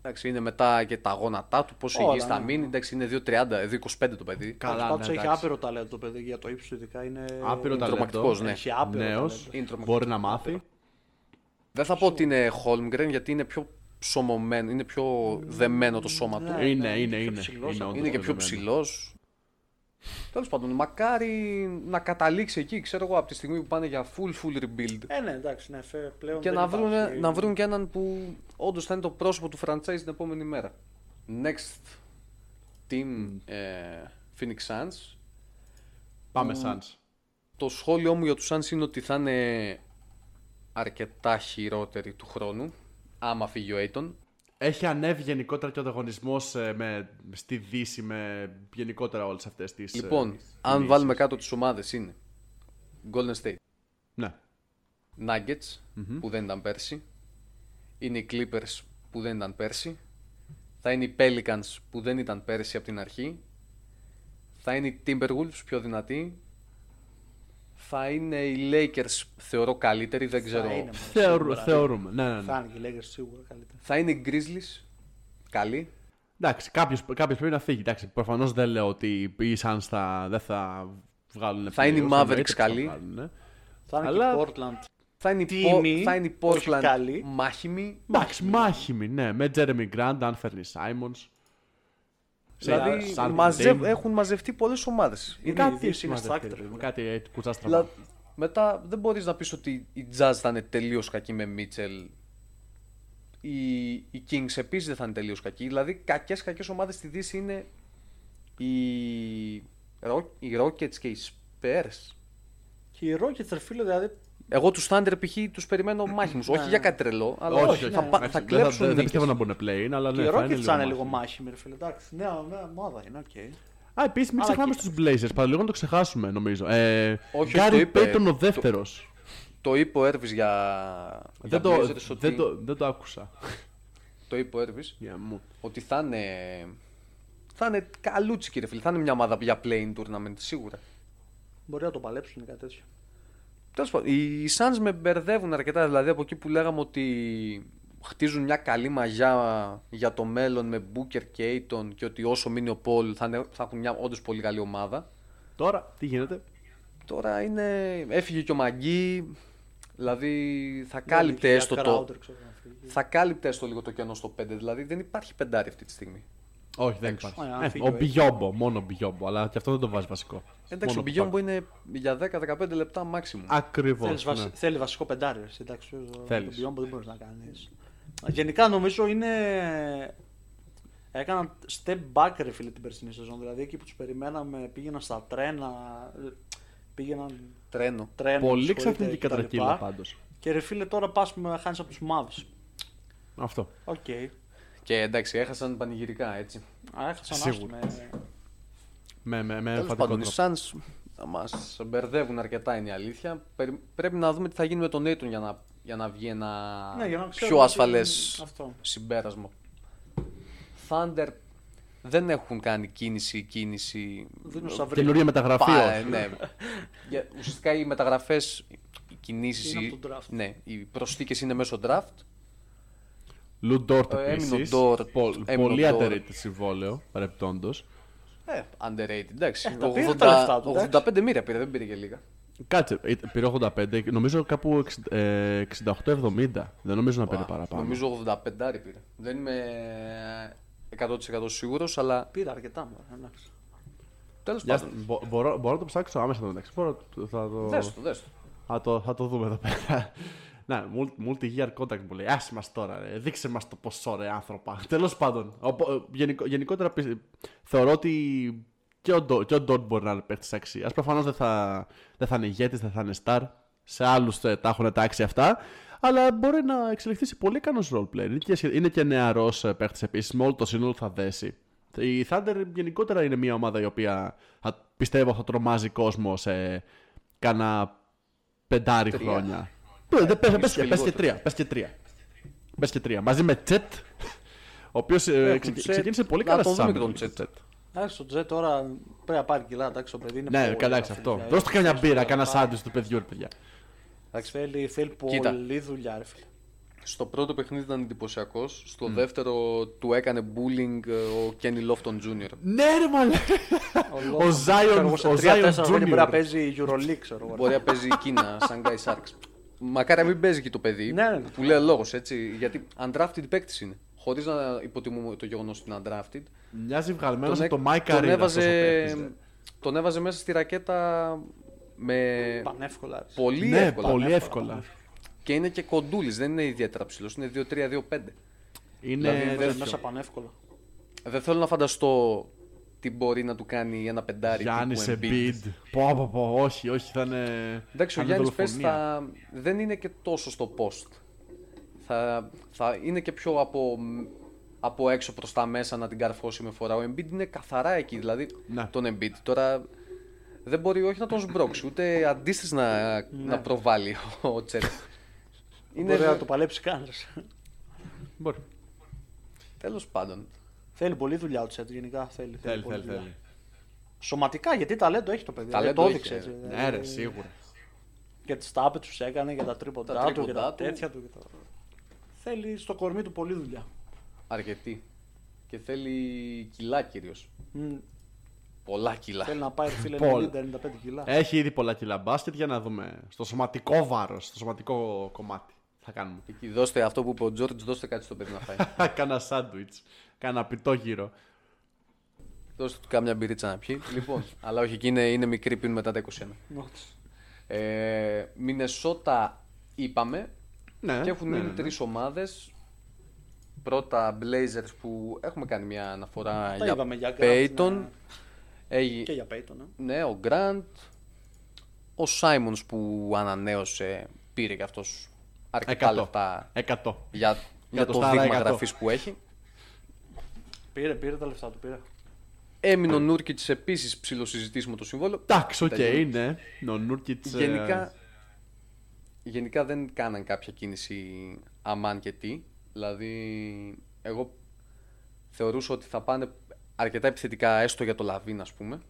Speaker 1: Εντάξει, είναι μετά και τα γόνατά του, πόσο
Speaker 3: Όλα,
Speaker 1: υγιής θα
Speaker 3: ναι.
Speaker 1: μείνει. Εντάξει, είναι 2.30, 2.25 το παιδί.
Speaker 2: Καλά,
Speaker 3: Πάντως
Speaker 2: ναι,
Speaker 3: έχει
Speaker 2: εντάξει.
Speaker 3: άπειρο ταλέντο το παιδί για το ύψος, ειδικά είναι.
Speaker 2: Άπειρο
Speaker 1: Είναι τρομακτικός,
Speaker 2: ταλέντο.
Speaker 1: ναι.
Speaker 3: Έχει άπειρο
Speaker 2: Νέος,
Speaker 3: ταλέντο.
Speaker 1: Είναι τρομακτικός.
Speaker 2: μπορεί να μάθει.
Speaker 1: Δεν θα πω ότι είναι Holmgren γιατί είναι πιο σωμωμένο, είναι πιο δεμένο το σώμα του.
Speaker 3: Ναι,
Speaker 2: Είναι, είναι,
Speaker 3: πιο
Speaker 2: είναι.
Speaker 3: ψηλός,
Speaker 2: όντως
Speaker 1: Είναι και πιο
Speaker 2: δεδομένο.
Speaker 1: ψηλός. Τέλος πάντων, μακάρι να καταλήξει εκεί, ξέρω εγώ, από τη στιγμή που πάνε για full full rebuild.
Speaker 3: Ε, ναι, εντάξει, ναι, φε- πλέον.
Speaker 1: και
Speaker 3: δεν
Speaker 1: να βρουν,
Speaker 3: υπάρχει.
Speaker 1: να βρουν και έναν που όντως θα είναι το πρόσωπο του franchise την επόμενη μέρα. Next team ε, Phoenix Suns.
Speaker 2: Πάμε, Suns.
Speaker 1: Το σχόλιο μου για τους Suns είναι ότι θα είναι αρκετά χειρότεροι του χρόνου, άμα φύγει ο Aiton.
Speaker 2: Έχει ανέβει γενικότερα και ο ανταγωνισμός στη Δύση με γενικότερα όλες αυτές τις.
Speaker 1: Λοιπόν, αν βάλουμε κάτω τις ομάδες είναι Golden State,
Speaker 2: Ναι.
Speaker 1: Nuggets που δεν ήταν πέρσι, είναι οι Clippers που δεν ήταν πέρσι, θα είναι οι Pelicans που δεν ήταν πέρσι από την αρχή, θα είναι οι Timberwolves πιο δυνατοί, θα είναι οι Lakers θεωρώ καλύτεροι, δεν
Speaker 3: Θα
Speaker 1: ξέρω.
Speaker 3: είναι,
Speaker 2: Θεωρ,
Speaker 3: σίγουρα.
Speaker 2: θεωρούμε. Ναι, ναι, ναι.
Speaker 3: Θα είναι και λέγε σίγουρα καλύτερα.
Speaker 1: Θα είναι οι Grizzlies, καλοί.
Speaker 2: Εντάξει, κάποιος πρέπει να φύγει. Εντάξει, προφανώς δεν λέω ότι οι Suns θα, δεν θα βγάλουν.
Speaker 1: Θα είναι οι Mavericks
Speaker 2: playoffs, εννοείται πως θα
Speaker 1: καλοί.
Speaker 2: βγάλουν, ναι.
Speaker 3: Θα είναι
Speaker 2: Αλλά-
Speaker 3: και Portland.
Speaker 1: Θα είναι, οι
Speaker 3: Τίμοι,
Speaker 1: Πο- θα είναι οι
Speaker 3: όχι
Speaker 1: Portland
Speaker 3: καλοί.
Speaker 1: μάχημοι.
Speaker 2: Εντάξει, μάχημοι, ναι. Με Jeremy Grant, Anthony Simons.
Speaker 1: Δηλαδή Ε,
Speaker 2: Σαν-
Speaker 1: μαζεύ-
Speaker 2: Dame.
Speaker 1: έχουν μαζευτεί πολλές ομάδες.
Speaker 3: Είναι
Speaker 2: Κάτι
Speaker 3: η Δύση, είναι
Speaker 2: μαζευτεί,
Speaker 3: στράκτορ.
Speaker 2: ρε παιδί μου, Κάτι ε, κουτσά στραβά.
Speaker 1: Δηλα- μετά δεν μπορείς να πεις ότι οι Jazz θα είναι τελείως κακοί με Μίτσελ. Οι, οι Kings επίσης δεν θα είναι τελείως κακοί. Δηλαδή κακές κακές ομάδες στη Δύση είναι οι, Ρο- οι Rockets και οι Spurs.
Speaker 3: Και οι Rockets, ρε φίλε, δηλαδή.
Speaker 1: Εγώ τους Thunder π.χ. τους περιμένω μάχημους. όχι για κάτι τρελό, αλλά
Speaker 2: Ναι. Όχι,
Speaker 1: όχι,
Speaker 2: όχι,
Speaker 1: θα,
Speaker 2: ναι.
Speaker 1: πα-
Speaker 2: Εντάξει,
Speaker 1: θα
Speaker 2: δεν
Speaker 1: κλέψουν
Speaker 2: Δεν
Speaker 1: νίκες.
Speaker 2: πιστεύω να μπουν play, αλλά
Speaker 3: Και
Speaker 2: ναι.
Speaker 3: οι
Speaker 2: θα είναι
Speaker 3: Rockets θα είναι
Speaker 2: μάχημοι.
Speaker 3: λίγο μάχημοι, ρε φίλε. Εντάξει, νέα νέα ομάδα είναι, οκ.
Speaker 2: Α, επίσης μην
Speaker 3: Αλλά
Speaker 2: ξεχνάμε
Speaker 3: κοίτα.
Speaker 2: στου Blazers. Παραλίγο να το ξεχάσουμε, νομίζω. Ε,
Speaker 1: Όχι,
Speaker 2: Gary
Speaker 1: το είπε.
Speaker 2: Payton ο δεύτερος.
Speaker 1: Το είπε ο Έρβης για, για
Speaker 2: Δεν, το,
Speaker 1: Blazers ότι-
Speaker 2: δεν, το, δεν το άκουσα.
Speaker 1: το είπε ο Έρβης
Speaker 2: Για μου.
Speaker 1: ότι θα είναι, θα είναι καλούτσι κύριε φίλε. Θα είναι μια ομάδα για playing tournament σίγουρα.
Speaker 3: Μπορεί να το παλέψουν κάτι τέτοιο.
Speaker 1: Τέλος πάντων, οι Suns με μπερδεύουν αρκετά. Δηλαδή από εκεί που λέγαμε ότι χτίζουν μια καλή μαγιά για το μέλλον με Booker και Aiton και ότι όσο μείνει ο Πολ θα, είναι- θα έχουν μια όντως πολύ καλή ομάδα.
Speaker 2: Τώρα, τι γίνεται.
Speaker 1: Τώρα είναι, έφυγε και ο Μαγκή, δηλαδή θα
Speaker 3: Δεν
Speaker 1: κάλυπτε
Speaker 3: έχει
Speaker 1: έστω
Speaker 3: για
Speaker 1: το,
Speaker 3: Crowder, ξέρω να φύγει.
Speaker 1: θα κάλυπτε έστω λίγο το κενό στο 5, δηλαδή δεν υπάρχει πεντάρι αυτή τη στιγμή.
Speaker 2: Όχι, δεν υπάρχει.
Speaker 3: Ε, αν
Speaker 2: Ε,
Speaker 3: φύγει
Speaker 2: ο
Speaker 3: ο Aiton.
Speaker 2: Μπιγιόμπο, μόνο Μπιγιόμπο, αλλά και αυτό δεν το βάζει βασικό.
Speaker 1: Εντάξει, ο Μπιγιόμπο είναι για 10-15 λεπτά maximum.
Speaker 2: Ακριβώς.
Speaker 3: Θέλεις βασι- Θέλει βασικό πεντάρι. εσύ, Εντάξει, ο-
Speaker 2: Λοιπόν, ναι. Θέλεις.
Speaker 3: τον Biombo δεν μπορείς να κάνεις. Γενικά νομίζω είναι. Έκαναν step back ρε φίλε την περσινή σεζόν. Δηλαδή εκεί που τους περιμέναμε πήγαιναν στα τρένα, πήγαιναν
Speaker 1: Τρένο.
Speaker 3: τρένο.
Speaker 2: Πολύ
Speaker 3: συγχωρείτε,
Speaker 2: ξαφνική
Speaker 3: κτλ.
Speaker 2: κατρακύλα πάντως.
Speaker 3: Και ρε φίλε τώρα πας χάνεις από τους Mavs.
Speaker 2: Αυτό.
Speaker 3: Οκ.
Speaker 1: Και εντάξει, έχασαν πανηγυρικά έτσι.
Speaker 3: Α, Έχασαν ε.
Speaker 2: Σίγουρα.
Speaker 3: άστομα.
Speaker 2: Με, με,
Speaker 3: Ε,
Speaker 2: με
Speaker 1: Τέλος
Speaker 2: εμφαντικό
Speaker 1: πάντων, οι
Speaker 2: τρόπο.
Speaker 1: Suns μας μπερδεύουν αρκετά είναι η αλήθεια. Περι- Πρέπει να δούμε τι θα γίνει με τον Aiton για να, για να βγει ένα
Speaker 3: Ναι, για να ξέρουμε
Speaker 1: πιο
Speaker 3: τι-
Speaker 1: ασφαλές
Speaker 3: αυτό.
Speaker 1: συμπέρασμα. Thunder δεν έχουν κάνει κίνηση κίνηση.
Speaker 3: Δίνουν στα βρύα.
Speaker 2: Καινούργια μεταγραφή.
Speaker 1: Πάει,
Speaker 2: όχι.
Speaker 1: ναι. Για- ουσιαστικά οι μεταγραφές, οι κινήσεις.
Speaker 3: Είναι από τον draft.
Speaker 1: Ναι, οι προσθήκες είναι μέσω draft.
Speaker 2: Λου Ντόρτ
Speaker 1: Ε, έμεινε ο
Speaker 2: επίσης.
Speaker 1: Dort.
Speaker 2: Πολ-
Speaker 1: Έμεινε ο
Speaker 2: Πολύ
Speaker 1: Dort.
Speaker 2: underrated συμβόλαιο, παρεπτόντως.
Speaker 1: Ε, underrated, εντάξει.
Speaker 3: Ε, τα πήρε τα λεφτά του,
Speaker 1: 85 μοίρια πήρε, δεν πήρε και λίγα.
Speaker 2: Κάτσε, ε, πήρε 85, νομίζω κάπου εξ- ε, 68-70. Δεν νομίζω να παίρνει
Speaker 1: Wow.
Speaker 2: παραπάνω.
Speaker 1: Νομίζω 85 πήρε. Δεν ε, είμαι 100% σίγουρος, αλλά
Speaker 3: Πήρα αρκετά μου. εντάξει.
Speaker 1: τέλος
Speaker 2: Για-
Speaker 1: πάντων. Ναι,
Speaker 2: μπο- μπορώ, μπορώ να το ψάξω άμεσα το μεταξύ. Μπορώ, θα, το,
Speaker 1: Δες το, δες το.
Speaker 2: θα, το, θα το δούμε εδώ πέρα. Να, multi- multi-year contract μου λέει. Άσε μας τώρα, ρε. δείξε μας το ποσό, ρε άνθρωπα. Τέλος πάντων, οπο- ε, γενικο- γενικότερα πι- θεωρώ ότι και ο, Ντο- και ο Ντόρτ μπορεί να είναι παίχτη αξία. Προφανώς δεν θα, δεν θα είναι ηγέτης, δεν θα είναι star. Σε άλλους τα έχουν τάξει αυτά. Αλλά μπορεί να εξελιχθεί σε πολύ ικανός role player. Είναι και, σχε- είναι και νεαρός παίχτη επίση, με όλο το σύνολο θα δέσει. Η Thunder γενικότερα είναι μια ομάδα η οποία θα- πιστεύω θα τρομάζει κόσμο σε κάνα πεντάρι
Speaker 1: Τρία.
Speaker 2: χρόνια. Πες, δεν πες, πες, και- πες και
Speaker 1: λιγότερο.
Speaker 2: τρία. Πες και τρία. Πες και τρία. Μαζί με Τσετ, ο οποίος
Speaker 3: Έχουν Τσετ.
Speaker 2: ξεκίνησε πολύ
Speaker 1: Να
Speaker 2: καλά
Speaker 1: τον
Speaker 2: στη
Speaker 1: δούμε
Speaker 2: Summer
Speaker 1: και τον
Speaker 2: League,
Speaker 1: Τσετ.
Speaker 2: Τσετ.
Speaker 3: Εντάξει, το Τζε τώρα πρέπει να πάρει κιλά, εντάξει, το παιδί είναι
Speaker 2: Ναι,
Speaker 3: πολύ
Speaker 2: καλά, εντάξει
Speaker 3: καλή
Speaker 2: αυτό.
Speaker 3: δουλειά.
Speaker 2: Δώστε καμιά
Speaker 3: Ξέρεις,
Speaker 2: μπύρα,
Speaker 3: τώρα
Speaker 2: κάνα
Speaker 3: πάει.
Speaker 2: σάντουιτ του παιδιού, ρε παιδιά.
Speaker 3: Θέλει, θέλει
Speaker 1: Κοίτα.
Speaker 3: πολλή δουλειά, ρε φίλε.
Speaker 1: Στο πρώτο παιχνίδι ήταν εντυπωσιακός. Στο δεύτερο του έκανε bullying ε, ο Kenny Lofton Jr.
Speaker 2: Ναι, ρε μαλέ. Ο
Speaker 3: Ξέρω
Speaker 2: Ζάιον
Speaker 3: εγώ, σε
Speaker 2: ο Zion
Speaker 3: 3-4 χρόνια μπορεί να
Speaker 2: Junior.
Speaker 3: παίζει Euroleague, ξέρω εγώ.
Speaker 1: Μπορεί να παίζει η Κίνα σαν Guy Sharks. Μακάρι να μην παίζει και το παιδί.
Speaker 3: Ναι, ναι.
Speaker 1: Που λέει λόγος έτσι. Γιατί undrafted παίκτης είναι. Χωρίς να υποτιμούμε το γεγονός ότι είναι undrafted.
Speaker 2: Μοιάζει βγαλμένος από
Speaker 1: έκ-
Speaker 2: το Mike
Speaker 1: τον
Speaker 2: Arena.
Speaker 1: έβαζε, τον έβαζε μέσα στη ρακέτα με
Speaker 3: Πανεύκολα. ρε.
Speaker 1: πολύ
Speaker 2: Ναι,
Speaker 1: εύκολα.
Speaker 2: πολύ εύκολα.
Speaker 1: Και είναι και κοντούλης, δεν είναι ιδιαίτερα ψηλός. Είναι 2-3-2-5.
Speaker 2: Είναι
Speaker 3: Παίζει
Speaker 2: τέτοιο.
Speaker 3: Δηλαδή, μέσα πανεύκολα.
Speaker 1: Δεν θέλω να φανταστώ τι μπορεί να του κάνει ένα πεντάρι.
Speaker 2: Γιάννη
Speaker 1: τύπου Embiid.
Speaker 2: Εμπίντ. Πω, πω, πω, όχι, όχι, θα είναι.
Speaker 1: Εντάξει, ο
Speaker 2: θα είναι
Speaker 1: Γιάννης πες,
Speaker 2: δολοφονία.
Speaker 1: θα... δεν είναι και τόσο στο post. Θα, θα είναι και πιο από, από έξω προς τα μέσα να την καρφώσει με φορά. Ο Embiid είναι καθαρά εκεί, δηλαδή
Speaker 2: Ναι.
Speaker 1: τον Embiid. Τώρα δεν μπορεί όχι να τον σμπρώξει, ούτε αντίστοιχα να,
Speaker 2: Ναι.
Speaker 1: να προβάλλει ο Τσέρ. Είναι
Speaker 3: Μπορεί να το παλέψει κανένας.
Speaker 2: Μπορεί.
Speaker 1: τέλος πάντων.
Speaker 3: Θέλει πολλή δουλειά ο Τσέτ, γενικά θέλει.
Speaker 2: Θέλει,
Speaker 3: πολλή
Speaker 2: θέλει,
Speaker 3: δουλειά.
Speaker 2: θέλει.
Speaker 3: Σωματικά, γιατί ταλέντο έχει το παιδί.
Speaker 1: Ταλέντο
Speaker 3: δηλαδή, το έδειξε.
Speaker 1: έχει,
Speaker 3: έτσι,
Speaker 1: ε.
Speaker 3: δηλαδή,
Speaker 2: Ναι, ρε, σίγουρα.
Speaker 3: Για τις τάπες τους έκανε, για τα τρίποντά
Speaker 1: Τα
Speaker 3: του, για
Speaker 1: τρίποντά
Speaker 3: τα
Speaker 1: του.
Speaker 3: τέτοια του. και τα- Θέλει στο κορμί του πολλή δουλειά.
Speaker 1: Αρκετή. Και θέλει κιλά κυρίως.
Speaker 3: Μμ,
Speaker 1: Πολλά κιλά.
Speaker 3: Θέλει να πάει ρε φίλε
Speaker 2: Πολλά.
Speaker 3: 90-95 κιλά.
Speaker 2: Έχει ήδη πολλά κιλά μπάσκετ για να δούμε στο σωματικό βάρος, στο σωματικό κομμάτι. Θα κάνουμε.
Speaker 1: Εκεί δώστε αυτό που είπε ο Τζόρτζ, δώστε κάτι στο παιδί να φάει.
Speaker 2: Κάνα σάντουιτ. Κάνα πιτό γύρο.
Speaker 1: Δώστε του κάμια μπυρίτσα να πιει. λοιπόν, αλλά όχι, εκεί είναι, είναι μικρή, πίνουν μετά τα 21.
Speaker 3: Νότς.
Speaker 1: Ε, Μινεσότα είπαμε
Speaker 2: Ναι,
Speaker 1: και έχουν
Speaker 2: ναι,
Speaker 1: μείνει
Speaker 2: ναι, ναι.
Speaker 1: τρεις ομάδες. Πρώτα Blazers που έχουμε κάνει μια αναφορά
Speaker 3: Τα
Speaker 1: για,
Speaker 3: είπαμε για Grant,
Speaker 1: Payton.
Speaker 3: ναι.
Speaker 1: Έγι-
Speaker 3: Και για Πέιτον. ε.
Speaker 1: Ναι, ο Grant. Ο Simons που ανανέωσε, πήρε και αυτός αρκετά
Speaker 2: Εκατό.
Speaker 1: λεπτά
Speaker 2: Εκατό.
Speaker 1: για, για το
Speaker 2: Εκατοστάρα,
Speaker 1: δείγμα
Speaker 2: εκατό.
Speaker 1: γραφής που έχει.
Speaker 3: Πήρε, πήρε τα λεφτά του, πήρε.
Speaker 1: Έμεινε ο Νούρκιτς επίσης ψηλοσυζητής με το συμβόλαιο.
Speaker 2: Εντάξει, οκ,
Speaker 1: Τελείω.
Speaker 2: είναι. Ο Νούρκιτς, ε,
Speaker 1: Γενικά, γενικά δεν κάναν κάποια κίνηση αμάν και τι. Δηλαδή, εγώ θεωρούσα ότι θα πάνε αρκετά επιθετικά έστω για το Λαβίν, ας πούμε.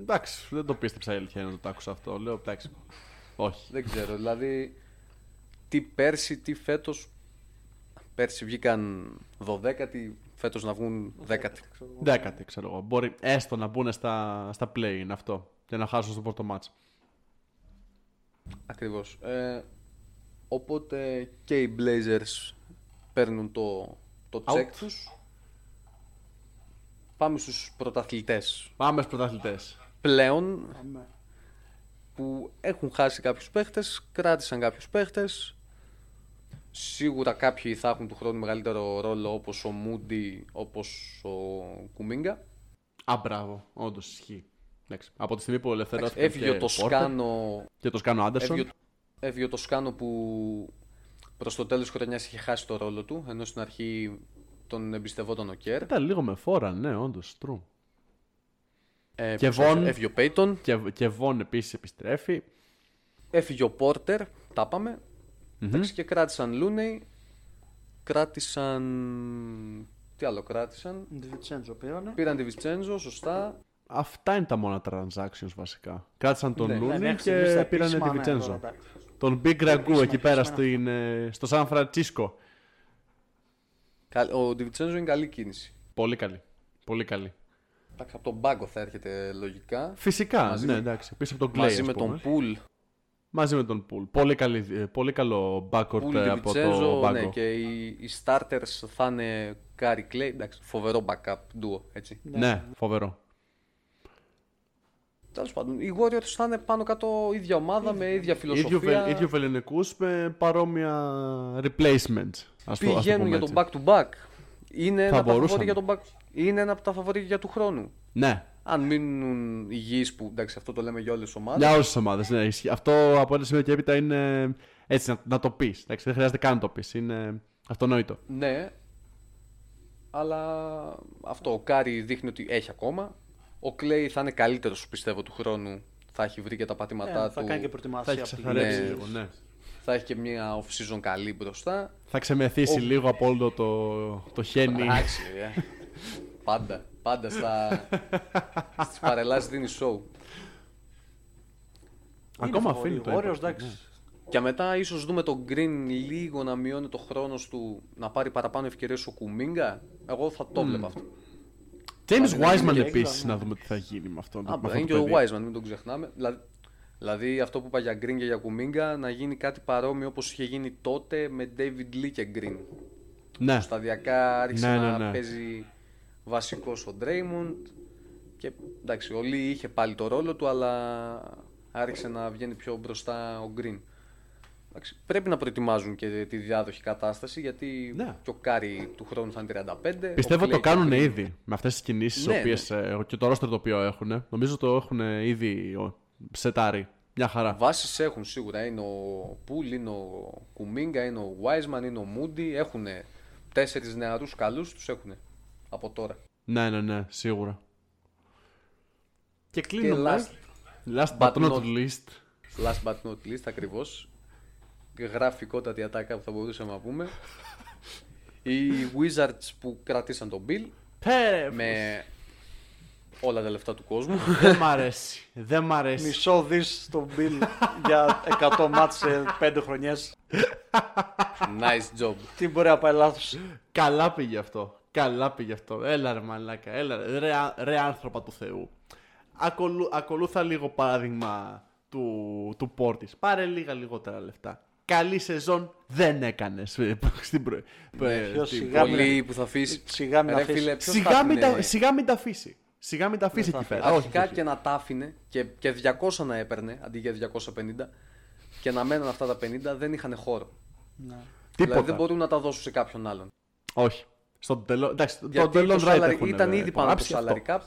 Speaker 2: Εντάξει, δεν το πίστεψα η αλήθεια είναι να το άκουσα αυτό. Λέω, εντάξει. Όχι.
Speaker 1: Δεν ξέρω, δηλαδή τι πέρσι, τι φέτος. Πέρσι βγήκαν 12η, φέτος να βγουν 10η.
Speaker 2: Δέκατη, ξέρω εγώ. Μπορεί έστω να μπουν στα, στα play αυτό και να χάσουν στο πρώτο μάτς.
Speaker 1: Ακριβώς. Ε, οπότε και οι Blazers παίρνουν το, το
Speaker 2: Out.
Speaker 1: check τους. Πάμε στους πρωταθλητές
Speaker 2: Πάμε στους πρωταθλητές.
Speaker 1: πλέον
Speaker 3: Αμέ.
Speaker 1: που έχουν χάσει κάποιους παίχτες, κράτησαν κάποιους παίχτες. Σίγουρα κάποιοι θα έχουν του χρόνου μεγαλύτερο ρόλο όπως ο Μούντι, όπως ο Κουμίγκα.
Speaker 2: Α, μπράβο. Όντως ισχύει. Εντάξει. Από τη στιγμή που ελευθερώθηκε
Speaker 1: Έφυγε ο
Speaker 2: και Πόρτερ
Speaker 1: Τοσκάνο,
Speaker 2: και το Σκάνο Άντερσον.
Speaker 1: έφυγε, ο- έφυγε ο Τοσκάνο που προς το τέλος της χρονιάς είχε χάσει το ρόλο του, ενώ στην αρχή τον εμπιστευόταν ο Κέρ.
Speaker 2: Ήταν λίγο με φόρα, ναι, όντως, true.
Speaker 1: Ε,
Speaker 2: Και
Speaker 1: ποιος
Speaker 2: Βον.
Speaker 1: έφυγε? Έφυγε ο Πέιτον,
Speaker 2: Και, και Βον επίσης επιστρέφει.
Speaker 1: έφυγε ο Πόρτερ, τα παμε Εντάξει, και κράτησαν Λούνεϊ, κράτησαν... Τι άλλο κράτησαν.
Speaker 3: Ντιβιτσέντζο πήρανε.
Speaker 1: Πήραν τη Βιτσέντζο, σωστά.
Speaker 2: Αυτά είναι τα μόνα transactions βασικά. Κράτησαν τον
Speaker 1: Ναι.
Speaker 2: Λούνι
Speaker 3: Ναι, ναι,
Speaker 2: και
Speaker 3: ξεκινήσει τα
Speaker 2: πήραν τη
Speaker 3: επίσημα, ναι,
Speaker 2: Βιτσέντζο.
Speaker 3: τώρα, εντάξει.
Speaker 2: τον Big Ragu εκεί πέρα
Speaker 3: επίσημα.
Speaker 2: στην, ε, στο Σαν Φραντσίσκο.
Speaker 1: Κα- Ο Ντιβιτσέντζο είναι καλή κίνηση.
Speaker 2: Πολύ καλή. Πολύ καλή.
Speaker 1: Εντάξει, από τον πάγκο θα έρχεται λογικά.
Speaker 2: Φυσικά,
Speaker 1: Μαζί
Speaker 2: ναι,
Speaker 1: με-
Speaker 2: εντάξει. Πίσω από τον Clay,
Speaker 1: Μαζί
Speaker 2: ας
Speaker 1: με
Speaker 2: πούμε.
Speaker 1: τον Πουλ,
Speaker 2: Μαζί με τον Πουλ. Πολύ, καλή, ε, πολύ καλό backward
Speaker 1: Πουλ
Speaker 2: ε, από το
Speaker 1: Ντιβιτσέντζο,
Speaker 2: πάγκο.
Speaker 1: ναι, και οι, οι starters θα είναι Κάρι Κλέι, εντάξει, φοβερό backup duo, έτσι.
Speaker 2: Ναι, φοβερό.
Speaker 1: Τέλος πάντων, οι Warriors θα είναι πάνω κάτω ίδια ομάδα με ίδια
Speaker 2: Ίδιο,
Speaker 1: φιλοσοφία.
Speaker 2: βε- ίδιο βεληνικούς με παρόμοια replacements. Ας το, ας το
Speaker 1: πηγαίνουν
Speaker 2: πούμε
Speaker 1: για τον
Speaker 2: έτσι.
Speaker 1: back to back. Είναι ένα, από τα
Speaker 2: μπορούσαν.
Speaker 1: φαβορί για τον back... είναι ένα από τα φαβορί για του χρόνου.
Speaker 2: Ναι,
Speaker 1: Αν μείνουν υγιείς που εντάξει, αυτό το λέμε για όλες τις ομάδες.
Speaker 2: για όλες τις ομάδες. Ναι, ισχύει. αυτό από ένα σημείο και έπειτα είναι έτσι να, να το πεις. Δεν χρειάζεται καν να το πεις. Είναι αυτονόητο.
Speaker 1: Ναι. Αλλά αυτό ο Κάρι δείχνει ότι έχει ακόμα. Ο Κλέη θα είναι καλύτερος πιστεύω του χρόνου. Θα έχει βρει και τα πατήματά
Speaker 3: Ε, θα
Speaker 1: του.
Speaker 3: κάνει και
Speaker 2: Θα
Speaker 3: προετοιμασία.
Speaker 2: έχει
Speaker 3: απ' τη-
Speaker 2: ξεχαρέψει
Speaker 1: Ναι.
Speaker 2: λίγο, ναι.
Speaker 1: Θα έχει και μια off-season καλή μπροστά.
Speaker 2: Θα ξεμεθύσει
Speaker 1: Ο-
Speaker 2: λίγο από όλο το, το χένι.
Speaker 1: Εντάξει, ε. Πάντα. Πάντα στα. Στις παρελάσεις δίνει show.
Speaker 3: Είναι
Speaker 2: Ακόμα
Speaker 3: φαβορί.
Speaker 2: αφήνει το
Speaker 3: Ο Warriors,
Speaker 2: έπακρο,
Speaker 3: εντάξει.
Speaker 1: Και μετά ίσως δούμε τον Green λίγο να μειώνει το χρόνο του να πάρει παραπάνω ευκαιρίες ο Κουμίγκα. Εγώ θα το βλέπω αυτό.
Speaker 2: James
Speaker 3: είναι
Speaker 2: Wiseman
Speaker 3: και
Speaker 2: επίση,
Speaker 3: έξω,
Speaker 2: να
Speaker 3: ναι.
Speaker 2: δούμε τι θα γίνει με αυτόν.
Speaker 1: Α,
Speaker 2: με αυτό
Speaker 1: είναι
Speaker 2: το
Speaker 1: και ο
Speaker 2: παιδί.
Speaker 1: Wiseman, μην τον ξεχνάμε. Δηλαδή, δηλαδή αυτό που είπα για Green και για Κουμίγκα να γίνει κάτι παρόμοιο όπως είχε γίνει τότε με David Lee και Green.
Speaker 2: Ναι,
Speaker 1: Σταδιακά άρχισε
Speaker 2: Ναι, ναι,
Speaker 1: να
Speaker 2: ναι.
Speaker 1: παίζει βασικός ο Draymond. Και εντάξει, ο Lee είχε πάλι το ρόλο του, αλλά άρχισε να βγαίνει πιο μπροστά ο Green. Εντάξει, πρέπει να προετοιμάζουν και τη διάδοχη κατάσταση γιατί
Speaker 2: Ναι.
Speaker 1: και ο Κάρι του χρόνου θα είναι 35.
Speaker 2: Πιστεύω
Speaker 1: ο
Speaker 2: το
Speaker 1: Clay και ο
Speaker 2: κάνουν
Speaker 1: Green.
Speaker 2: ήδη με αυτές τις κινήσεις
Speaker 1: Ναι,
Speaker 2: οποίες, ε, και το ρόστερ το οποίο έχουν. Νομίζω το έχουν ε, ήδη ο, σετάρει. Μια χαρά.
Speaker 1: Βάσεις έχουν σίγουρα. Είναι ο Πουλ, είναι ο Κουμίγκα, είναι ο Wiseman, είναι ο Μούντι. Έχουν τέσσερις νεαρούς καλούς, τους έχουν από τώρα.
Speaker 2: Ναι, ναι, ναι, σίγουρα. Και
Speaker 1: Και
Speaker 2: κλείνουμε.
Speaker 1: last,
Speaker 2: Last
Speaker 1: but
Speaker 2: but not
Speaker 1: not-
Speaker 2: least.
Speaker 1: last but not least, ακριβώς. Γραφικότατη ατάκα που θα μπορούσαμε να πούμε. Οι Wizards που κρατήσαν τον Bill
Speaker 2: Πέρε,
Speaker 1: με όλα τα λεφτά του κόσμου.
Speaker 2: δεν μ' αρέσει. Δεν μ' αρέσει.
Speaker 3: Μισό δις στον Bill για 100 μάτς σε 5 χρονιές.
Speaker 1: nice job.
Speaker 3: Τι μπορεί να πάει λάθος.
Speaker 2: Καλά πήγε αυτό. Καλά πήγε αυτό. Έλα ρε μαλάκα. Έλα ρε, ρε, α- ρε άνθρωπα του Θεού. Ακολου, ακολούθα λίγο παράδειγμα του, του Πόρτης. Πάρε λίγα λιγότερα λεφτά. Καλή σεζόν δεν έκανες ε, στην προ... ε,
Speaker 3: πιο
Speaker 2: στην-
Speaker 3: σιγά.
Speaker 1: Πολύ που θα αφήσει.
Speaker 3: Σιγά μην
Speaker 1: Ρε
Speaker 3: αφήσεις.
Speaker 1: φίλε, Ναι, ποιος θα ε.
Speaker 2: Σιγά μην,
Speaker 1: άφηνε-
Speaker 2: τα, σιγά μην τα αφήσει. Σιγά μην τα αφήσει εκεί πέρα. Όχι,
Speaker 1: Αρχικά
Speaker 2: όχι.
Speaker 1: και να τα άφηνε και, και 200 να έπαιρνε αντί για 250 και να μέναν αυτά τα 50 δεν είχαν χώρο. Δηλαδή δεν
Speaker 2: Τίποτα.
Speaker 1: μπορούν να τα δώσουν σε κάποιον άλλον.
Speaker 2: Όχι. Στον τελό... Εντάξει, τον
Speaker 1: Γιατί
Speaker 2: τελών
Speaker 1: το
Speaker 2: Wright
Speaker 1: salary-
Speaker 2: έχουν,
Speaker 1: ήταν
Speaker 2: ε,
Speaker 1: ήδη πάνω από
Speaker 2: υπογράψει
Speaker 1: το
Speaker 2: αυτό.
Speaker 1: salary cap.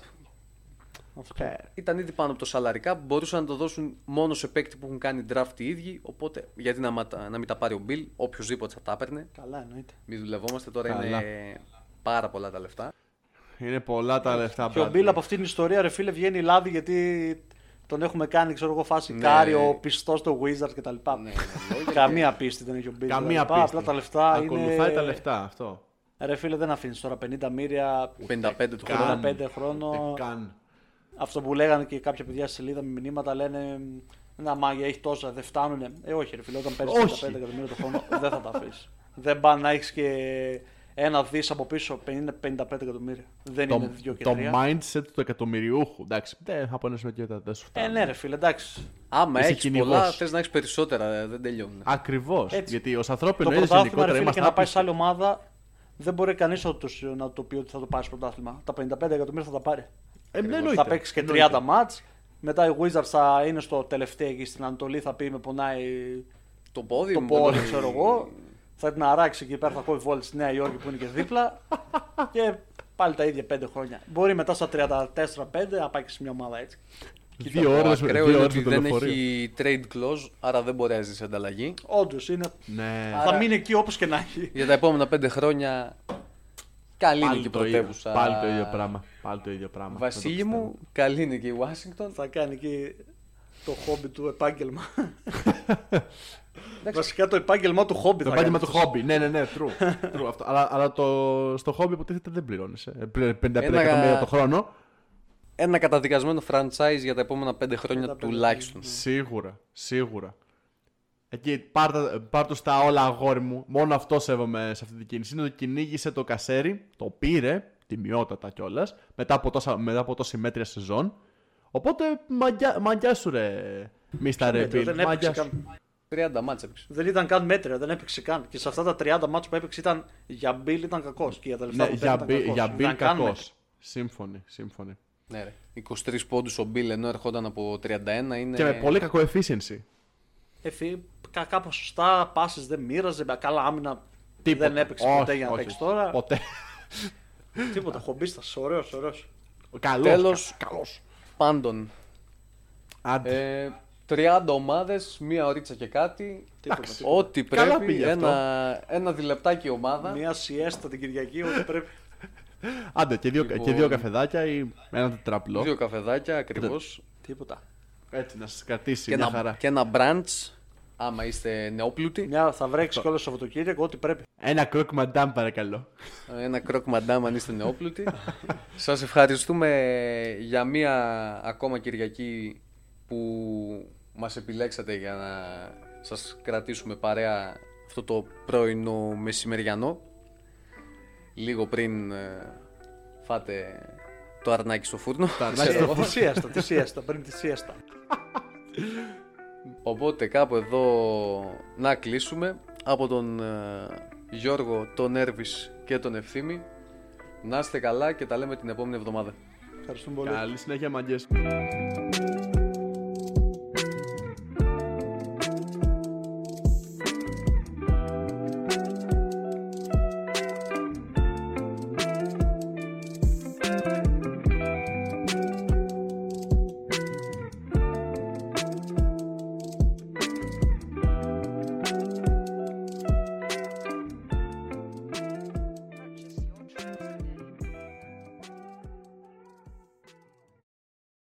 Speaker 3: Αυτό.
Speaker 1: Ήταν ήδη πάνω από το salary cap. Μπορούσαν να το δώσουν μόνο σε παίκτη που έχουν κάνει draft οι ίδιοι. Οπότε γιατί να, ματα- να μην τα πάρει ο Bill, οποιοδήποτε θα τα έπαιρνε.
Speaker 3: Καλά εννοείται.
Speaker 1: Μην δουλευόμαστε τώρα,
Speaker 2: Καλά.
Speaker 1: είναι πάρα πολλά τα λεφτά.
Speaker 2: Είναι πολλά τα λεφτά.
Speaker 3: Και ο
Speaker 2: Bradley.
Speaker 3: Μπίλ από αυτήν την ιστορία, ρε φίλε, βγαίνει λάδι γιατί τον έχουμε κάνει, ξέρω εγώ, φάση
Speaker 1: Ναι.
Speaker 3: Κάρι, ο πιστός στο Wizard κτλ.
Speaker 2: Ναι,
Speaker 3: Καμία πίστη δεν έχει ο Μπίλ.
Speaker 2: Καμία πίστη.
Speaker 3: Απλά τα λεφτά
Speaker 2: Ακολουθάει
Speaker 3: είναι.
Speaker 2: τα λεφτά αυτό.
Speaker 3: Ρε φίλε, δεν αφήνεις τώρα 50 μύρια,
Speaker 1: 55 του
Speaker 2: καν.
Speaker 1: χρόνου.
Speaker 3: 55 χρόνο.
Speaker 2: Δεν καν.
Speaker 3: Αυτό που λέγανε και κάποια παιδιά στη σελίδα με μηνύματα λένε Να μάγια έχει τόσα, δεν φτάνουνε. Ε, όχι, ρε φίλε, όταν παίρνεις 55
Speaker 2: Όχι.
Speaker 3: εκατομμύρια το χρόνο δεν θα τα αφήσεις. δεν πάνε να έχεις και ένα δις από πίσω 50-55 εκατομμύρια. Δεν είναι
Speaker 2: Το,
Speaker 3: δύο και
Speaker 2: το
Speaker 3: τρία.
Speaker 2: mindset του εκατομμυριούχου. Εντάξει, δεν, από ένα σημείο και μετά δεν σου
Speaker 3: Ε,
Speaker 2: φτάνει.
Speaker 3: ναι, ρε φίλε, εντάξει.
Speaker 1: Άμα
Speaker 2: Είσαι
Speaker 1: έχει
Speaker 2: κυνηγός.
Speaker 1: πολλά, θες να έχεις περισσότερα. ε, Δεν τελειώνουν.
Speaker 2: Ακριβώς.
Speaker 3: Έτσι.
Speaker 2: Γιατί ως
Speaker 3: το
Speaker 2: ανθρώπινο είδος
Speaker 3: πρωτάθλημα, ρε
Speaker 2: γενικότερα
Speaker 3: φίλε, και
Speaker 2: είμαστε
Speaker 3: να πάει
Speaker 2: άπιστοι.
Speaker 3: σε άλλη ομάδα, δεν μπορεί κανείς να τους πει ότι θα το πάρει στο πρωτάθλημα. Τα 55 εκατομμύρια θα τα πάρει.
Speaker 2: Ε, ναι, εννοείται.
Speaker 3: θα παίξει και 30
Speaker 2: Εννοείται.
Speaker 3: μάτς. Μετά οι Wizards θα είναι στο τελευταίο εκεί στην Ανατολή, θα πει με πονάει
Speaker 1: Το πόδι
Speaker 3: το
Speaker 1: μου,
Speaker 3: πόδι,
Speaker 1: δεν μπορεί.
Speaker 3: ξέρω εγώ. Θα την αράξει εκεί πέρα, θα κόβει βόλτα στη Νέα Υόρκη που είναι και δίπλα. και πάλι τα ίδια 5 χρόνια. Μπορεί μετά στα 34-5 να πάει και σε μια ομάδα έτσι.
Speaker 2: Δύο
Speaker 1: Το
Speaker 2: ώρες
Speaker 1: ακραίο είναι
Speaker 2: δύο ώρες
Speaker 1: ότι
Speaker 2: με το
Speaker 1: δεν
Speaker 2: λεωφορείο.
Speaker 1: έχει trade clause, άρα δεν μπορεί να ζήσει ανταλλαγή.
Speaker 3: Όντως είναι.
Speaker 2: Ναι.
Speaker 3: Θα μείνει εκεί όπως και να έχει.
Speaker 1: Για τα επόμενα πέντε χρόνια, καλή είναι
Speaker 2: Πάλι
Speaker 1: και η
Speaker 2: το ίδιο.
Speaker 1: πρωτεύουσα.
Speaker 2: Πάλι το ίδιο πράγμα. Πάλι το ίδιο πράγμα.
Speaker 1: Βασίλη
Speaker 2: Δεν το
Speaker 1: μου, καλή είναι και η Washington.
Speaker 3: θα κάνει εκεί το χόμπι του επάγγελμα.
Speaker 1: Εντάξει.
Speaker 3: Βασικά το επάγγελμα του χόμπι
Speaker 2: Το
Speaker 3: θα
Speaker 2: επάγγελμα του
Speaker 3: κάνει.
Speaker 2: χόμπι. Ναι, ναι, ναι, true. true αυτό. Αλλά, αλλά το, στο χόμπι υποτίθεται δεν πληρώνεσαι. Ε, πληρώνεις 55
Speaker 1: Ένα-
Speaker 2: εκατομμύρια το χρόνο.
Speaker 1: Ένα καταδικασμένο franchise για τα επόμενα πέντε χρόνια
Speaker 3: πέντε
Speaker 1: τουλάχιστον.
Speaker 2: Ναι. Σίγουρα, σίγουρα. Εκεί πάρ, τα- πάρ' το στα όλα αγόρι μου. Μόνο αυτό σέβομαι σε αυτή την κίνηση. Είναι ότι κυνήγησε το κασέρι, το πήρε, τιμιότατα κιόλας, μετά, από τόσα- μετά από τόση μέτρια σεζόν. Οπότε μαγιά, μαγιά σου ρε, Μίστα ρε
Speaker 3: Μέτριο,
Speaker 2: Μπιλ.
Speaker 3: Δεν έπαιξε
Speaker 2: Μαγιά σου.
Speaker 3: καν.
Speaker 1: 30 μάτσα έπαιξε.
Speaker 3: Δεν ήταν καν μέτρια, δεν έπαιξε καν. Και σε αυτά τα 30 μάτια που έπαιξε ήταν για Μπιλ ήταν κακός. Και για τα λεφτά
Speaker 2: Ναι,
Speaker 3: που
Speaker 2: για,
Speaker 3: παίρνει
Speaker 2: μπι,
Speaker 3: ήταν κακός.
Speaker 2: για
Speaker 3: Δεν
Speaker 2: Μπιλ
Speaker 3: ήταν καν
Speaker 2: κακός.
Speaker 3: μέτρια.
Speaker 2: Σύμφωνοι, σύμφωνοι.
Speaker 1: Ναι, ρε. 23 πόντους ο Μπίλ ενώ ερχόταν από 31 είναι.
Speaker 2: Και
Speaker 3: Ναι.
Speaker 2: με πολύ κακό efficiency.
Speaker 3: Εφή, Ε, κα- κάπως σωστά, πάσει δεν μοίραζε, μπα- καλά άμυνα
Speaker 2: Τίποτα.
Speaker 3: δεν έπαιξε
Speaker 2: Όχι,
Speaker 3: ποτέ για να
Speaker 2: όχι.
Speaker 3: παίξει τώρα.
Speaker 2: Ποτέ.
Speaker 3: Τίποτα, χομπίστας, ωραίος, ωραίος.
Speaker 2: Καλός.
Speaker 1: Τέλος.
Speaker 2: κα- Καλός.
Speaker 1: Πάντων.
Speaker 2: Άντε.
Speaker 1: Ε, 30 ομάδες, μία ωρίτσα και κάτι.
Speaker 3: Τίποτα.
Speaker 2: Εντάξει.
Speaker 1: Ό,τι
Speaker 2: Καλά
Speaker 1: πρέπει.
Speaker 2: πήγε αυτό.
Speaker 1: Ένα, ένα διλεπτάκι ομάδα.
Speaker 3: Μία σιέστα την Κυριακή, ό,τι πρέπει.
Speaker 2: Άντε και δύο,
Speaker 1: Λοιπόν.
Speaker 2: και δύο καφεδάκια ή ένα τετραπλό.
Speaker 1: Δύο καφεδάκια ακριβώς.
Speaker 3: Τίποτα.
Speaker 2: Έτσι να σας κρατήσει
Speaker 1: Και,
Speaker 2: μια
Speaker 1: ένα-
Speaker 2: χαρά.
Speaker 1: και ένα μπραντ. Άμα είστε νεόπλουτοι.
Speaker 3: Μια θα βρέξεις κιόλας Σαββατοκύριακο, ό,τι πρέπει.
Speaker 2: Ένα κρόκ μαντάμ παρακαλώ.
Speaker 1: Ένα κρόκ μαντάμ αν είστε νεόπλουτοι. Σας ευχαριστούμε για μία ακόμα Κυριακή που μας επιλέξατε για να σας κρατήσουμε παρέα αυτό το πρωινό μεσημεριανό. Λίγο πριν ε, φάτε το αρνάκι στο φούρνο.
Speaker 2: αρνάκι
Speaker 1: ξέρω
Speaker 2: στο
Speaker 1: εγώ.
Speaker 3: Ε, Τη σιέστα, τη σιέστα, πριν τη σιέστα.
Speaker 1: Οπότε κάπου εδώ να κλείσουμε από τον ε, Γιώργο, τον Έρβης και τον Ευθύμη. Να είστε καλά και τα λέμε την επόμενη εβδομάδα.
Speaker 3: Ευχαριστούμε πολύ.
Speaker 2: Καλή συνέχεια μαγκές.